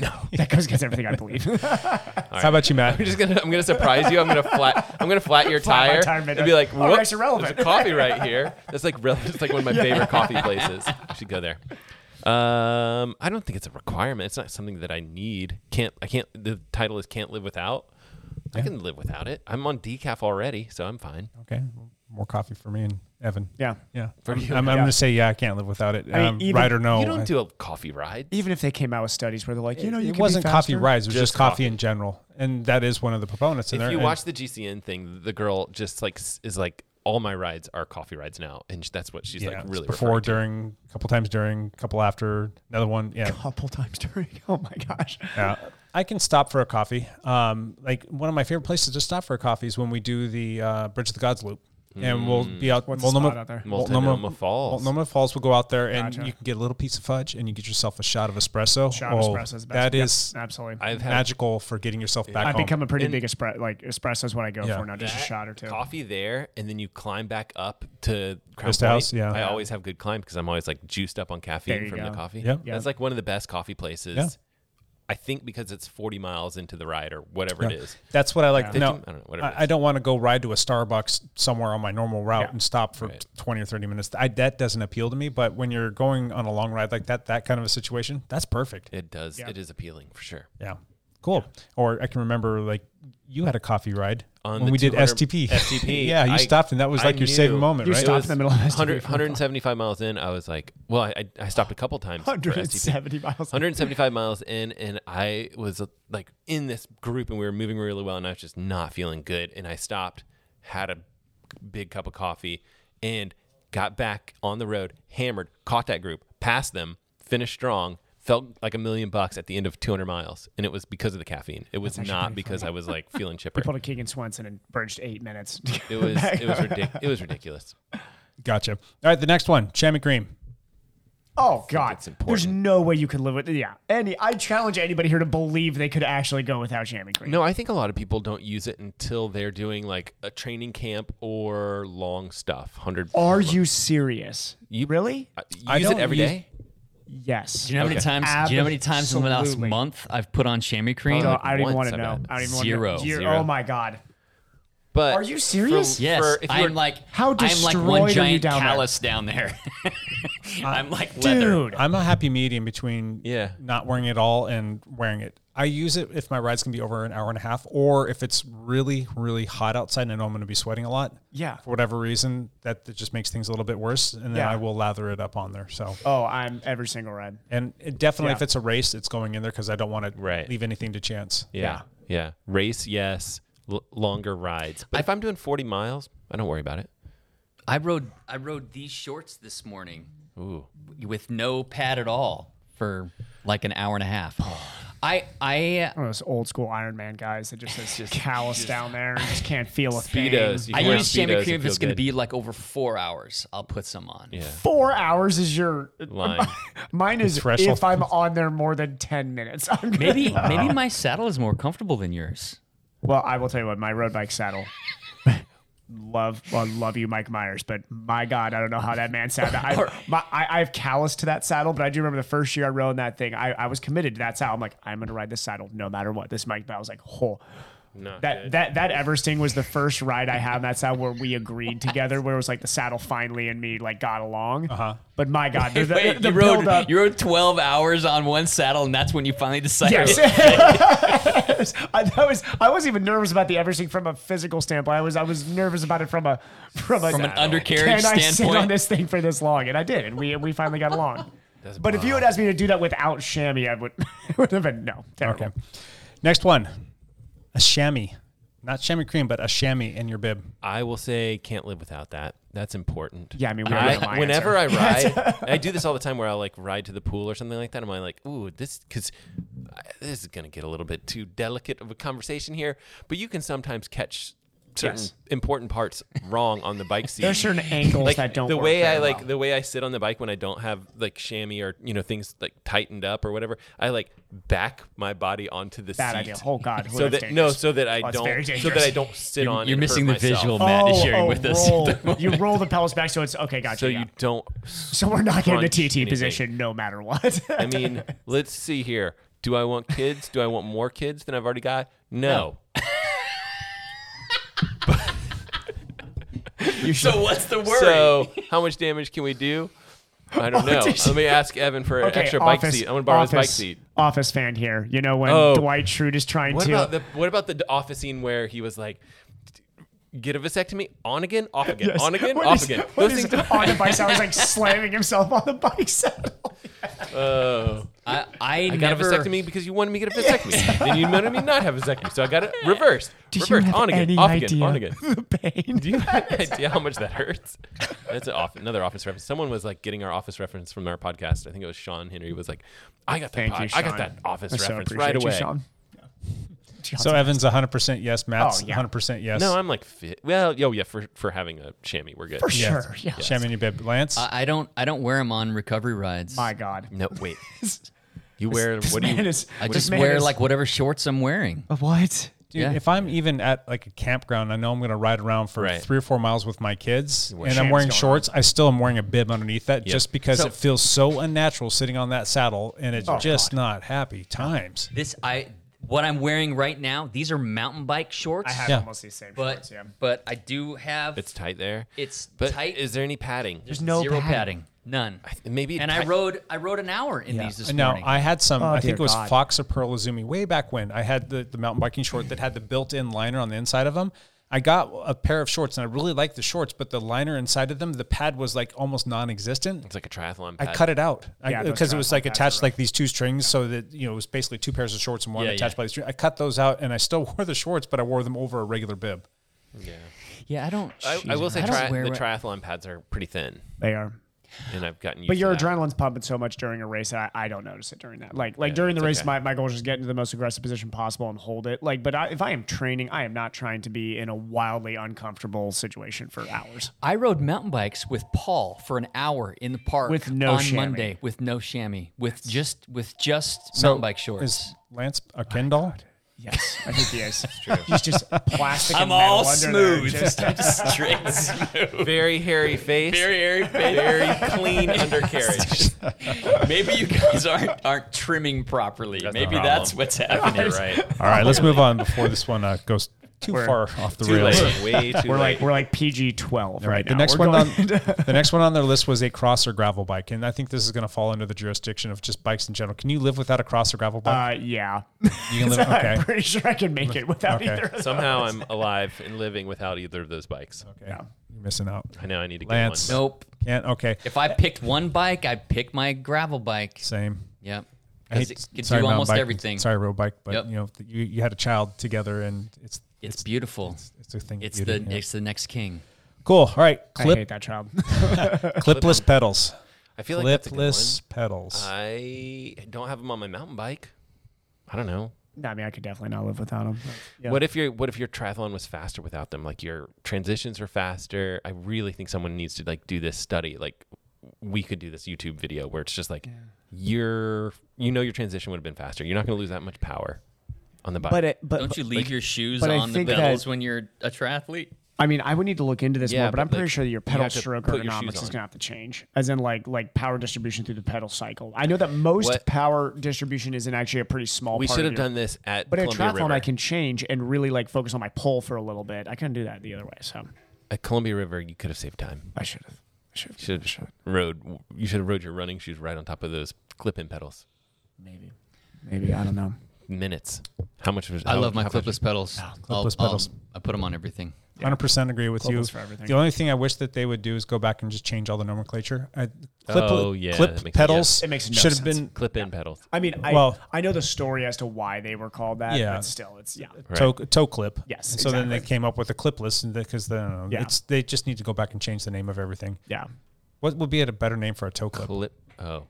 Speaker 10: No.
Speaker 11: *laughs* that goes against everything I believe.
Speaker 10: *laughs*
Speaker 1: How about you, Matt?
Speaker 10: I'm just gonna I'm gonna surprise you. I'm gonna flat I'm gonna flat
Speaker 1: *laughs*
Speaker 10: your
Speaker 11: Flat my
Speaker 10: tire,
Speaker 11: tire
Speaker 10: and be like,
Speaker 11: midway. Oh,
Speaker 10: "Whoops,
Speaker 11: that's irrelevant."
Speaker 10: There's a coffee right here. That's like rel- it's like one
Speaker 1: *laughs*
Speaker 10: of my favorite coffee places. I should go there. Um, I don't think it's a requirement. It's not something that I need. Can't I can't the title is can't live without. I can live without it. I'm on decaf already, so I'm fine.
Speaker 1: Okay, more coffee for me and Evan.
Speaker 11: yeah.
Speaker 1: Yeah,
Speaker 10: For
Speaker 1: I'm,
Speaker 10: you.
Speaker 1: I'm, I'm
Speaker 11: Yeah.
Speaker 1: gonna say yeah. I can't live without it.
Speaker 11: I mean,
Speaker 1: um,
Speaker 11: even-
Speaker 1: right or no?
Speaker 10: you don't
Speaker 1: I-
Speaker 10: do a coffee ride.
Speaker 11: Even if they came out with studies where they're like, you know, you
Speaker 1: it
Speaker 11: can be
Speaker 1: wasn't coffee
Speaker 11: *laughs* faster.
Speaker 1: rides. It was just,
Speaker 10: Just
Speaker 1: coffee,
Speaker 10: coffee.
Speaker 1: in general, and that is one of the proponents in
Speaker 10: if
Speaker 1: there.
Speaker 10: you
Speaker 1: and
Speaker 10: watch the GCN thing, the girl just like s- is like all my rides are coffee rides now, and sh- that's what she's
Speaker 1: yeah,
Speaker 10: like
Speaker 1: it's
Speaker 10: really
Speaker 1: before,
Speaker 10: referring to.
Speaker 1: during, a couple times during, a couple after, another one.
Speaker 10: *laughs*
Speaker 1: Yeah,
Speaker 11: couple times during. *laughs* Oh my gosh.
Speaker 1: Yeah. I can stop for a coffee. Um, like one of my favorite places to stop for a coffee is when we do the uh, Bridge of the Gods loop, and we'll be out.
Speaker 11: What's the
Speaker 1: Multnomah,
Speaker 11: spot out there?
Speaker 10: Hmm. Multnomah Falls.
Speaker 1: Multnomah Falls. We'll go out there, and
Speaker 11: Gotcha.
Speaker 1: you can get a little piece of fudge, and you get yourself a shot of espresso.
Speaker 11: Shot of
Speaker 1: Oh,
Speaker 11: espresso is the best.
Speaker 1: That
Speaker 11: Yep,
Speaker 1: is
Speaker 11: absolutely.
Speaker 10: I've had
Speaker 1: magical for getting yourself back
Speaker 11: I've
Speaker 1: home.
Speaker 11: become a pretty
Speaker 10: And-
Speaker 11: big espresso. Like espresso is what I go
Speaker 1: Yeah.
Speaker 11: for now, just a
Speaker 10: that
Speaker 11: shot or two. *laughs*
Speaker 10: Coffee there, and then you climb back up to Crown
Speaker 1: Rest
Speaker 10: Point.
Speaker 1: house, yeah.
Speaker 10: I
Speaker 1: Yeah.
Speaker 10: always have good climb because I'm always like juiced up on
Speaker 11: There
Speaker 10: caffeine
Speaker 11: you
Speaker 10: from the
Speaker 11: go.
Speaker 10: coffee.
Speaker 1: Yep.
Speaker 11: Yeah.
Speaker 10: That's like one of the best coffee places.
Speaker 1: Yeah.
Speaker 10: I think because it's 40 miles into the ride or whatever
Speaker 1: Yeah.
Speaker 10: it is.
Speaker 1: That's what I like.
Speaker 10: Yeah.
Speaker 1: No, I
Speaker 10: Fifteen- I don't know,
Speaker 1: don't,
Speaker 10: whatever it is.
Speaker 1: want to go ride to a Starbucks somewhere on my normal route
Speaker 11: Yeah.
Speaker 1: and stop for
Speaker 10: Right.
Speaker 1: 20 or 30 minutes. I, that doesn't appeal to me. But when you're going on a long ride like that, that kind of a situation, that's perfect.
Speaker 10: It does.
Speaker 11: Yeah.
Speaker 10: It is appealing for sure.
Speaker 1: Yeah. Cool. Or I can remember like you had a coffee ride
Speaker 10: On
Speaker 1: when
Speaker 10: the
Speaker 1: we did
Speaker 10: 200 *laughs*
Speaker 1: STP. *laughs*
Speaker 10: STP.
Speaker 1: yeah, you
Speaker 10: I-
Speaker 1: stopped and that was
Speaker 10: I
Speaker 1: like your saving
Speaker 10: knew.
Speaker 1: moment,
Speaker 11: You
Speaker 1: right?
Speaker 11: stopped
Speaker 10: was
Speaker 11: in the middle of
Speaker 10: 100
Speaker 11: STP for a while.
Speaker 10: 175 miles in, I was like, well, I, I stopped a couple times. for STP.
Speaker 11: 170 miles.
Speaker 10: 175 miles in, and I was uh, like in this group, and we were moving really well, and I was just not feeling good. And I stopped, had a big cup of coffee, and got back on the road, hammered, caught that group, passed them, finished strong, felt like a million bucks at the end of 200 miles, and it was because of the caffeine. It was not because I was
Speaker 11: *laughs*
Speaker 10: like feeling chipper.
Speaker 11: Pulled a Keegan Swenson and bridged eight minutes. *laughs*
Speaker 10: It was it was ridic- it was ridiculous.
Speaker 1: Gotcha. All right, the next one, Chammy Cream.
Speaker 11: Oh God!
Speaker 10: it's
Speaker 11: There's
Speaker 10: important.
Speaker 11: no way you could live with yeah. Any, I challenge anybody here to believe they could actually go without jammy cream.
Speaker 10: No, I think a lot of people don't use it until they're doing like a training camp or long stuff. Hundred.
Speaker 11: Are you serious?
Speaker 10: You-
Speaker 11: really?
Speaker 10: I- you
Speaker 1: I
Speaker 10: use it
Speaker 1: don't
Speaker 10: every day.
Speaker 1: use-
Speaker 11: yes.
Speaker 9: Do you know how many times? Do you know how many times in the last
Speaker 11: Absolutely.
Speaker 9: month I've put on chamois cream?
Speaker 11: No, Oh, I don't even
Speaker 10: once
Speaker 11: want to
Speaker 10: I've
Speaker 11: know. Oh
Speaker 10: had
Speaker 11: I don't even
Speaker 9: zero.
Speaker 11: want to know.
Speaker 10: Zero.
Speaker 11: Oh my God.
Speaker 10: But
Speaker 11: Are you serious?
Speaker 10: for-
Speaker 9: Yes,
Speaker 10: for- if you
Speaker 9: I'm
Speaker 10: were-
Speaker 9: like
Speaker 11: How
Speaker 9: I'm like
Speaker 11: destroyed are
Speaker 9: one
Speaker 11: you
Speaker 9: giant
Speaker 11: down there?
Speaker 9: callus down Uh, there. *laughs* I'm like leather.
Speaker 1: Dude, I'm a happy medium between
Speaker 10: yeah.
Speaker 1: not wearing it all and wearing it. I use it if my ride's gonna be over an hour and a half, or if it's really, really hot outside and I know I'm gonna be sweating a lot.
Speaker 11: Yeah.
Speaker 1: For whatever reason, that that just makes things a little bit worse, and then
Speaker 11: Yeah.
Speaker 1: I will lather it up on there. So,
Speaker 11: Oh, I'm every single ride.
Speaker 1: and it definitely
Speaker 11: Yeah.
Speaker 1: if it's a race, it's going in there because I don't want to
Speaker 10: Right.
Speaker 1: leave anything to chance.
Speaker 10: Yeah. Yeah. Race, yes. L- longer rides. But if I'm doing 40 miles, I don't worry about it.
Speaker 9: I rode I rode these shorts this morning
Speaker 10: Ooh.
Speaker 9: with no pad at all for like an hour and a half. I I
Speaker 11: One of those old school Iron Man guys that just is callous down there and just can't feel a thing.
Speaker 10: Speedos, you
Speaker 9: I
Speaker 10: can wear
Speaker 9: use chamois
Speaker 10: Speedos
Speaker 9: cream
Speaker 10: and
Speaker 9: if it's
Speaker 10: feel
Speaker 9: going to
Speaker 10: good.
Speaker 9: be like over four hours. I'll put some on.
Speaker 10: Yeah.
Speaker 11: Four hours is your
Speaker 10: Line.
Speaker 11: *laughs* Mine is
Speaker 9: Threshold.
Speaker 11: if I'm on there more than ten minutes. *laughs* I'm gonna-
Speaker 9: *laughs* Maybe maybe my saddle is more comfortable than yours.
Speaker 11: Well, I will tell you what, my road bike saddle. *laughs* love, well, love you, Mike Myers, but my God, I don't know how that man saddle. I, my, I, I have callous to that saddle, but I do remember the first year I rode that thing. I, I was committed to that saddle. I'm like, I'm gonna ride this saddle no matter what. This Mike, but I was like, oh.
Speaker 10: Not
Speaker 11: that that that Eversting was the first ride I had on that saddle where we agreed together, where it was like the saddle finally and me like got along. Uh-huh. But my God, the, the,
Speaker 9: *laughs* *laughs* Wait,
Speaker 11: the
Speaker 9: you rode
Speaker 11: build up.
Speaker 9: you rode twelve hours on one saddle, and that's when you finally decided.
Speaker 10: *laughs*
Speaker 11: Yes. I, that was, I wasn't even nervous about the Eversting from a physical standpoint. I was I was nervous about it from a from, a,
Speaker 9: From an undercarriage
Speaker 11: Can I sit
Speaker 9: standpoint?
Speaker 11: on this thing for this long? And I did, and we we finally got along. but if you had asked me to do that without chamois, I would *laughs* would have been no. Terrible.
Speaker 1: Okay. Next one, a chamois, not chamois cream, but a chamois in your bib.
Speaker 10: I will say can't live without that. That's important.
Speaker 11: Yeah, I mean, we already know my
Speaker 10: I, whenever I
Speaker 11: answer. *laughs*
Speaker 10: ride, I do this all the time where I will like ride to the pool or something like that. I'm like, ooh, this because this is gonna get a little bit too delicate of a conversation here. But you can sometimes catch certain
Speaker 11: Yes.
Speaker 10: important parts wrong on the bike seat.
Speaker 11: There are certain angles
Speaker 10: like,
Speaker 11: that don't
Speaker 10: The
Speaker 11: work
Speaker 10: way I
Speaker 11: very
Speaker 10: like
Speaker 11: well.
Speaker 10: the way I sit on the bike when I don't have like chamois or you know things like tightened up or whatever. I like back my body onto the
Speaker 11: Bad
Speaker 10: seat.
Speaker 11: idea. Oh, God. Oh,
Speaker 10: So
Speaker 11: that's
Speaker 10: that no,
Speaker 11: dangerous.
Speaker 10: so that I
Speaker 11: Oh, it's very
Speaker 10: don't so that
Speaker 11: dangerous.
Speaker 10: I don't sit
Speaker 9: You're-
Speaker 10: on.
Speaker 9: you're
Speaker 10: and
Speaker 9: missing
Speaker 10: hurt
Speaker 9: the visual,
Speaker 10: myself.
Speaker 9: Matt. is sharing with us.
Speaker 11: Oh, roll. *laughs* you roll the pelvis back, so it's okay. Gotcha.
Speaker 10: So you
Speaker 11: got it.
Speaker 10: don't.
Speaker 11: so we're not getting the
Speaker 10: crunch
Speaker 11: TT
Speaker 10: anything.
Speaker 11: position, no matter what.
Speaker 10: *laughs* I mean, let's see here. Do I want kids? Do I want more kids than I've already got? No.
Speaker 9: So what's the worry?
Speaker 10: So *laughs* how much damage can we do? I *laughs* don't
Speaker 11: Oh,
Speaker 10: know.
Speaker 11: geez.
Speaker 10: Let me ask Evan for an
Speaker 11: *laughs* Okay,
Speaker 10: extra bike
Speaker 11: office-
Speaker 10: seat. I'm gonna borrow his bike
Speaker 11: office-
Speaker 10: seat.
Speaker 11: Office fan here. You know when
Speaker 10: Oh.
Speaker 11: Dwight Schrute is trying
Speaker 10: What
Speaker 11: to.
Speaker 10: about the What about the office scene where he was like, "Get a vasectomy on again, off again,
Speaker 11: Yes.
Speaker 10: on again,
Speaker 11: When
Speaker 10: off
Speaker 11: he's-
Speaker 10: again."
Speaker 11: when
Speaker 10: Those
Speaker 11: he's
Speaker 10: things. Don't,
Speaker 11: on the bike saddle, he's like slamming himself on the bike *laughs* saddle.
Speaker 10: *laughs* oh.
Speaker 9: I I,
Speaker 10: I got
Speaker 9: never
Speaker 10: a vasectomy because you wanted me to get a vasectomy. Then you wanted me not have a vasectomy, so I
Speaker 11: *laughs*
Speaker 10: got it reversed.
Speaker 11: Did you
Speaker 10: reversed,
Speaker 11: have
Speaker 10: on again,
Speaker 11: any
Speaker 10: off
Speaker 11: idea?
Speaker 10: again, on again.
Speaker 11: the pain.
Speaker 10: Do
Speaker 11: *laughs*
Speaker 10: you have any idea how much that hurts? That's an off, another office reference. Someone was like getting our office reference from our podcast. I think it was Sean Henry was like, "I got that.
Speaker 11: Thank
Speaker 10: pod-
Speaker 11: you,
Speaker 10: I got
Speaker 11: Sean.
Speaker 10: that office
Speaker 11: I so
Speaker 10: reference
Speaker 11: appreciate
Speaker 10: right
Speaker 11: you,
Speaker 9: *laughs*
Speaker 10: away."
Speaker 11: Sean. John's
Speaker 1: So Evan's 100% yes. Matt's
Speaker 11: Oh, yeah.
Speaker 1: 100% yes.
Speaker 10: No, I'm like fit. Well, yo, yeah, for for having a chamois, we're good.
Speaker 11: For sure. Yeah.
Speaker 1: Chamois in your bib. Lance?
Speaker 9: I, I don't I don't wear them on recovery rides.
Speaker 11: *laughs* My God.
Speaker 10: No,
Speaker 11: *laughs*
Speaker 10: wait. You wear
Speaker 11: this
Speaker 10: what do you?
Speaker 11: man is-
Speaker 9: I
Speaker 11: this
Speaker 9: just
Speaker 11: man
Speaker 9: wear
Speaker 11: is-
Speaker 9: like whatever shorts I'm wearing.
Speaker 11: What?
Speaker 1: Dude,
Speaker 9: Yeah.
Speaker 1: if I'm even at like a campground, I know I'm going to ride around for
Speaker 10: Right.
Speaker 1: three or four miles with my kids,
Speaker 10: wear
Speaker 1: and I'm
Speaker 11: shorts.
Speaker 1: wearing
Speaker 11: Going on.
Speaker 1: shorts. I still am wearing a bib underneath that,
Speaker 10: Yep.
Speaker 1: just because
Speaker 9: So-
Speaker 1: it feels so unnatural sitting on that saddle, and it's just not happy times.
Speaker 9: This I what I'm wearing right now. These are mountain bike shorts.
Speaker 11: I have
Speaker 1: Yeah.
Speaker 11: almost these same
Speaker 9: but
Speaker 11: shorts, yeah.
Speaker 9: but I do have
Speaker 10: It's tight there.
Speaker 9: It's
Speaker 10: but
Speaker 9: tight.
Speaker 10: Is there any padding?
Speaker 9: There's
Speaker 11: no
Speaker 9: zero
Speaker 11: padding.
Speaker 9: padding. none.
Speaker 10: Maybe.
Speaker 9: and I rode I rode an hour in these this
Speaker 1: No,
Speaker 9: morning.
Speaker 1: I had some.
Speaker 11: Oh,
Speaker 1: I think
Speaker 11: dear
Speaker 1: it was
Speaker 11: God.
Speaker 1: Fox or Pearl Izumi way back when. I had the, the mountain biking short that had the built-in liner on the inside of them. I got a pair of shorts, and I really liked the shorts, but the liner inside of them, the pad was like almost non-existent.
Speaker 10: It's like a triathlon.
Speaker 1: I
Speaker 10: pad.
Speaker 1: cut it out
Speaker 11: Yeah, those
Speaker 1: because it was
Speaker 11: triathlon
Speaker 1: like
Speaker 11: pads
Speaker 1: attached
Speaker 11: are
Speaker 1: like these two strings, so that you know it was basically two pairs of shorts and one
Speaker 9: Yeah,
Speaker 1: attached
Speaker 9: yeah.
Speaker 1: by the string. I cut those out, and I still *laughs* wore the shorts, but I wore them over a regular bib.
Speaker 9: yeah, I don't.
Speaker 10: I, I
Speaker 9: geez,
Speaker 10: will say
Speaker 9: don't
Speaker 10: tri-
Speaker 9: wear-
Speaker 10: the triathlon pads are pretty thin,
Speaker 11: They are.
Speaker 10: and I've gotten used.
Speaker 11: But your
Speaker 10: to that.
Speaker 11: adrenaline's pumping so much during a race that I, I don't notice it during that. Like like during the race,
Speaker 10: it's okay.
Speaker 11: my, my goal is just get into the most aggressive position possible and hold it. Like, but I, if I am training, I am not trying to be in a wildly uncomfortable situation for hours.
Speaker 9: I rode mountain bikes with Paul for an hour in the park
Speaker 11: With no
Speaker 9: on
Speaker 11: chamois.
Speaker 9: Monday with no chamois, with just with just mountain bike shorts.
Speaker 1: Is Lance a Ken
Speaker 11: Oh
Speaker 1: doll?
Speaker 11: Yes, I think he
Speaker 10: *laughs*
Speaker 11: is. He's just plastic.
Speaker 9: I'm
Speaker 11: and metal
Speaker 9: all
Speaker 11: under there,
Speaker 9: smooth,
Speaker 10: *laughs*
Speaker 11: just-
Speaker 9: *laughs* straight smooth,
Speaker 10: very hairy face,
Speaker 9: very airy face. *laughs*
Speaker 10: very clean undercarriage.
Speaker 9: Maybe you guys aren't aren't trimming properly.
Speaker 10: That's the
Speaker 9: Maybe
Speaker 10: problem.
Speaker 9: that's what's happening. *laughs*
Speaker 10: You're right.
Speaker 1: All right, let's move on before this one uh, goes Too
Speaker 11: We're-
Speaker 1: far off the
Speaker 11: Too
Speaker 1: rails. *laughs*
Speaker 11: late. Way too *laughs* We're
Speaker 1: late.
Speaker 11: like we're like PG twelve
Speaker 1: All
Speaker 11: right,
Speaker 1: right. The
Speaker 11: now.
Speaker 1: next
Speaker 11: We're
Speaker 1: one on
Speaker 11: going-
Speaker 1: the next one on their list was a cross or gravel bike, and I think this is going to fall under the jurisdiction of just bikes in general. Can you live without a cross or gravel bike?
Speaker 11: Uh, yeah. *laughs*
Speaker 1: You can live. Okay.
Speaker 11: I'm pretty sure I can make it without either. Of
Speaker 10: Somehow
Speaker 11: those.
Speaker 10: I'm alive and living without either of those bikes.
Speaker 1: Okay. You're missing out.
Speaker 10: I know I need to
Speaker 1: Lance.
Speaker 10: get one.
Speaker 1: Nope. Can't. Okay.
Speaker 9: If I picked one bike, I'd pick my gravel bike.
Speaker 1: Same.
Speaker 9: Yep.
Speaker 1: I hate-
Speaker 9: Because it could
Speaker 1: sorry,
Speaker 9: do
Speaker 1: mountain
Speaker 9: almost
Speaker 1: bike,
Speaker 9: everything.
Speaker 1: Sorry, road bike, but
Speaker 9: Yep.
Speaker 1: you know, th- you, you had a child together, and it's
Speaker 9: It's, beautiful. It's,
Speaker 1: a thing. of
Speaker 9: It's
Speaker 1: beauty,
Speaker 9: the
Speaker 1: yeah.
Speaker 9: it's the next king.
Speaker 1: cool. All right,
Speaker 11: I
Speaker 1: clip.
Speaker 11: hate that child. *laughs*
Speaker 1: Clipless pedals.
Speaker 10: I feel like that's a good
Speaker 1: clipless
Speaker 10: one. Uh,
Speaker 1: pedals.
Speaker 10: I don't have them on my mountain bike. I don't know.
Speaker 11: No, I mean I could definitely not live without them.
Speaker 10: What if your what if your triathlon was faster without them? Like your transitions are faster. I really think someone needs to like do this study. Like we could do this YouTube video where it's just like your you know your transition would have been faster. You're not going to lose that much power on the bike.
Speaker 11: But it- but-
Speaker 9: Don't you leave
Speaker 11: Like-
Speaker 9: your shoes
Speaker 11: but I
Speaker 9: on the
Speaker 11: think that-
Speaker 9: pedals when you're a triathlete?
Speaker 11: I mean, I would need to look into this
Speaker 9: Yeah,
Speaker 11: more, but,
Speaker 9: but,
Speaker 11: I'm pretty
Speaker 9: like,
Speaker 11: sure that your
Speaker 9: you
Speaker 11: pedal
Speaker 9: have to
Speaker 11: stroke
Speaker 9: put your shoes
Speaker 11: ergonomics is
Speaker 9: on.
Speaker 11: gonna have to change, as in like like power distribution through the pedal cycle. I know that most
Speaker 10: What-
Speaker 11: power distribution is in actually a pretty small.
Speaker 10: we
Speaker 11: part
Speaker 10: should
Speaker 11: of
Speaker 10: have
Speaker 11: your-
Speaker 10: done this at
Speaker 11: But in
Speaker 10: Columbia
Speaker 11: triathlon,
Speaker 10: River.
Speaker 11: I can change and really like focus on my pull for a little bit. I couldn't do that the other way. So
Speaker 10: at Columbia River, you could have saved time.
Speaker 11: I should have.
Speaker 10: Should have rode. You should have rode your running shoes right on top of those clip-in pedals.
Speaker 9: Maybe.
Speaker 11: maybe I don't know.
Speaker 10: Minutes. How much was?
Speaker 9: I
Speaker 10: how-
Speaker 9: love my
Speaker 10: how much-
Speaker 9: clipless pedals. I'll-
Speaker 1: clipless
Speaker 9: I'll-
Speaker 1: pedals.
Speaker 9: I put them on everything.
Speaker 1: Hundred percent agree with you.
Speaker 9: Clipless for everything.
Speaker 1: The only thing I wish that they would do is go back and just change all the nomenclature. I, clip,
Speaker 10: Oh, yeah, that
Speaker 1: clip
Speaker 10: makes-
Speaker 1: pedals
Speaker 10: yes. It makes no
Speaker 1: should have
Speaker 10: sense.
Speaker 1: been
Speaker 10: Clip-in pedals.
Speaker 11: I mean, I,
Speaker 1: well,
Speaker 11: I know the story as to why they were called that.
Speaker 1: yeah,
Speaker 11: but still, it's yeah.
Speaker 1: toe, toe clip.
Speaker 11: Yes,
Speaker 1: And so then they came up with a clipless, and because the, 'cause the-
Speaker 11: Yeah.
Speaker 1: it's they just need to go back and change the name of everything.
Speaker 11: Yeah.
Speaker 1: What would be a better name for a toe clip?
Speaker 10: Clip. Oh.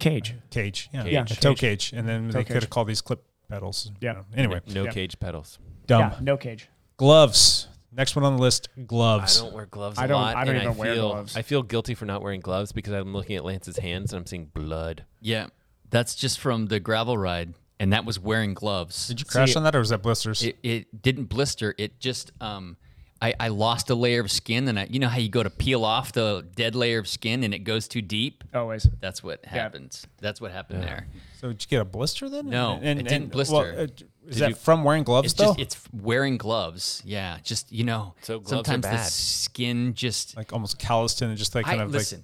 Speaker 11: Cage.
Speaker 1: Cage. Yeah.
Speaker 10: Cage. Yeah,
Speaker 1: A toe
Speaker 10: cage.
Speaker 1: cage, and then
Speaker 10: Toe
Speaker 1: they
Speaker 10: cage.
Speaker 1: could have called these clip pedals.
Speaker 11: Yeah.
Speaker 1: You know, Anyway.
Speaker 10: No cage pedals.
Speaker 1: Dumb.
Speaker 11: Yeah, no cage.
Speaker 1: Gloves. Next one on the list. Gloves.
Speaker 10: I don't wear gloves.
Speaker 11: I
Speaker 10: I
Speaker 11: don't-
Speaker 10: don't. Lot,
Speaker 11: I don't
Speaker 10: and
Speaker 11: even wear
Speaker 10: feel,
Speaker 11: gloves.
Speaker 10: I feel guilty for not wearing gloves because I'm looking at Lance's hands and I'm seeing blood.
Speaker 9: Yeah, that's just from the gravel ride, and that was wearing gloves. Did
Speaker 1: you crash on that, or was that blisters?
Speaker 9: It, it didn't blister. It just um, I, I lost a layer of skin, and I you know how you go to peel off the dead layer of skin, and it goes too deep.
Speaker 10: Oh.
Speaker 11: Always.
Speaker 9: That's what happens. That's what happened there.
Speaker 1: So did you get a blister then?
Speaker 9: No,
Speaker 1: And-
Speaker 9: it
Speaker 1: and-
Speaker 9: didn't blister.
Speaker 1: well, uh, is
Speaker 9: Did
Speaker 1: that
Speaker 9: you-
Speaker 1: from wearing gloves
Speaker 9: it's
Speaker 1: though?
Speaker 9: Just, it's wearing gloves. Yeah, just you know.
Speaker 10: So gloves are
Speaker 9: sometimes the
Speaker 10: bad.
Speaker 9: skin just
Speaker 1: like almost calloused and just like kind
Speaker 9: I,
Speaker 1: of
Speaker 9: listen.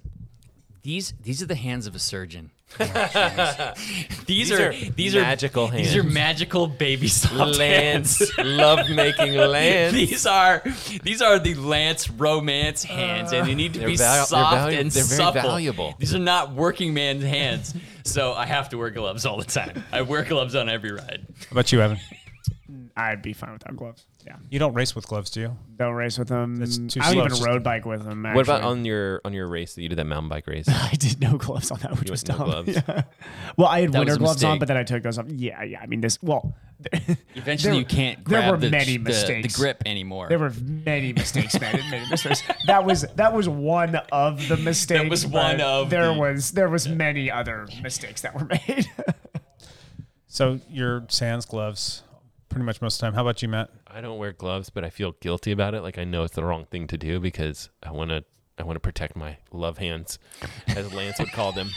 Speaker 9: these these are the hands of a
Speaker 10: *laughs*
Speaker 9: surgeon. *laughs* these,
Speaker 10: These
Speaker 9: are,
Speaker 10: are
Speaker 9: these
Speaker 10: magical
Speaker 9: are, These are
Speaker 10: hands.
Speaker 9: magical baby soft
Speaker 10: Lance,
Speaker 9: hands.
Speaker 10: *laughs* love-making
Speaker 9: *laughs*
Speaker 10: Lance.
Speaker 9: these are these are the Lance romance hands, and they need to
Speaker 10: They're
Speaker 9: be
Speaker 10: val- they're
Speaker 9: soft
Speaker 10: valu-
Speaker 9: and
Speaker 10: they're very
Speaker 9: supple.
Speaker 10: valuable.
Speaker 9: These are not working man's hands, *laughs* so I have to wear gloves all the time. I wear gloves on every ride.
Speaker 1: like. How about you,
Speaker 9: *laughs*
Speaker 1: Evan?
Speaker 11: I'd be fine without gloves. Yeah.
Speaker 1: You don't race with gloves, do you?
Speaker 11: Don't race with them.
Speaker 1: It's too slow.
Speaker 11: I don't even
Speaker 1: It's just-
Speaker 11: road bike with them.
Speaker 10: What about
Speaker 11: actually.
Speaker 10: on your on your race that you did that mountain bike race?
Speaker 11: I did no gloves on that, which
Speaker 10: You
Speaker 11: was
Speaker 10: went no
Speaker 11: dumb.
Speaker 10: gloves.
Speaker 11: *laughs* Yeah. Well, I had
Speaker 9: That was
Speaker 11: winter
Speaker 9: a
Speaker 11: gloves on,
Speaker 9: mistake.
Speaker 11: but then I took those off. Yeah, yeah. I mean, this. Well,
Speaker 9: Eventually,
Speaker 11: There-
Speaker 9: you can't
Speaker 11: there
Speaker 9: grab
Speaker 11: were
Speaker 9: the,
Speaker 11: many
Speaker 9: the-
Speaker 11: mistakes.
Speaker 9: the grip anymore.
Speaker 11: there were many mistakes made. many mistakes. That was that was one of the mistakes.
Speaker 9: was
Speaker 11: but
Speaker 9: one of
Speaker 11: There
Speaker 9: the-
Speaker 11: was there was many other mistakes that were made. *laughs*
Speaker 1: So your sans gloves, pretty much most of the time. How about you, Matt?
Speaker 10: I don't wear gloves, but I feel guilty about it. Like I know it's the wrong thing to do because I want to I want to protect my love hands, as Lance would call them.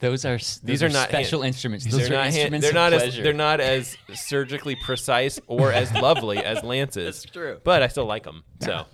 Speaker 9: Those are s-
Speaker 10: These
Speaker 9: those
Speaker 10: are not
Speaker 9: special
Speaker 10: hand-
Speaker 9: instruments.
Speaker 10: these
Speaker 9: Those are,
Speaker 10: not hand-
Speaker 9: instruments
Speaker 10: they're
Speaker 9: of
Speaker 10: not
Speaker 9: pleasure.
Speaker 10: as they're not as surgically precise
Speaker 9: *laughs*
Speaker 10: or as lovely as Lance's. That's
Speaker 9: true.
Speaker 10: But I still like them. So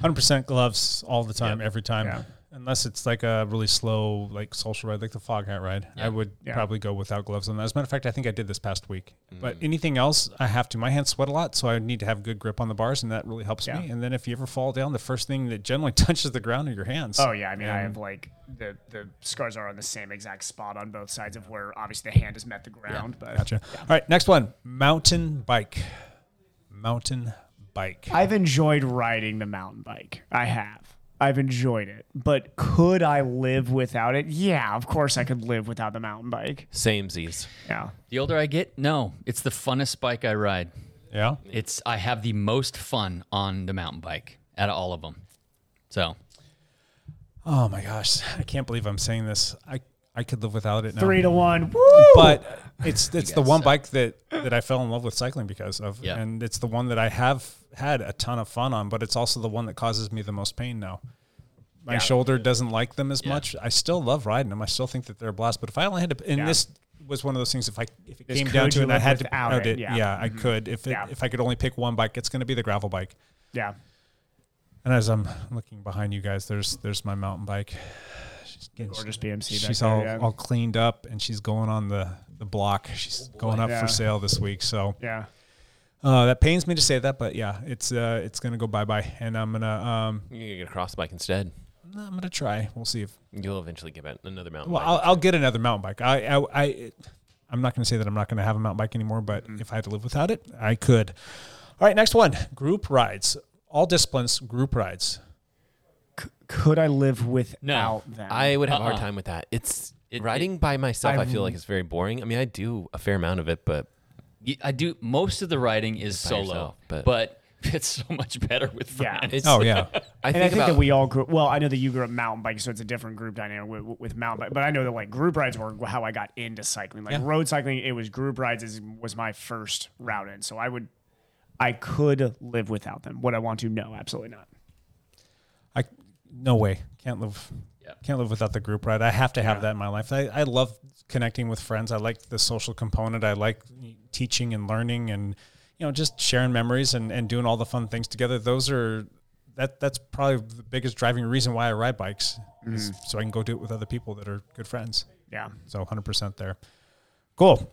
Speaker 1: Hundred percent gloves all the time, every time.
Speaker 11: Yeah.
Speaker 1: Unless it's like a really slow, like social ride, like the fog hat ride, I would
Speaker 11: Yeah.
Speaker 1: probably go without gloves on that. As a matter of fact, I think I did this past week. But
Speaker 11: Mm.
Speaker 1: anything else, I have to. My hands sweat a lot, so I need to have good grip on the bars, and that really helps
Speaker 11: Yeah.
Speaker 1: me. And then if you ever fall down, the first thing that generally *laughs* touches the ground are your hands.
Speaker 11: oh yeah, I mean, I
Speaker 1: And-
Speaker 11: have like the the scars are on the same exact spot on both sides of where obviously the hand has met the ground. But
Speaker 1: Gotcha. All right, next one. Mountain bike. Mountain bike.
Speaker 11: I've enjoyed riding the mountain bike. I have. I've enjoyed it. But could I live without it? Yeah, of course I could live without the mountain bike.
Speaker 10: same Z's.
Speaker 11: Yeah.
Speaker 9: the older I get, no, it's the funnest bike I ride.
Speaker 1: Yeah.
Speaker 9: It's I have the most fun on the mountain bike out of all of them. So
Speaker 1: Oh my gosh, I can't believe I'm saying this. I I could live without it now.
Speaker 11: Three to one. Woo! *laughs*
Speaker 1: But it's it's the one bike that that I fell in love with cycling because of,
Speaker 9: Yeah.
Speaker 1: and it's the one that I have had a ton of fun on. But it's also the one that causes me the most pain now. my shoulder doesn't like them as much. I still love riding them. I still think that they're a blast. But if I only had to, and
Speaker 11: Yeah.
Speaker 1: this was one of those things. If I if it
Speaker 11: Is
Speaker 1: came down
Speaker 11: could
Speaker 1: to
Speaker 11: you
Speaker 1: it, and I
Speaker 11: live
Speaker 1: had to
Speaker 11: without
Speaker 1: out
Speaker 11: it?
Speaker 1: it, yeah,
Speaker 11: Yeah. Mm-hmm.
Speaker 1: I could. If it,
Speaker 11: Yeah.
Speaker 1: if I could only pick one bike, it's going to be the gravel bike.
Speaker 11: Yeah.
Speaker 1: And as I'm looking behind you guys, there's there's my mountain bike. She's getting-
Speaker 11: gorgeous BMC back
Speaker 1: She's
Speaker 11: there,
Speaker 1: all,
Speaker 11: yeah.
Speaker 1: all cleaned up, and she's going on the the block. She's going up
Speaker 11: Yeah.
Speaker 1: for sale this week. So
Speaker 11: Yeah.
Speaker 1: uh, that pains me to say that, but yeah, it's uh, it's gonna go bye bye, and I'm gonna um,
Speaker 10: You're gonna get a cross bike instead.
Speaker 1: I'm gonna try. We'll see if
Speaker 10: you'll eventually get an- another mountain
Speaker 1: well,
Speaker 10: bike.
Speaker 1: I'll, I'll get another mountain bike. I, I, I it- I'm not going to say that I'm not going to have a mountain bike anymore, but
Speaker 11: Mm-hmm.
Speaker 1: if I had to live without it, I could. All right, next one: group rides. All disciplines, group rides.
Speaker 11: Could I live without them?
Speaker 10: I would have
Speaker 9: Uh-uh.
Speaker 10: a hard time with that. It's riding by myself. i feel like it's very boring. I mean, I do a fair amount of it, but
Speaker 9: Y- I do most of the riding is
Speaker 10: By
Speaker 9: solo,
Speaker 10: yourself, but-
Speaker 9: but. *laughs* it's so much better with friends.
Speaker 11: Oh, I
Speaker 9: *laughs*
Speaker 11: think, and I think that we all grew. Well, I know that you grew up mountain biking, so it's a different group dynamic with, with mountain bike. But I know that like group rides were how I got into cycling. Like
Speaker 1: Yeah.
Speaker 11: road cycling, it was group rides is, was my first route in. So I would, I could live without them. Would I want to? No, absolutely not.
Speaker 1: I no way can't live can't live without the group ride. I have to have that in my life. I, I love connecting with friends. I like the social component. I like teaching and learning and you know just sharing memories and, and doing all the fun things together. Those are that that's probably the biggest driving reason why I ride bikes is
Speaker 11: Mm.
Speaker 1: so I can go do it with other people that are good friends.
Speaker 11: Yeah.
Speaker 1: So 100% there. Cool.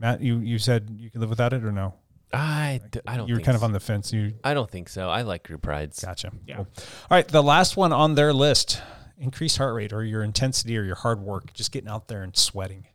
Speaker 1: Matt, you you said you could live without it or no?
Speaker 10: I, d- I don't.
Speaker 1: You were
Speaker 10: think
Speaker 1: kind
Speaker 10: so.
Speaker 1: of on the fence. You
Speaker 10: I don't think so. I like group rides.
Speaker 1: Gotcha. Cool. All right, the last one on their list: increased heart rate, or your intensity, or your hard work. Just getting out there and sweating.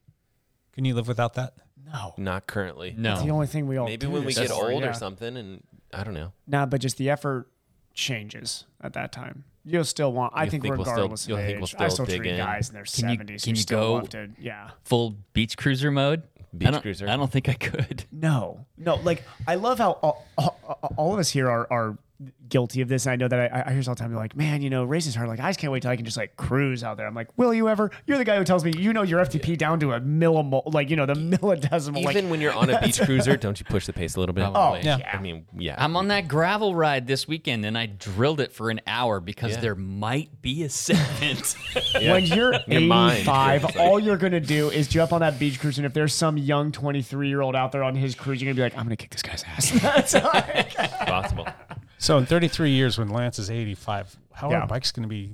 Speaker 1: Can you live without that?
Speaker 11: No.
Speaker 10: Not currently.
Speaker 11: No. That's the only thing we all
Speaker 10: Maybe
Speaker 11: do
Speaker 10: when we
Speaker 11: is
Speaker 10: get
Speaker 11: just-
Speaker 10: old
Speaker 11: yeah.
Speaker 10: or something, and I don't know.
Speaker 11: Nah, but just the effort changes at that time. You'll still want. I
Speaker 10: You'll
Speaker 11: think,
Speaker 10: think we'll still-
Speaker 11: regardless
Speaker 10: you'll
Speaker 11: of
Speaker 10: think
Speaker 11: age,
Speaker 10: we'll
Speaker 11: I still
Speaker 10: still dig
Speaker 11: treat
Speaker 10: in.
Speaker 11: guys in their
Speaker 9: Can you
Speaker 11: seventies.
Speaker 9: can you
Speaker 11: still
Speaker 9: go
Speaker 11: Love to, yeah.
Speaker 9: full beach cruiser mode? Beach I don't, cruiser. I don't think I could.
Speaker 11: No, no. Like I love how all, all, all of us here are are guilty of this. And I know that I, I hear this all the time. You're like, man, you know, racing's hard. Like I just can't wait till I can just like cruise out there. I'm like, will you ever? You're the guy who tells me you know your FTP down to a millimol, like you know the *laughs* millidecimal. like-
Speaker 10: Even when you're on a
Speaker 11: *laughs*
Speaker 10: beach cruiser, don't you push the pace a little bit?
Speaker 9: Probably. Oh,
Speaker 10: I mean, yeah.
Speaker 9: *laughs* I'm on that gravel ride this weekend and I drilled it for an hour because
Speaker 10: Yeah.
Speaker 9: there might be a segment.
Speaker 11: When
Speaker 10: *laughs*
Speaker 11: you're
Speaker 9: Your mind.
Speaker 11: 85,
Speaker 9: It's like-
Speaker 11: all you're gonna do is jump on that beach cruise, and if there's some young 23 year old out there on his cruise, you're gonna be like, I'm gonna kick this guy's ass.
Speaker 10: *laughs*
Speaker 11: That's
Speaker 10: possible.
Speaker 1: So in 33 years, when Lance is 85, how
Speaker 11: Yeah.
Speaker 1: are bikes going to be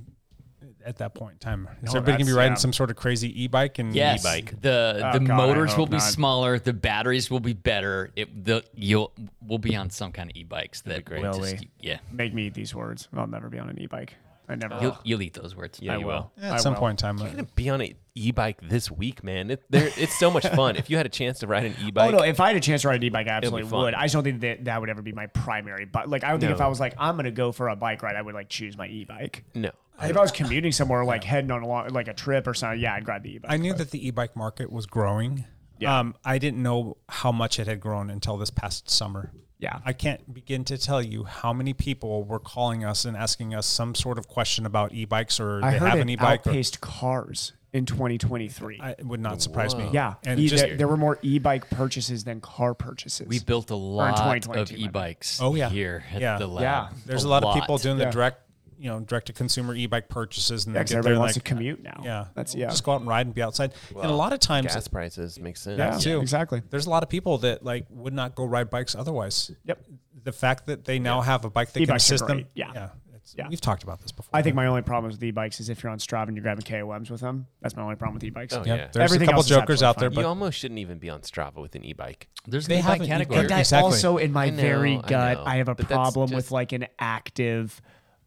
Speaker 1: at that point in time? Is
Speaker 11: No,
Speaker 1: everybody going to
Speaker 11: that's-
Speaker 1: be riding
Speaker 11: yeah.
Speaker 1: some sort of crazy e-bike and
Speaker 9: *laughs* Yes, the
Speaker 1: Oh,
Speaker 9: the motors will be smaller, the batteries will be better. It the you'll we'll be on some kind of e-bikes that great.
Speaker 11: Will
Speaker 9: just,
Speaker 11: we?
Speaker 9: yeah.
Speaker 11: Make me eat these words. I'll never be on an e-bike. I never.
Speaker 9: You'll,
Speaker 11: will.
Speaker 9: you'll eat those words.
Speaker 10: Yeah,
Speaker 11: I will.
Speaker 10: you will.
Speaker 1: Eh,
Speaker 11: Yeah, at I some will. point in time,
Speaker 10: You're
Speaker 11: uh,
Speaker 10: gonna be on an e-bike this week, man. It, there, it's so much fun. If you had a chance to ride an e-bike,
Speaker 11: *laughs* Oh no! If I had a chance to ride an e-bike, I
Speaker 10: It'll be
Speaker 11: absolutely
Speaker 10: fun.
Speaker 11: would. I just don't think that that would ever be my primary. But like, I don't think if
Speaker 10: No.
Speaker 11: I was like, I'm gonna go for a bike ride, I would like choose my e-bike.
Speaker 10: no.
Speaker 11: If I was commuting somewhere, like heading on a long, like a trip or something, yeah, I'd grab the e-bike.
Speaker 1: I knew that the e-bike market was growing. Um, I didn't know how much it had grown until this past summer.
Speaker 11: Yeah.
Speaker 1: I can't begin to tell you how many people were calling us and asking us some sort of question about e-bikes or
Speaker 11: I
Speaker 1: they
Speaker 11: heard
Speaker 1: have
Speaker 11: it
Speaker 1: an e-bike. or-
Speaker 11: outpaced cars in 2023.
Speaker 1: I- it would not surprise me.
Speaker 11: Yeah,
Speaker 1: And
Speaker 11: E-
Speaker 1: just-
Speaker 11: there, there were more e-bike purchases than car purchases.
Speaker 9: We built a
Speaker 11: Or in
Speaker 9: lot
Speaker 11: 2022,
Speaker 9: of
Speaker 11: I mean.
Speaker 9: e-bikes
Speaker 1: Oh yeah,
Speaker 9: here at
Speaker 1: yeah.
Speaker 9: the lab.
Speaker 1: Yeah, there's a, lot, of people doing
Speaker 11: Yeah.
Speaker 1: the direct, you know, direct to consumer e-bike purchases, and
Speaker 11: Yeah,
Speaker 1: they
Speaker 11: 'cause
Speaker 1: get
Speaker 11: everybody
Speaker 1: there,
Speaker 11: wants
Speaker 1: like,
Speaker 11: to commute now.
Speaker 1: Yeah,
Speaker 11: That's- yeah.
Speaker 1: Just go out and ride and be outside. and a
Speaker 10: Well,
Speaker 1: lot of times,
Speaker 10: gas prices make sense.
Speaker 1: yeah, too.
Speaker 11: exactly.
Speaker 1: There's a lot of people that like would not go ride bikes otherwise.
Speaker 11: Yep.
Speaker 1: The fact that they now have a bike that can
Speaker 11: E-bikes are
Speaker 1: assist them.
Speaker 11: great, yeah.
Speaker 1: it's- We've talked about this before.
Speaker 11: I think my only problem with e-bikes is if you're on Strava and you're grabbing KOMs with them. That's my only problem with e-bikes.
Speaker 10: Oh, yeah.
Speaker 1: There's a couple
Speaker 11: else is
Speaker 1: jokers out
Speaker 11: absolutely
Speaker 1: there,
Speaker 11: fine.
Speaker 1: but-
Speaker 10: you almost shouldn't even be on Strava with an e-bike.
Speaker 9: There's
Speaker 1: They
Speaker 9: an e-bike
Speaker 1: haven't-
Speaker 9: category.
Speaker 11: But I
Speaker 1: Exactly.
Speaker 11: also, in my
Speaker 10: I know,
Speaker 11: very
Speaker 10: I
Speaker 11: gut,
Speaker 10: know.
Speaker 11: I, have a
Speaker 10: But that's
Speaker 11: problem with
Speaker 10: just-
Speaker 11: like an active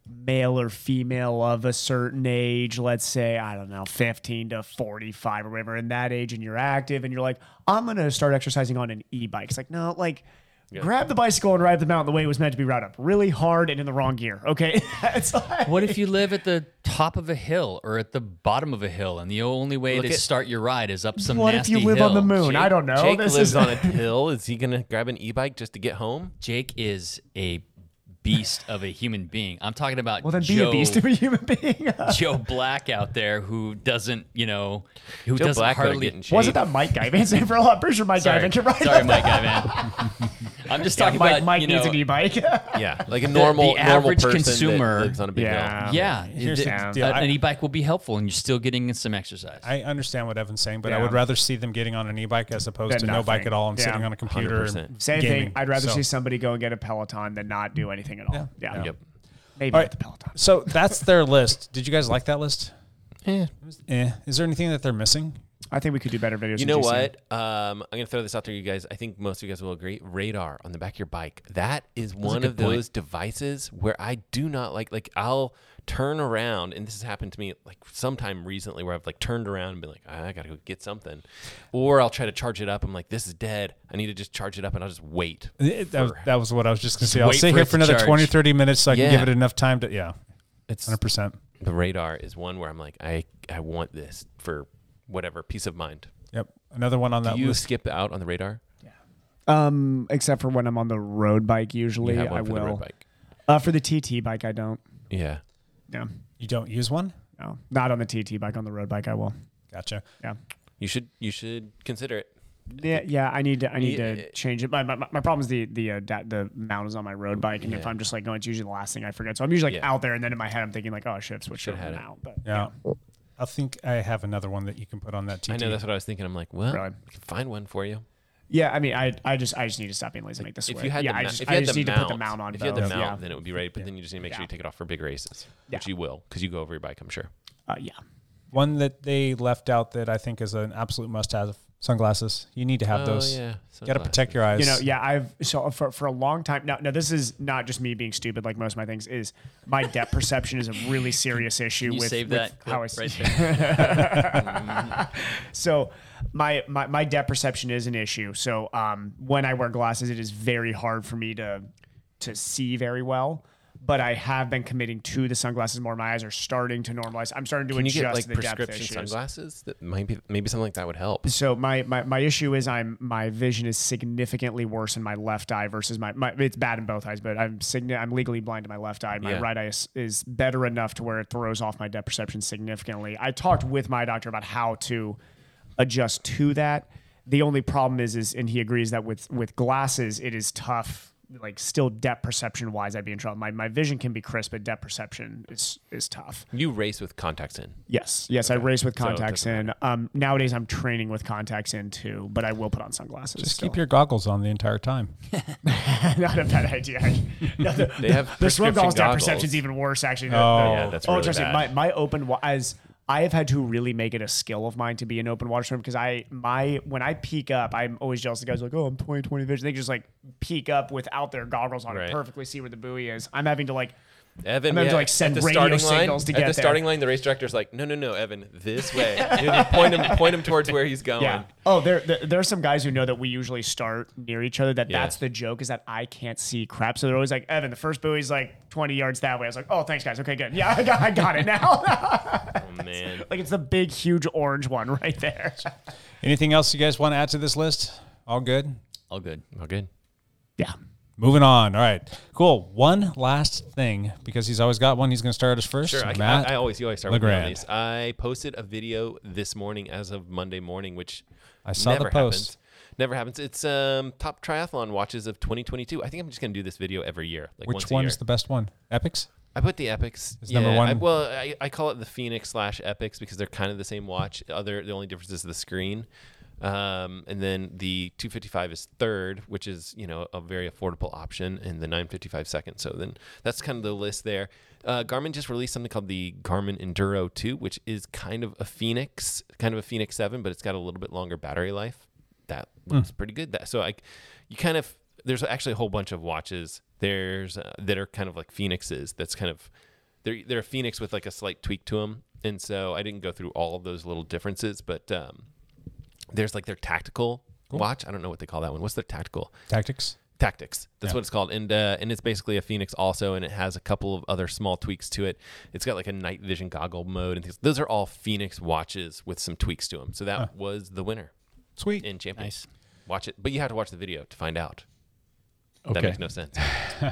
Speaker 11: male or female of a certain age, let's say, I don't know, 15 to 45 or whatever, in that age, and you're active and you're like, I'm going to start exercising on an e bike. It's like, no, like, Grab the bicycle and ride up the mountain the way it was meant to be ridden up, really hard and in the wrong gear. Okay, *laughs* it's like,
Speaker 9: What if you live at the top of a hill or at the bottom of a hill, and the only way
Speaker 10: Look
Speaker 9: to
Speaker 10: at-
Speaker 9: start your ride is up some
Speaker 11: What if
Speaker 9: nasty
Speaker 11: you live on the
Speaker 9: hill?
Speaker 11: moon? I don't know.
Speaker 10: Jake
Speaker 11: This
Speaker 10: lives
Speaker 11: is- *laughs*
Speaker 10: on a hill. Is he gonna grab an e-bike just to get home?
Speaker 9: Jake is a beast of a human being. I'm talking about
Speaker 11: well, then be
Speaker 9: Joe,
Speaker 11: a beast of a human being. *laughs*
Speaker 9: Joe Black out there who doesn't, you know, who
Speaker 10: Joe
Speaker 9: doesn't
Speaker 10: Black better
Speaker 9: hardly
Speaker 10: get in shape.
Speaker 11: *laughs* Wasn't that Mike Guyvan's name for a lot? I'm pretty sure Mike
Speaker 9: Sorry,
Speaker 11: Guyvan can ride
Speaker 9: sorry
Speaker 11: up
Speaker 9: Mike *laughs*
Speaker 11: that.
Speaker 9: Ivan. I'm just
Speaker 11: Yeah, *laughs*
Speaker 9: talking
Speaker 11: Mike-
Speaker 9: about
Speaker 11: Mike
Speaker 9: you
Speaker 11: needs
Speaker 9: know,
Speaker 11: an e-bike. *laughs*
Speaker 10: Yeah, like a
Speaker 9: the-
Speaker 10: normal-
Speaker 9: the
Speaker 10: normal
Speaker 9: average
Speaker 10: person that
Speaker 9: consumer
Speaker 10: lives on a big
Speaker 9: yeah.
Speaker 10: hill.
Speaker 9: Yeah,
Speaker 1: Here's
Speaker 9: the-
Speaker 1: the deal.
Speaker 9: a-
Speaker 1: I-
Speaker 9: an e-bike will be helpful, and you're still getting some exercise.
Speaker 1: I understand what Evan's saying, but I
Speaker 9: Yeah.
Speaker 1: would rather see them getting on an e-bike as opposed
Speaker 11: Than
Speaker 1: to no bike
Speaker 11: nothing.
Speaker 1: at all and
Speaker 11: Yeah.
Speaker 1: sitting on a computer. and
Speaker 11: Same
Speaker 1: gaming.
Speaker 11: thing. I'd rather
Speaker 1: So-
Speaker 11: see somebody go and get a Peloton than not do anything at all. Yeah.
Speaker 1: Yep.
Speaker 11: Maybe
Speaker 1: All
Speaker 11: not
Speaker 1: right,
Speaker 11: the Peloton.
Speaker 1: So that's their list. Did you guys like that list?
Speaker 10: Yeah.
Speaker 1: Eh. Is there anything that they're missing?
Speaker 11: I think we could do better videos.
Speaker 10: You know what? Um, I'm gonna throw this out there, you guys. I think most of you guys will agree. Radar on the back of your bike. That is
Speaker 9: That's a
Speaker 10: one
Speaker 9: good
Speaker 10: of
Speaker 9: point.
Speaker 10: those devices where I do not like. Like I'll turn around, and this has happened to me like sometime recently, where I've like turned around and been like, I gotta go get something, or I'll try to charge it up. I'm like, this is dead. I need to just charge it up, and I'll just wait.
Speaker 1: It- Eh, that, was,
Speaker 10: for-
Speaker 1: that was what I was just going to
Speaker 10: Just
Speaker 1: say. I'll
Speaker 10: wait
Speaker 1: sit
Speaker 10: for
Speaker 1: here
Speaker 10: it
Speaker 1: for
Speaker 10: to
Speaker 1: another
Speaker 10: charge.
Speaker 1: 20 or 30 minutes so I can
Speaker 10: Yeah.
Speaker 1: give it enough time to, yeah.
Speaker 10: It's
Speaker 1: 100%.
Speaker 10: The radar is one where I'm like, I I want this for whatever peace of mind.
Speaker 1: Yep. Another one on
Speaker 10: Do
Speaker 1: that
Speaker 10: you
Speaker 1: list.
Speaker 10: skip out on the radar?
Speaker 11: Um, except for when I'm on the road bike, usually
Speaker 10: You have one
Speaker 11: I
Speaker 10: for the
Speaker 11: will.
Speaker 10: road bike.
Speaker 11: Uh, for the TT bike, I don't.
Speaker 10: Yeah.
Speaker 11: No,
Speaker 1: You don't use one?
Speaker 11: no, not on the TT bike. On the road bike, I will.
Speaker 1: Gotcha.
Speaker 11: Yeah.
Speaker 10: You should you should consider it.
Speaker 11: Yeah, yeah. I need to. I need
Speaker 10: Yeah.
Speaker 11: to change it. My, my, my problem is the the uh, da- the mount is on my road bike, and if
Speaker 10: Yeah.
Speaker 11: I'm just like going, it's usually the last thing I forget. So I'm usually like
Speaker 10: Yeah.
Speaker 11: out there, and then in my head I'm thinking like, oh, I should have switched
Speaker 10: Should've
Speaker 11: over
Speaker 10: had
Speaker 11: to
Speaker 10: it.
Speaker 11: now. But
Speaker 1: Yeah. I think I have another one that you can put on that TT.
Speaker 10: I know that's what I was thinking. I'm like, well,
Speaker 11: Right.
Speaker 10: I can find one for you.
Speaker 11: yeah, I mean, I I just I just need to stop being lazy and make this
Speaker 10: If
Speaker 11: switch.
Speaker 10: you had
Speaker 11: yeah,
Speaker 10: the,
Speaker 11: I
Speaker 10: mou-
Speaker 11: just,
Speaker 10: if you
Speaker 11: I
Speaker 10: had
Speaker 11: just
Speaker 10: the
Speaker 11: need
Speaker 10: mount,
Speaker 11: to put the mount on
Speaker 10: if
Speaker 11: both.
Speaker 10: you had the
Speaker 11: yeah.
Speaker 10: mount, then it would be right. But then you just need to make sure
Speaker 11: Yeah.
Speaker 10: you take it off for big races,
Speaker 11: Yeah.
Speaker 10: which you will because you go over your bike. I'm sure.
Speaker 11: Uh, yeah.
Speaker 1: One that they left out that I think is an absolute must-have: sunglasses. You need to have
Speaker 10: Oh,
Speaker 1: those.
Speaker 10: yeah,
Speaker 1: got to protect your eyes.
Speaker 11: You know, yeah, I've so for for a long time now. Now this is not just me being stupid, like most of my things. Is my depth perception is a really serious issue
Speaker 9: you
Speaker 11: with,
Speaker 9: save
Speaker 11: with
Speaker 9: that
Speaker 11: how I
Speaker 9: clip
Speaker 11: s-
Speaker 9: right there?
Speaker 11: so my, my my depth perception is an issue. So um, when I wear glasses, it is very hard for me to to see very well. But I have been committing to the sunglasses more. My eyes are starting to normalize. I'm starting to
Speaker 10: Can you
Speaker 11: adjust
Speaker 10: get like
Speaker 11: to the depth
Speaker 10: prescription
Speaker 11: issues.
Speaker 10: sunglasses? That might be maybe something like that would help.
Speaker 11: So my, my my issue is I'm my vision is significantly worse in my left eye versus my, my it's bad in both eyes, but I'm signi- I'm legally blind in my left eye. My
Speaker 10: Yeah.
Speaker 11: right eye is, is better enough to where it throws off my depth perception significantly. I talked with my doctor about how to adjust to that. The only problem is is and he agrees that with with glasses it is tough. Like still depth perception wise, I'd be in trouble. My my vision can be crisp, but depth perception is is tough.
Speaker 10: You race with contacts
Speaker 11: *laughs*
Speaker 10: in.
Speaker 11: Yes, yes, I
Speaker 10: Okay.
Speaker 11: race with
Speaker 10: So it
Speaker 11: contacts
Speaker 10: doesn't
Speaker 11: in. Um, nowadays, I'm training with contacts in too, but I will put on sunglasses.
Speaker 1: just
Speaker 11: still.
Speaker 1: keep your goggles on the entire time.
Speaker 11: *laughs*
Speaker 1: *laughs*
Speaker 11: not a bad *laughs* idea. No, the,
Speaker 10: They have
Speaker 11: the swim
Speaker 10: prescription
Speaker 11: goggles. Depth
Speaker 10: goggles.
Speaker 11: perception's even worse, actually. The-
Speaker 1: Oh.
Speaker 11: the-
Speaker 1: Yeah,
Speaker 10: that's
Speaker 11: oh,
Speaker 10: really
Speaker 11: trust me,
Speaker 10: bad.
Speaker 11: my my open wa- as I have had to really make it a skill of mine to be an open water swimmer because I my when I peek up, I'm always jealous. of guys like, oh, I'm 20 20 vision. They can just like peek up without their goggles on
Speaker 10: Right.
Speaker 11: and perfectly see where the buoy is. I'm having to like.
Speaker 10: Evan,
Speaker 11: I'm having
Speaker 10: yeah,
Speaker 11: to like send
Speaker 10: at the
Speaker 11: radio
Speaker 10: starting
Speaker 11: signals
Speaker 10: line,
Speaker 11: to
Speaker 10: at
Speaker 11: get
Speaker 10: the
Speaker 11: there.
Speaker 10: starting line. The race director's like, no, no, no, Evan, this
Speaker 11: *laughs*
Speaker 10: way. You know, point him, point him towards where he's going.
Speaker 11: Yeah. Oh, there, there there are some guys who know that we usually start near each other. That
Speaker 10: Yeah.
Speaker 11: that's the joke is that I can't see crap. So they're always like, Evan, the first buoy's like 20 yards that way. I was like, oh, thanks guys. Okay, good. Yeah, *laughs* I got, I got it now. *laughs*
Speaker 10: Oh man,
Speaker 11: like it's the big, huge orange one *laughs* right there.
Speaker 1: Anything else you guys want to add to this list? All good.
Speaker 9: All good.
Speaker 10: all good.
Speaker 11: yeah.
Speaker 1: Moving on. All right. Cool. One last thing because he's always got one. He's going to start us first.
Speaker 10: Sure, I,
Speaker 1: Matt
Speaker 10: I, I always you always start
Speaker 1: LeGrand.
Speaker 10: with me on these. I posted a video this morning as of Monday morning, which
Speaker 1: I saw the
Speaker 10: never
Speaker 1: post.
Speaker 10: Happens. Never happens. It's um, top triathlon watches of 2022. I think I'm just gonna do this video every year. Like
Speaker 1: Which
Speaker 10: once
Speaker 1: one
Speaker 10: a year.
Speaker 1: is the best one? Epics.
Speaker 10: I put the Epics.
Speaker 1: Is number one-
Speaker 10: I, well, I, I call it the Phoenix slash Epics because they're kind of the same watch. Other the only difference is the screen. Um, and then the 255 is third, which is you know a very affordable option, and the 955 second. So then that's kind of the list there. Uh, Garmin just released something called the Garmin Enduro 2, which is kind of a Phoenix, kind of a Phoenix 7, but it's got a little bit longer battery life. That looks pretty good. That so I, you kind of there's actually a whole bunch of watches there's uh, that are kind of like phoenixes. That's kind of they're they're a phoenix with like a slight tweak to them. And so I didn't go through all of those little differences, but um, there's like their tactical watch. I don't know what they call that one. What's their tactical?
Speaker 1: Tactics.
Speaker 10: Tactics. That's
Speaker 1: Yeah.
Speaker 10: what it's called, and uh, and it's basically a Phoenix also, and it has a couple of other small tweaks to it. It's got like a night vision goggle mode and things. Those are all Phoenix watches with some tweaks to them. So that was the winner
Speaker 1: Sweet.
Speaker 10: in champion.
Speaker 9: Nice.
Speaker 10: Watch it, but you have to watch the video to find out. That
Speaker 1: Okay.
Speaker 10: makes no sense.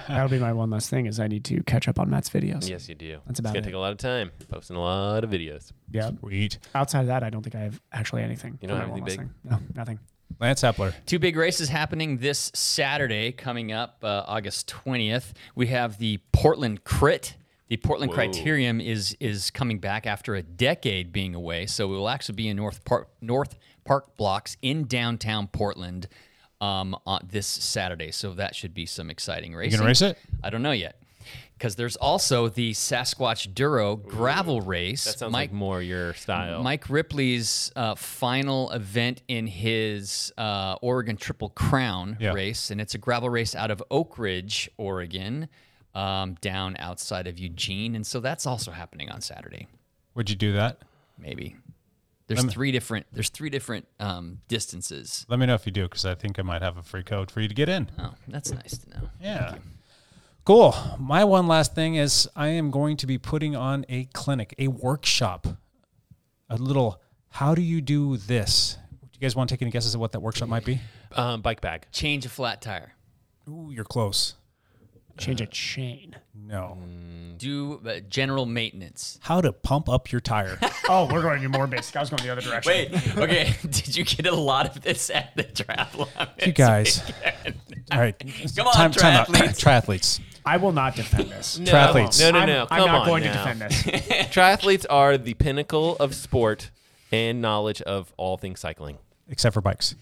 Speaker 11: That'll be my one last thing is I need to catch up on Matt's videos.
Speaker 10: yes, you do.
Speaker 11: That's
Speaker 10: it's
Speaker 11: about
Speaker 10: gonna
Speaker 11: it.
Speaker 10: take a lot of time posting a lot of videos.
Speaker 11: Yeah.
Speaker 1: Sweet.
Speaker 11: Outside of that, I don't think I have actually anything. for
Speaker 10: You don't
Speaker 11: my
Speaker 10: have
Speaker 11: one
Speaker 10: anything
Speaker 11: last thing. No, nothing.
Speaker 1: Lance Hepler.
Speaker 9: Two big races happening this Saturday coming up uh, August 20th. We have the Portland Crit. The Portland
Speaker 10: Whoa.
Speaker 9: Criterium is is coming back after a decade being away, so we will actually be in North Park North Park blocks in downtown Portland um, on this Saturday. So that should be some exciting racing.
Speaker 1: race it?
Speaker 9: I don't know yet. Because there's also the Sasquatch Duro gravel race.
Speaker 10: That sounds like more your style.
Speaker 9: Mike Ripley's uh, final event in his uh, Oregon Triple Crown
Speaker 10: Yeah.
Speaker 9: race, and it's a gravel race out of Oak Ridge, Oregon, um, down outside of Eugene, and so that's also happening on Saturday.
Speaker 1: Would you do that?
Speaker 9: Maybe. There's
Speaker 1: Let me-
Speaker 9: three different. There's three different um, distances.
Speaker 1: Let me know if you do, because I think I might have a free code for you to get in.
Speaker 9: Oh, that's nice to know.
Speaker 1: Yeah. Cool. My one last thing is I am going to be putting on a clinic, a workshop, a little how do you do this? Do you guys want to take any guesses at what that workshop might be?
Speaker 10: Um, bike bag.
Speaker 9: Change a flat tire.
Speaker 1: Ooh, you're close.
Speaker 11: Change a chain.
Speaker 1: No.
Speaker 9: Mm. Do uh, general maintenance.
Speaker 1: How to pump up your
Speaker 9: *laughs*
Speaker 1: tire.
Speaker 11: Oh, we're going to more basic. I was going the other direction.
Speaker 9: Wait. Okay. *laughs* Did you get a lot of this at the triathlon?
Speaker 1: you guys. All right.
Speaker 9: *laughs* Come on,
Speaker 1: out. triathletes.
Speaker 11: I will not defend this.
Speaker 10: No,
Speaker 1: Triathletes.
Speaker 10: No, no, no.
Speaker 11: I'm- I'm
Speaker 10: Come
Speaker 11: not
Speaker 10: on
Speaker 11: going to
Speaker 10: now.
Speaker 11: defend this.
Speaker 10: *laughs* Triathletes are the pinnacle of sport and knowledge of all things cycling.
Speaker 1: Except for
Speaker 9: *laughs*
Speaker 1: bikes.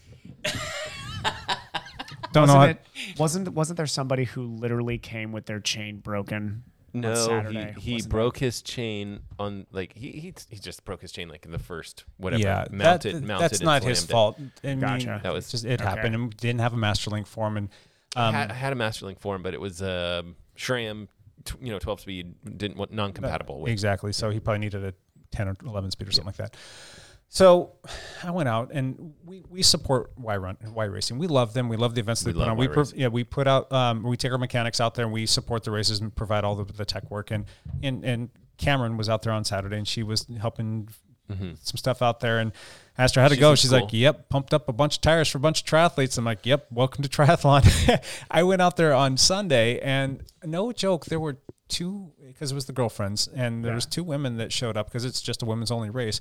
Speaker 1: Don't know.
Speaker 11: wasn't,
Speaker 1: how-
Speaker 11: it, wasn't wasn't there somebody who literally came with their chain broken? on
Speaker 10: No,
Speaker 11: Saturday?
Speaker 10: he, he
Speaker 11: Wasn't
Speaker 10: broke his chain on like he, he he just broke his chain like in the first whatever.
Speaker 1: Yeah,
Speaker 10: mounted,
Speaker 1: that,
Speaker 10: mounted.
Speaker 1: that's
Speaker 10: and
Speaker 1: not his
Speaker 10: slammed it.
Speaker 1: fault. I mean,
Speaker 10: Gotcha. That was
Speaker 1: just it
Speaker 10: okay.
Speaker 1: happened. And we didn't have a Masterlink form, and
Speaker 10: I
Speaker 1: um,
Speaker 10: had, I had a Masterlink for him, but it was uh, Shram, t- you know, twelve speed, didn't want non compatible with.
Speaker 1: Exactly. So he probably needed a 10 or 11 speed or something like that. So I went out and we, we support Y Run Y Racing. We love them. We love the events they
Speaker 10: We
Speaker 1: put
Speaker 10: love
Speaker 1: on. We
Speaker 10: Y
Speaker 1: pro- yeah we put out um, we take our mechanics out there and we support the races and provide all the, the tech work and and and Cameron was out there on Saturday and she was helping
Speaker 10: Mm-hmm.
Speaker 1: some stuff out there and asked her how to
Speaker 10: She
Speaker 1: go.
Speaker 10: seems
Speaker 1: She's
Speaker 10: cool.
Speaker 1: like, "Yep, pumped up a bunch of tires for a bunch of triathletes." I'm like, "Yep, welcome to *laughs* triathlon." I went out there on Sunday, and no joke, there were two because it was the girlfriends, and there was two women that showed up because it's just a women's only race.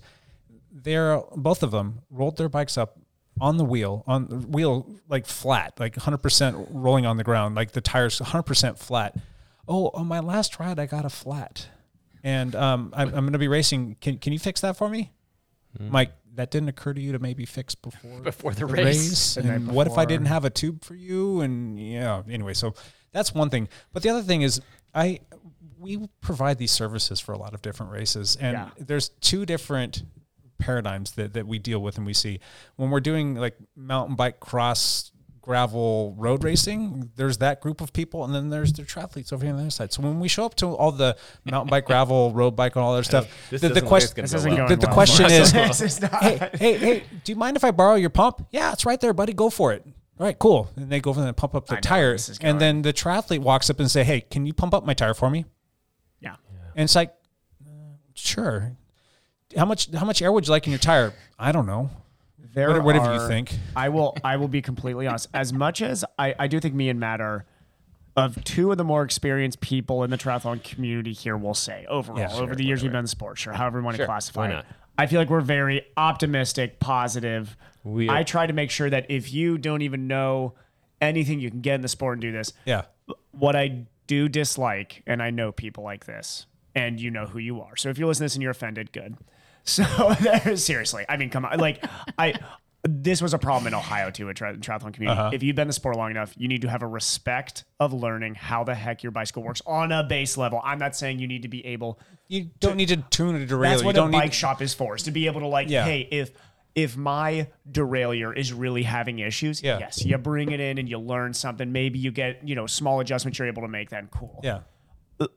Speaker 1: They're both of them rolled their bikes up on the wheel, on the wheel like flat, like 100% rolling on the ground, like the tires 100% flat. Oh, on my last ride, I got a flat, and um, I'm, I'm going to be racing. Can Can you fix that for me? Mike, that didn't occur to you to maybe fix before
Speaker 9: Hmm. *laughs* Before the race. The night
Speaker 1: And what if I
Speaker 9: before.
Speaker 1: didn't have a tube for you? And yeah, anyway, so that's one thing. But the other thing is, I we provide these services for a lot of different races, and
Speaker 11: Yeah.
Speaker 1: there's two different paradigms that, that we deal with and we see when we're doing like mountain bike cross gravel road racing there's that group of people and then there's the triathletes over here on the other side so when we show up to all the mountain
Speaker 10: *laughs*
Speaker 1: bike gravel road bike and all that stuff
Speaker 10: This
Speaker 1: the, the
Speaker 10: doesn't look
Speaker 1: question
Speaker 10: like it's gonna This go isn't well.
Speaker 1: the,
Speaker 10: going
Speaker 1: the
Speaker 11: *laughs*
Speaker 10: well.
Speaker 1: question
Speaker 10: *laughs*
Speaker 1: is
Speaker 10: This is not-
Speaker 1: hey *laughs* hey hey do you mind if i borrow your pump yeah it's right there buddy go for it all right cool and they go over there and pump up the tire and then the triathlete walks up and say hey can you pump up my tire for me
Speaker 11: Yeah.
Speaker 1: and it's like "Uh, sure how much how much air would you like in your tire i don't know
Speaker 11: There
Speaker 1: What- whatever you
Speaker 11: are-
Speaker 1: think
Speaker 11: I will. I will be completely honest. As much as I, I do think me and Matt are of two of the more experienced people in the triathlon community here. We'll say overall
Speaker 1: Yeah, sure,
Speaker 11: over the years we've been in sports, or however you want
Speaker 10: Sure,
Speaker 11: to classify
Speaker 10: why
Speaker 11: it.
Speaker 10: not?
Speaker 11: I feel like we're very optimistic, positive.
Speaker 10: We are-
Speaker 11: I try to make sure that if you don't even know anything, you can get in the sport and do this.
Speaker 1: yeah
Speaker 11: what I do dislike, and I know people like this, and you know who you are. So if you listen to this and you're offended, good. *laughs* So there- seriously, I mean, come on, like I. This was a problem in Ohio too, in tri- triathlon community.
Speaker 1: Uh-huh.
Speaker 11: If you've been in the sport long enough, you need to have a respect of learning how the heck your bicycle works on a base level. I'm not saying you need to be able.
Speaker 1: You don't need to tune a derailleur.
Speaker 11: That's
Speaker 1: You
Speaker 11: what
Speaker 1: don't
Speaker 11: a
Speaker 1: need-
Speaker 11: bike shop is for, is to be able to like,
Speaker 1: Yeah.
Speaker 11: hey, if if my derailleur is really having issues,
Speaker 1: Yeah.
Speaker 11: yes, you bring it in and you learn something. Maybe you get you know small adjustments you're able to make. Then cool
Speaker 1: yeah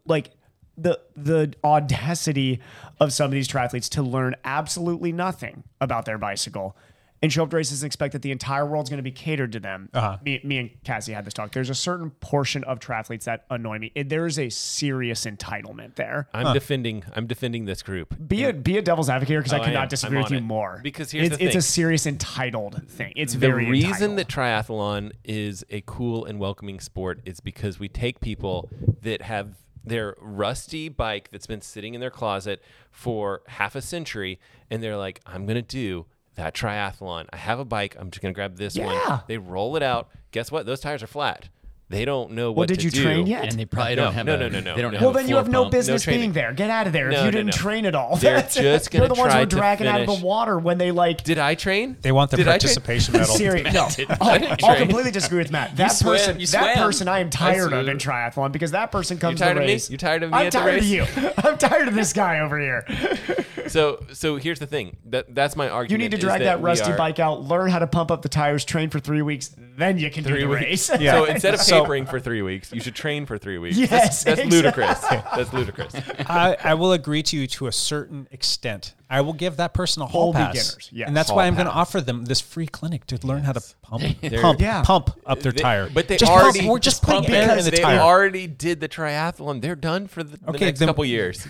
Speaker 11: like the the audacity of some of these triathletes to learn absolutely nothing about their bicycle and show up to races and expect that the entire world's going to be catered to them.
Speaker 1: Uh-huh.
Speaker 11: Me, me and Cassie had this talk. There's a certain portion of triathletes that annoy me. It- there is a serious entitlement there.
Speaker 10: I'm defending. I'm defending this group.
Speaker 11: Be a be a devil's advocate here because
Speaker 10: Oh,
Speaker 11: I
Speaker 10: I
Speaker 11: cannot
Speaker 10: am.
Speaker 11: disagree
Speaker 10: I'm
Speaker 11: with
Speaker 10: on
Speaker 11: you
Speaker 10: it.
Speaker 11: more.
Speaker 10: Because here's
Speaker 11: it's,
Speaker 10: the
Speaker 11: it's a
Speaker 10: thing.
Speaker 11: serious entitled thing. It's
Speaker 10: the
Speaker 11: very
Speaker 10: reason
Speaker 11: entitled.
Speaker 10: that triathlon is a cool and welcoming sport is because we take people that have their rusty bike that's been sitting in their closet for half a century and they're like i'm going to do that triathlon. I have a bike. I'm just gonna grab this
Speaker 11: Yeah.
Speaker 10: one. They roll it out. Guess what? Those tires are flat. They don't know what.
Speaker 11: Well, did
Speaker 10: to
Speaker 11: you
Speaker 10: do.
Speaker 11: train yet? And they
Speaker 9: probably
Speaker 10: no,
Speaker 9: don't have
Speaker 10: No,
Speaker 9: a-
Speaker 10: no, no, no.
Speaker 9: they don't
Speaker 10: no.
Speaker 9: have
Speaker 11: well, then you have no business
Speaker 10: training.
Speaker 11: being there. Get out of there
Speaker 10: No,
Speaker 11: if you
Speaker 10: no,
Speaker 11: didn't
Speaker 10: no.
Speaker 11: train at all.
Speaker 10: They're
Speaker 11: That's it.
Speaker 10: just
Speaker 11: You're
Speaker 10: gonna
Speaker 11: the ones who
Speaker 10: try
Speaker 11: are
Speaker 10: to
Speaker 11: dragging out of the
Speaker 10: finish.
Speaker 11: water when they like.
Speaker 10: Did I train?
Speaker 1: They want the
Speaker 10: Did I train?
Speaker 1: participation medal. *laughs*
Speaker 11: *laughs* Seri- no,
Speaker 10: I
Speaker 11: I'll,
Speaker 10: didn't
Speaker 11: I'll
Speaker 10: train.
Speaker 11: completely disagree with Matt.
Speaker 10: You
Speaker 11: That
Speaker 10: swam,
Speaker 11: person,
Speaker 10: you
Speaker 11: that
Speaker 10: swam.
Speaker 11: person, I am
Speaker 10: I
Speaker 11: tired of
Speaker 10: swam.
Speaker 11: in triathlon because that person comes.
Speaker 10: tired
Speaker 11: to
Speaker 10: of me?
Speaker 11: race.
Speaker 10: You tired of me
Speaker 11: I'm
Speaker 10: at the
Speaker 11: tired of
Speaker 10: race?
Speaker 11: you. I'm tired of this guy over here.
Speaker 10: *laughs* So, so here's the thing. That that's my argument.
Speaker 11: You need to
Speaker 10: is
Speaker 11: drag that,
Speaker 10: we
Speaker 11: rusty
Speaker 10: are-
Speaker 11: bike out, learn how to pump up the tires, train for three weeks, then you can do the
Speaker 10: weeks.
Speaker 11: race.
Speaker 10: So instead of
Speaker 1: So-
Speaker 10: tapering for three weeks, you should train for three weeks.
Speaker 11: Yes,
Speaker 10: that's, that's
Speaker 11: exactly.
Speaker 10: ludicrous. That's ludicrous.
Speaker 1: I, I will agree to you to a certain extent. I will give that person a hall
Speaker 11: All
Speaker 1: pass,
Speaker 11: beginners, yes.
Speaker 1: and that's
Speaker 11: Hall
Speaker 1: why I'm going to offer them this free clinic to learn how to pump,
Speaker 10: *laughs* They're-
Speaker 1: pump,
Speaker 10: Yeah.
Speaker 1: pump up their
Speaker 10: They-
Speaker 1: tire.
Speaker 10: But they
Speaker 1: just
Speaker 10: already
Speaker 1: pump, we're just putting
Speaker 10: pump
Speaker 1: air in
Speaker 10: because
Speaker 1: the
Speaker 10: they
Speaker 1: tire.
Speaker 10: already did the triathlon. They're done for the, the
Speaker 1: Okay,
Speaker 10: next
Speaker 1: then-
Speaker 10: couple
Speaker 1: *laughs*
Speaker 10: years.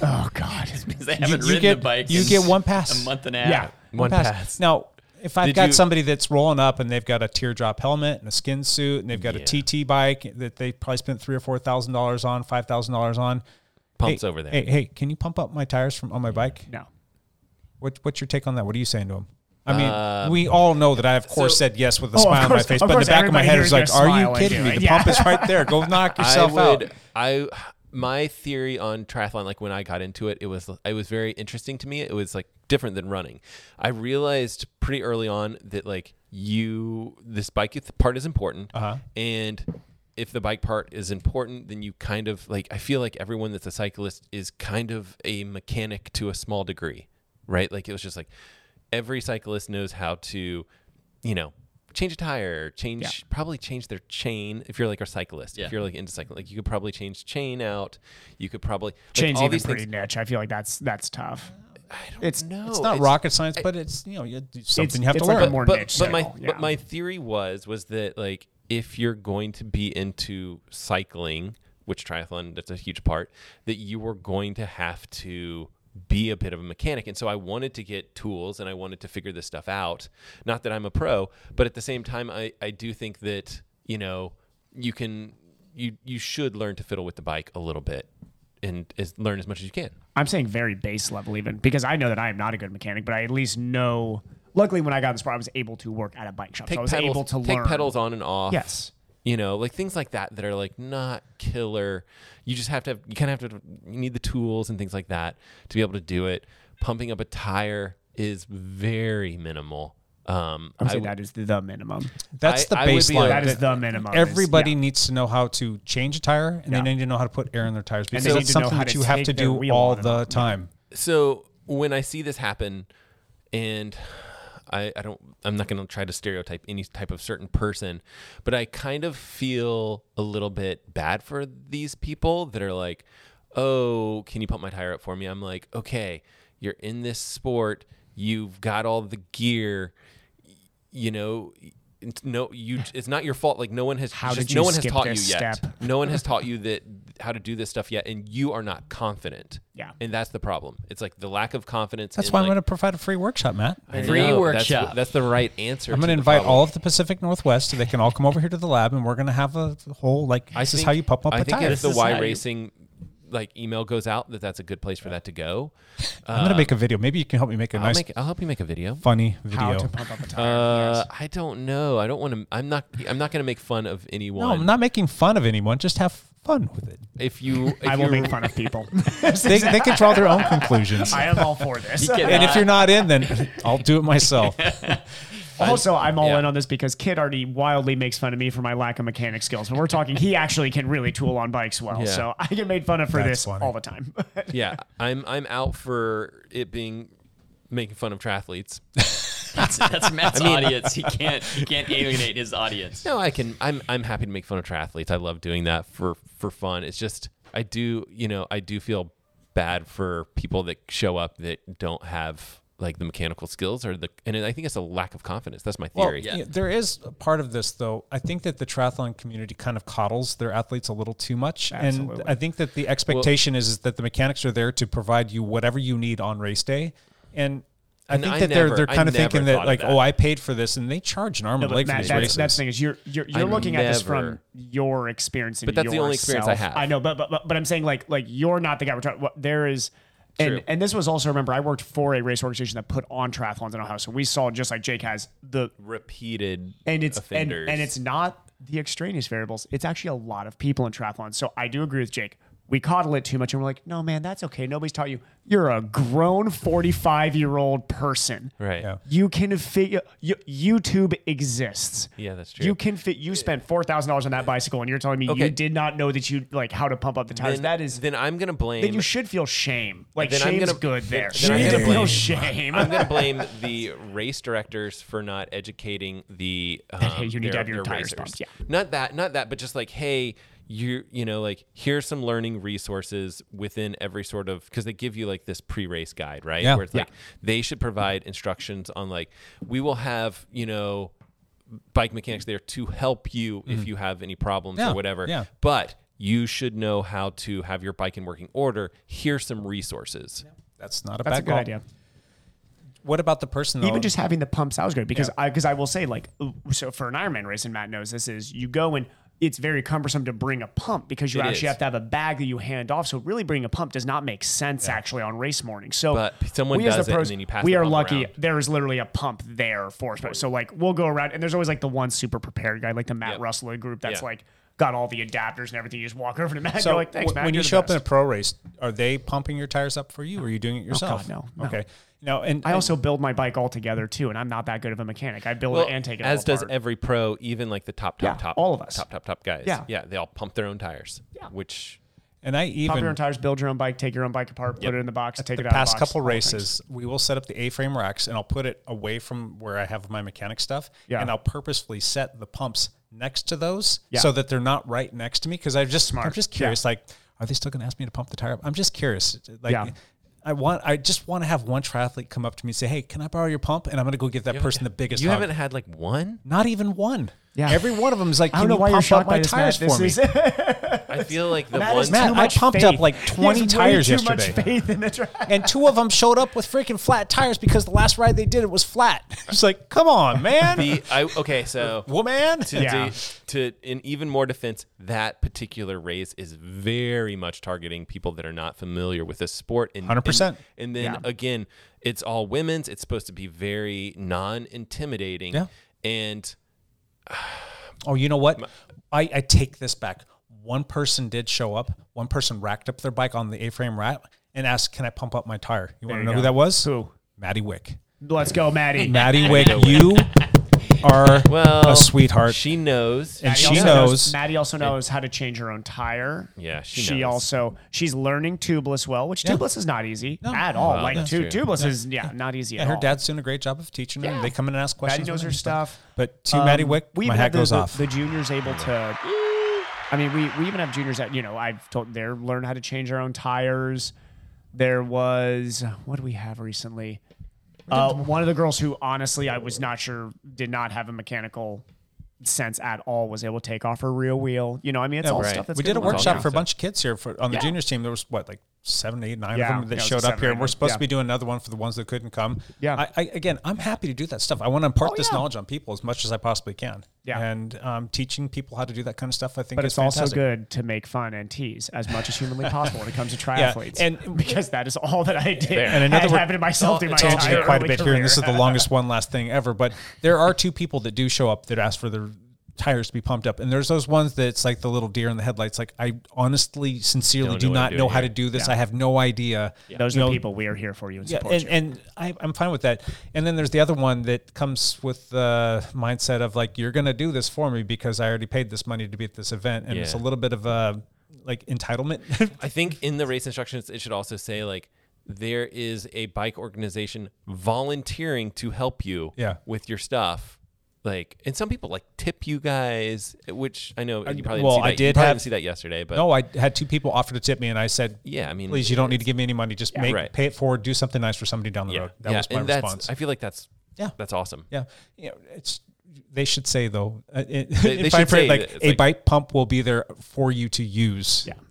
Speaker 11: oh God,
Speaker 9: because they haven't
Speaker 1: you
Speaker 9: ridden
Speaker 1: get-
Speaker 9: the bike.
Speaker 1: you
Speaker 9: in
Speaker 1: get one pass.
Speaker 9: a month and a half.
Speaker 1: Yeah,
Speaker 10: One pass.
Speaker 1: Now, if I've
Speaker 10: Did
Speaker 1: got
Speaker 10: you-
Speaker 1: somebody that's rolling up and they've got a teardrop helmet and a skin suit and they've got a TT bike that they probably spent three or four thousand dollars on, five thousand dollars on,
Speaker 10: Pumps
Speaker 1: hey,
Speaker 10: over there.
Speaker 1: Hey, hey, can you pump up my tires from on my bike?
Speaker 11: No.
Speaker 1: What What's your take on that? What are you saying to them? I mean,
Speaker 10: Uh,
Speaker 1: we all know that I, of course,
Speaker 10: so-
Speaker 1: said yes with a
Speaker 11: Oh, of
Speaker 1: smile on my
Speaker 11: course-
Speaker 1: face, but
Speaker 11: of
Speaker 1: in the
Speaker 11: course
Speaker 1: back of my
Speaker 11: everybody
Speaker 1: head
Speaker 11: here
Speaker 1: is
Speaker 11: is
Speaker 1: like,
Speaker 11: gonna
Speaker 1: "Are
Speaker 11: smile
Speaker 1: you
Speaker 11: and
Speaker 1: kidding
Speaker 11: do
Speaker 1: me?
Speaker 11: it."
Speaker 1: The
Speaker 11: Yeah.
Speaker 1: pump is right there. Go knock yourself
Speaker 10: I would,
Speaker 1: out."
Speaker 10: I my theory on triathlon, like when I got into it, it was it was very interesting to me. It was like different than running. I realized pretty early on that like you this bike part is important,
Speaker 1: Uh-huh.
Speaker 10: and if the bike part is important, then you kind of like I feel like everyone that's a cyclist is kind of a mechanic to a small degree, right? Like it was just like every cyclist knows how to, you know. Change a tire, change probably change their chain if you're like a cyclist.
Speaker 9: Yeah.
Speaker 10: If you're like into cycling, like you could probably change chain out. You could probably like,
Speaker 11: Chain's
Speaker 10: all
Speaker 11: even
Speaker 10: these
Speaker 11: pretty
Speaker 10: things.
Speaker 11: niche. I feel like that's that's tough. it's
Speaker 10: No,
Speaker 1: it's not rocket science, but it's you know you- something you have
Speaker 11: it's
Speaker 1: to
Speaker 11: like a
Speaker 1: learn.
Speaker 11: more
Speaker 10: but,
Speaker 11: niche
Speaker 10: but my
Speaker 11: skill, yeah.
Speaker 10: but my theory was was that like if you're going to be into cycling, which triathlon that's a huge part, that you were going to have to be a bit of a mechanic. And so I wanted to get tools and I wanted to figure this stuff out. Not that I'm a pro, but at the same time I, I do think that, you know, you can you you should learn to fiddle with the bike a little bit and as, learn as much as you can.
Speaker 11: I'm saying very base level even because I know that I am not a good mechanic, but I at least know. Luckily, when I got in the sport, I was able to work at a bike shop, so I was
Speaker 10: pedals,
Speaker 11: able to
Speaker 10: take
Speaker 11: learn.
Speaker 10: pedals on and off.
Speaker 11: Yes.
Speaker 10: You know, like things like that that are like not killer. You just have to have, you kind of have to, you need the tools and things like that to be able to do it. Pumping up a tire is very minimal. Um,
Speaker 11: I'm
Speaker 10: I
Speaker 11: saying
Speaker 10: w-
Speaker 11: that is the minimum.
Speaker 1: That's
Speaker 10: I-
Speaker 1: the
Speaker 10: I would be
Speaker 1: baseline.
Speaker 10: like-
Speaker 11: That is the minimum, is-
Speaker 1: Everybody
Speaker 11: yeah.
Speaker 1: needs to know how to change a tire, and they need to know how to put air in their tires
Speaker 11: And
Speaker 1: because
Speaker 11: they need
Speaker 1: that's
Speaker 11: to know
Speaker 1: something
Speaker 11: how
Speaker 1: that
Speaker 11: to
Speaker 1: you have
Speaker 11: take
Speaker 1: to
Speaker 11: their
Speaker 1: do
Speaker 11: wheel
Speaker 1: all
Speaker 11: on and
Speaker 1: the
Speaker 11: off.
Speaker 1: time.
Speaker 10: So when I see this happen, and I, I don't, I'm not going to try to stereotype any type of certain person, but I kind of feel a little bit bad for these people that are like, oh, can you pump my tire up for me? I'm like, okay, you're in this sport, you've got all the gear, you know. it's No, you. It's not your fault. Like no one has.
Speaker 11: How
Speaker 10: just
Speaker 11: did you
Speaker 10: no one has
Speaker 11: skip
Speaker 10: taught you
Speaker 11: this
Speaker 10: yet.
Speaker 11: step?
Speaker 10: No one has taught you that how to do this stuff yet, and you are not confident.
Speaker 11: Yeah.
Speaker 10: and that's the problem. It's like the lack of confidence.
Speaker 1: That's
Speaker 10: in,
Speaker 1: why I'm
Speaker 10: like-
Speaker 1: going to provide a free workshop, Matt.
Speaker 10: I
Speaker 9: Free
Speaker 10: know,
Speaker 9: workshop.
Speaker 10: That's, that's the right answer.
Speaker 1: I'm going
Speaker 10: to
Speaker 1: to
Speaker 10: the
Speaker 1: invite
Speaker 10: problem.
Speaker 1: all of the Pacific Northwest so they can all come over here to the lab, and we're going to have a whole like
Speaker 10: I
Speaker 1: this is
Speaker 10: think-
Speaker 1: how you pump up
Speaker 10: I
Speaker 1: a
Speaker 10: think
Speaker 1: tire.
Speaker 10: if the
Speaker 9: This is how
Speaker 10: Y
Speaker 9: you-
Speaker 10: Racing like email goes out, that that's a good place for that to go.
Speaker 1: I'm going to make a video. Maybe you can help me make a
Speaker 10: Uh, I'll
Speaker 1: nice,
Speaker 10: make- I'll help you make a video.
Speaker 1: funny
Speaker 11: How
Speaker 1: video.
Speaker 11: to pump up a tire?
Speaker 10: Uh,
Speaker 11: yes.
Speaker 10: I don't know. I don't want to. I'm not. I'm not going to make fun of anyone.
Speaker 1: No, I'm not making fun of anyone. Just have fun with
Speaker 10: *laughs*
Speaker 1: it. *laughs*
Speaker 10: If you, if
Speaker 11: I will
Speaker 10: *laughs* you-
Speaker 11: make fun of people.
Speaker 1: They, they can draw their own
Speaker 10: *laughs*
Speaker 1: conclusions.
Speaker 11: I am all for this.
Speaker 1: and if you're not in, then I'll do it
Speaker 10: *laughs*
Speaker 1: myself.
Speaker 11: Also, I'm all
Speaker 10: yeah.
Speaker 11: in on this because Kid already wildly makes fun of me for my lack of mechanic skills. But we're talking, he actually can really tool on bikes well.
Speaker 10: Yeah.
Speaker 11: So I get made fun of for
Speaker 1: That's
Speaker 11: this
Speaker 1: funny.
Speaker 11: all the time. *laughs*
Speaker 10: yeah, I'm. I'm out for it being making fun of triathletes.
Speaker 9: That's, that's Matt's audience. He can't he can't alienate his audience.
Speaker 10: No, I can. I'm I'm happy to make fun of triathletes. I love doing that for for fun. It's just I do you know I do feel bad for people that show up that don't have like the mechanical skills or the and I think it's a lack of confidence. That's my
Speaker 1: Well,
Speaker 10: theory.
Speaker 1: yeah, there is a part of this though. I think that the triathlon community kind of coddles their athletes a little too much,
Speaker 11: Absolutely.
Speaker 1: and I think that the expectation is, is that the mechanics are there to provide you whatever you need on race day, and. I
Speaker 10: And
Speaker 1: think
Speaker 10: I
Speaker 1: that
Speaker 10: never-
Speaker 1: they're they're
Speaker 10: I
Speaker 1: kind of
Speaker 10: never
Speaker 1: thinking
Speaker 10: thought
Speaker 1: that
Speaker 10: of
Speaker 1: like
Speaker 10: that.
Speaker 1: oh I paid for this and they charge an arm
Speaker 11: No,
Speaker 1: and a
Speaker 11: but
Speaker 1: leg for
Speaker 11: Matt,
Speaker 1: these
Speaker 11: that's,
Speaker 1: races.
Speaker 11: that's the thing is you're you're, you're
Speaker 10: I
Speaker 11: looking at this from
Speaker 10: never-
Speaker 11: your experience, and
Speaker 10: But that's the only experience I
Speaker 11: yourself.
Speaker 10: have.
Speaker 11: I know, but, but but but I'm saying like like you're not the guy we're talking. What, there is And, and this was also remember I worked for a race organization that put on triathlons in Ohio, so we saw just like Jake has the
Speaker 10: repeated
Speaker 11: and it's and,
Speaker 10: offenders.
Speaker 11: and it's not the extraneous variables. It's actually a lot of people in triathlons. So I do agree with Jake. We coddle it too much, and we're like, no man, that's okay. Nobody's taught you. You're a grown forty five year old person.
Speaker 10: Right.
Speaker 11: You can figure. You, YouTube exists.
Speaker 10: Yeah, that's true.
Speaker 11: You can fit. You spent four thousand dollars on that bicycle, and you're telling me
Speaker 10: Okay.
Speaker 11: you did not know that you like how to pump up the tires.
Speaker 10: Then-
Speaker 11: that is.
Speaker 10: Then I'm gonna blame.
Speaker 11: Then you should feel shame. Like
Speaker 10: then
Speaker 11: shame's
Speaker 10: gonna-
Speaker 11: good
Speaker 10: then-
Speaker 11: there.
Speaker 10: then
Speaker 11: Shame
Speaker 10: I'm
Speaker 11: to
Speaker 10: gonna
Speaker 11: feel
Speaker 10: blame-
Speaker 11: shame.
Speaker 10: I'm
Speaker 11: *laughs*
Speaker 10: gonna blame the race directors for not educating the. Um,
Speaker 11: hey, you need to
Speaker 10: their-
Speaker 11: have your
Speaker 10: their
Speaker 11: tires
Speaker 10: racers.
Speaker 11: pumped, yeah.
Speaker 10: Not that, not that, but just like, hey, you, you know, like here's some learning resources within every sort of because they give you like this pre-race guide, right?
Speaker 1: Yeah.
Speaker 10: Where it's
Speaker 1: Yeah.
Speaker 10: like they should provide instructions on like we will have you know bike mechanics there to help you if
Speaker 1: Mhm.
Speaker 10: you have any problems
Speaker 1: Yeah,
Speaker 10: or whatever.
Speaker 1: yeah.
Speaker 10: But you should know how to have your bike in working order. Here's some resources.
Speaker 1: That's not a
Speaker 11: That's
Speaker 1: bad
Speaker 11: a good
Speaker 1: call.
Speaker 11: idea.
Speaker 1: What about the person? though?
Speaker 10: Oh.
Speaker 11: Even just having the pumps out is good because I because I will say like ooh, so for an Ironman race and Matt knows this is you go and it's very cumbersome to bring a pump because you
Speaker 10: It
Speaker 11: actually
Speaker 10: is.
Speaker 11: have to have a bag that you hand off. So really, bringing a pump does not make sense actually on race morning. So
Speaker 10: But someone
Speaker 11: we as
Speaker 10: does
Speaker 11: the
Speaker 10: it and
Speaker 11: pros,
Speaker 10: then you pass
Speaker 11: We
Speaker 10: the
Speaker 11: are
Speaker 10: pump
Speaker 11: lucky.
Speaker 10: around.
Speaker 11: There is literally a pump there for us. So like we'll go around and there's always like the one super prepared guy, like the Matt Russell of the group that's
Speaker 1: Yeah.
Speaker 11: like got all the adapters and everything. You just walk *laughs* over to Matt. and
Speaker 1: So
Speaker 11: you're like, thanks,
Speaker 1: wh-
Speaker 11: Matt.
Speaker 1: when you
Speaker 11: you're the
Speaker 1: show up in
Speaker 11: best." Oh,
Speaker 1: a pro race, are they pumping your tires up for you, or are you doing it yourself?
Speaker 11: God, no, no.
Speaker 1: Okay. Now, and
Speaker 11: I also build my bike all together too, and I'm not that good of a mechanic. I build
Speaker 10: Well,
Speaker 11: it and take it
Speaker 10: as
Speaker 11: all
Speaker 10: does
Speaker 11: apart.
Speaker 10: every pro, even like the top, top, top,
Speaker 11: all of us.
Speaker 10: top, top, top guys.
Speaker 11: Yeah.
Speaker 10: yeah, they all pump their own tires. Yeah, which
Speaker 1: and I
Speaker 11: Pop your
Speaker 1: even
Speaker 11: own tires, build your own bike, take your own bike apart,
Speaker 1: Yep.
Speaker 11: put it in the box, take
Speaker 1: the
Speaker 11: it out.
Speaker 1: past
Speaker 11: of the box,
Speaker 1: couple
Speaker 11: all things.
Speaker 1: races, we will set up the A-frame racks, and I'll put it away from where I have my mechanic stuff,
Speaker 11: Yeah.
Speaker 1: and I'll purposefully set the pumps next to those
Speaker 11: Yeah.
Speaker 1: so that they're not right next to me because I just I'm
Speaker 11: Smart.
Speaker 1: just
Speaker 11: Yeah.
Speaker 1: curious, like, are they still going to ask me to pump the tire up? I'm just curious, like.
Speaker 11: Yeah.
Speaker 1: I want. I just want to have one triathlete come up to me and say, "Hey, can I borrow your pump?" And I'm going to go give that
Speaker 10: You haven't-
Speaker 1: person the biggest.
Speaker 10: you
Speaker 1: hug.
Speaker 10: haven't had like one.
Speaker 1: Not even one.
Speaker 11: Yeah.
Speaker 1: Every one of them is like,
Speaker 11: I
Speaker 1: can
Speaker 11: don't know
Speaker 1: you
Speaker 11: why you're
Speaker 1: pump up
Speaker 11: shocked by
Speaker 1: my
Speaker 11: this,
Speaker 1: tires
Speaker 11: Matt.
Speaker 1: for me?
Speaker 11: This *laughs* is
Speaker 10: I feel like the
Speaker 11: Matt
Speaker 10: ones.
Speaker 11: is
Speaker 1: Matt,
Speaker 11: too
Speaker 1: I
Speaker 11: much
Speaker 1: pumped
Speaker 11: faith.
Speaker 1: up like
Speaker 11: He has
Speaker 1: 20
Speaker 11: way
Speaker 1: tires
Speaker 11: too
Speaker 1: yesterday.
Speaker 11: Much faith in the tri-
Speaker 1: and two of them showed up with freaking flat tires because the last ride they did it was flat. It's like, come
Speaker 11: *laughs*
Speaker 1: on, man.
Speaker 10: The, I, okay, so
Speaker 1: woman
Speaker 10: to,
Speaker 1: Yeah.
Speaker 10: to, to- in even more defense, that particular race is very much targeting people that are not familiar with this sport. And
Speaker 1: 100%.
Speaker 10: And, and then
Speaker 1: Yeah.
Speaker 10: again, it's all women's. It's supposed to be very non-intimidating.
Speaker 1: Yeah.
Speaker 10: And
Speaker 1: oh, you know what? I, I take this back. One person did show up. One person racked up their bike on the A-frame rack and asked, "Can I pump up my tire?" You want
Speaker 11: There
Speaker 1: to
Speaker 11: you
Speaker 1: know
Speaker 11: go.
Speaker 1: who that was? Who? Maddie Wick.
Speaker 11: Let's go, Maddie.
Speaker 1: Maddie Wick,
Speaker 11: *laughs*
Speaker 1: you are
Speaker 10: well,
Speaker 1: a sweetheart.
Speaker 10: She knows,
Speaker 1: And
Speaker 11: Maddie
Speaker 1: she
Speaker 11: also
Speaker 1: knows.
Speaker 11: Maddie also knows how to change her own tire.
Speaker 10: Yeah, she knows.
Speaker 11: also she's learning tubeless well, which tubeless is not easy at all.
Speaker 10: Well,
Speaker 11: like
Speaker 10: that's
Speaker 11: tu-
Speaker 10: true.
Speaker 11: tubeless is yeah not easy
Speaker 1: Yeah,
Speaker 11: at
Speaker 1: her
Speaker 11: all.
Speaker 1: dad's doing a great job of teaching her. and They come in and ask
Speaker 11: Oh. Maddie
Speaker 1: questions.
Speaker 11: knows
Speaker 1: when
Speaker 11: her
Speaker 1: they're
Speaker 11: stuff.
Speaker 1: But to Maddie Wick,
Speaker 11: we
Speaker 1: my
Speaker 11: even
Speaker 1: hat
Speaker 11: have Um, the,
Speaker 1: goes
Speaker 11: the-
Speaker 1: off.
Speaker 11: The juniors able to. I mean, we we even have juniors that you know I've told they're learned how to change their own tires. There was what do we have recently? Uh, one of the girls who honestly I was not sure did not have a mechanical sense at all was able to take off her real wheel. You know, I mean, it's
Speaker 1: Yeah,
Speaker 11: all
Speaker 1: right.
Speaker 11: stuff that's
Speaker 1: we did
Speaker 11: good
Speaker 1: a
Speaker 11: to learn.
Speaker 1: workshop for a
Speaker 11: Yeah.
Speaker 1: bunch of kids here for, on the
Speaker 11: Yeah.
Speaker 1: juniors team. There was what like seven, eight, nine
Speaker 11: Yeah.
Speaker 1: of them that
Speaker 11: Yeah, it was
Speaker 1: showed
Speaker 11: seven
Speaker 1: up here,
Speaker 11: or
Speaker 1: and we're
Speaker 11: eight.
Speaker 1: supposed
Speaker 11: Yeah.
Speaker 1: to be doing another one for the ones that couldn't come.
Speaker 11: Yeah.
Speaker 1: I, I, again, I'm happy to do that stuff. I want to impart
Speaker 11: Oh,
Speaker 1: this
Speaker 11: yeah.
Speaker 1: knowledge on people as much as I possibly can.
Speaker 11: Yeah.
Speaker 1: and um, teaching people how to do that kind of stuff, I think,
Speaker 11: But
Speaker 1: is
Speaker 11: it's also
Speaker 1: fantastic.
Speaker 11: good to make fun and tease as much
Speaker 1: *laughs*
Speaker 11: as humanly possible when it comes to
Speaker 1: Yeah,
Speaker 11: triathletes,
Speaker 1: and-
Speaker 11: *laughs* because that is all that *laughs* I did.
Speaker 1: And another
Speaker 11: that
Speaker 1: word-
Speaker 11: happened to myself through my
Speaker 1: Tangent
Speaker 11: entire
Speaker 1: quite a
Speaker 11: early
Speaker 1: bit here, and this is the
Speaker 11: career. *laughs*
Speaker 1: longest one last thing ever. But there are two people that do show up that ask for their tires to be pumped up, and there's those ones that's like the little deer in the headlights. Like I honestly, sincerely,
Speaker 11: Don't
Speaker 1: do
Speaker 11: know what
Speaker 1: not
Speaker 11: to do
Speaker 1: know how
Speaker 11: here.
Speaker 1: to do this.
Speaker 11: Yeah.
Speaker 1: I have no idea.
Speaker 11: Those
Speaker 1: You
Speaker 11: are the
Speaker 1: know,
Speaker 11: people we are here for you and
Speaker 1: Yeah,
Speaker 11: support
Speaker 1: and,
Speaker 11: you.
Speaker 1: and I, I'm fine with that. And then there's the other one that comes with the mindset of like, you're going to do this for me because I already paid this money to be at this event. And it's a
Speaker 10: Yeah.
Speaker 1: little bit of a like entitlement.
Speaker 10: *laughs*
Speaker 1: *laughs*
Speaker 10: I think in the race instructions, it should also say like there is a bike organization volunteering to help you
Speaker 1: Yeah.
Speaker 10: with your stuff. Like, and some people like tip you guys, which I know you probably
Speaker 1: well,
Speaker 10: didn't see
Speaker 1: I
Speaker 10: that. you
Speaker 1: did
Speaker 10: probably
Speaker 1: have-
Speaker 10: didn't see that yesterday, but
Speaker 1: no, I had two people offer to tip me, and I said,
Speaker 10: Yeah, I mean,
Speaker 1: please, you don't need to give me any money. Just make
Speaker 10: Right.
Speaker 1: pay it forward. Do something nice for somebody down the road. That
Speaker 10: yeah,
Speaker 1: was my
Speaker 10: and that's,
Speaker 1: response.
Speaker 10: I feel like that's
Speaker 1: yeah,
Speaker 10: that's awesome.
Speaker 1: yeah, you know, it's they should say though. uh, It,
Speaker 10: They-
Speaker 1: in *laughs*
Speaker 10: they
Speaker 1: fine print,
Speaker 10: should say
Speaker 1: like
Speaker 10: that it's
Speaker 1: a
Speaker 10: like-
Speaker 1: bike pump will be there for you to use. Yeah,
Speaker 10: Maybe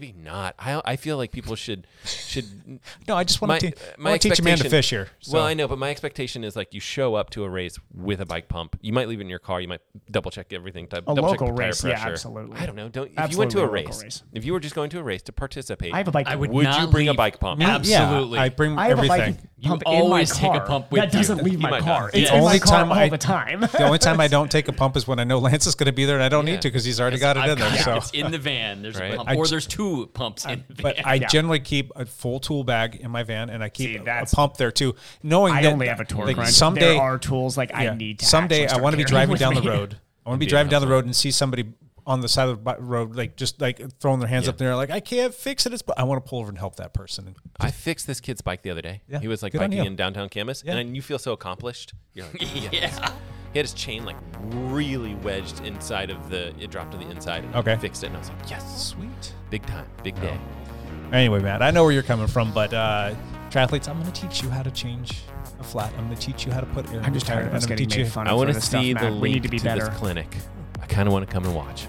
Speaker 10: maybe not. I I feel like people should should.
Speaker 1: *laughs* No, I just wanna
Speaker 10: My- uh,
Speaker 1: te-
Speaker 10: my
Speaker 1: wanna teach a man to
Speaker 10: expectation-
Speaker 1: fish here, so.
Speaker 10: Well, I know, but my expectation is like you show up to a race with a bike pump. You might leave it in your car. You might double check everything. dou-
Speaker 11: A
Speaker 10: double
Speaker 11: local
Speaker 10: check the tire
Speaker 11: race, yeah,
Speaker 10: pressure.
Speaker 11: absolutely.
Speaker 10: I don't know. Don't if
Speaker 11: Absolutely
Speaker 10: you
Speaker 11: a
Speaker 10: went to a
Speaker 11: local
Speaker 10: race,
Speaker 11: race.
Speaker 10: if you were just going to a race to participate,
Speaker 11: I have a bike I pump. would
Speaker 10: would
Speaker 11: not
Speaker 10: you bring a
Speaker 11: leave-
Speaker 10: bike pump?
Speaker 11: Me- yeah,
Speaker 1: Absolutely. I bring
Speaker 11: I have a bike
Speaker 1: everything.
Speaker 9: You
Speaker 11: pump
Speaker 9: always
Speaker 11: in my
Speaker 9: take a
Speaker 11: car.
Speaker 9: pump
Speaker 11: That
Speaker 9: with you.
Speaker 11: doesn't leave
Speaker 9: You
Speaker 11: my,
Speaker 9: might
Speaker 11: car.
Speaker 9: not.
Speaker 11: It's
Speaker 9: Yeah.
Speaker 11: in my
Speaker 1: Only
Speaker 11: car
Speaker 1: time
Speaker 11: all
Speaker 1: I-
Speaker 11: the time.
Speaker 1: the only time I don't take a pump is when I know Lance is going to be there and I don't need to because he's already got it
Speaker 9: I've
Speaker 1: in there.
Speaker 9: got-
Speaker 1: so
Speaker 11: *laughs*
Speaker 9: it's in the van. There's
Speaker 1: Right.
Speaker 9: a pump,
Speaker 1: I
Speaker 9: or
Speaker 1: j-
Speaker 9: there's two pumps in the van.
Speaker 1: But I generally keep a full tool bag in my van, and I keep a- a pump there too, knowing
Speaker 11: *laughs* I
Speaker 1: that
Speaker 11: only have a torque
Speaker 1: like,
Speaker 11: wrench.
Speaker 1: Someday
Speaker 11: There are tools, like, I need to
Speaker 1: Someday
Speaker 11: actually
Speaker 1: I
Speaker 11: start
Speaker 1: want to be
Speaker 11: carrying
Speaker 1: driving
Speaker 11: with
Speaker 1: down
Speaker 11: me.
Speaker 1: the road. I want to
Speaker 10: Be
Speaker 1: be driving
Speaker 10: an
Speaker 1: down the road and see somebody on the side of the bu- road, like just like throwing their hands up in the air, like I can't fix it. It's, but I want to pull over and help that person.
Speaker 10: I fixed this kid's bike the other day.
Speaker 1: Yeah.
Speaker 10: He was like
Speaker 1: Good on
Speaker 10: biking
Speaker 1: you.
Speaker 10: in downtown Camas,
Speaker 1: Yeah.
Speaker 10: and you feel so accomplished. You're like, yeah.
Speaker 9: Yeah.
Speaker 10: He had his chain like really wedged inside of the. It dropped to the inside. And
Speaker 1: Okay. Oh.
Speaker 10: Fixed it, and I was like, yes,
Speaker 1: sweet,
Speaker 10: big time, big day.
Speaker 1: Anyway, Matt, I know where you're coming from, but uh, triathletes, I'm going to teach you how to change a flat. I'm going to teach you how to put air. in
Speaker 11: I'm
Speaker 1: your
Speaker 11: just
Speaker 1: tire,
Speaker 11: tired of
Speaker 1: and
Speaker 11: us
Speaker 1: I'm gonna
Speaker 11: getting
Speaker 1: teach
Speaker 11: made
Speaker 1: you-
Speaker 11: fun
Speaker 10: I
Speaker 11: of
Speaker 10: want
Speaker 11: for
Speaker 10: to
Speaker 11: this stuff,
Speaker 10: see the
Speaker 11: Matt.
Speaker 10: link
Speaker 11: We need to be
Speaker 10: to
Speaker 11: better.
Speaker 10: this clinic. I kind of want to come and watch.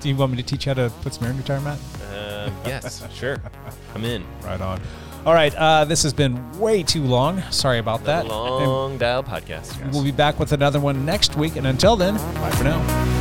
Speaker 1: Do you want me to teach you how to put some air in your tire, Matt?
Speaker 10: Uh, yes, sure. I'm in.
Speaker 1: Right on. All right, uh, this has been way too long. Sorry about that.
Speaker 10: Long dial podcast.
Speaker 1: And We'll be back with another one next week. And until then, bye for now.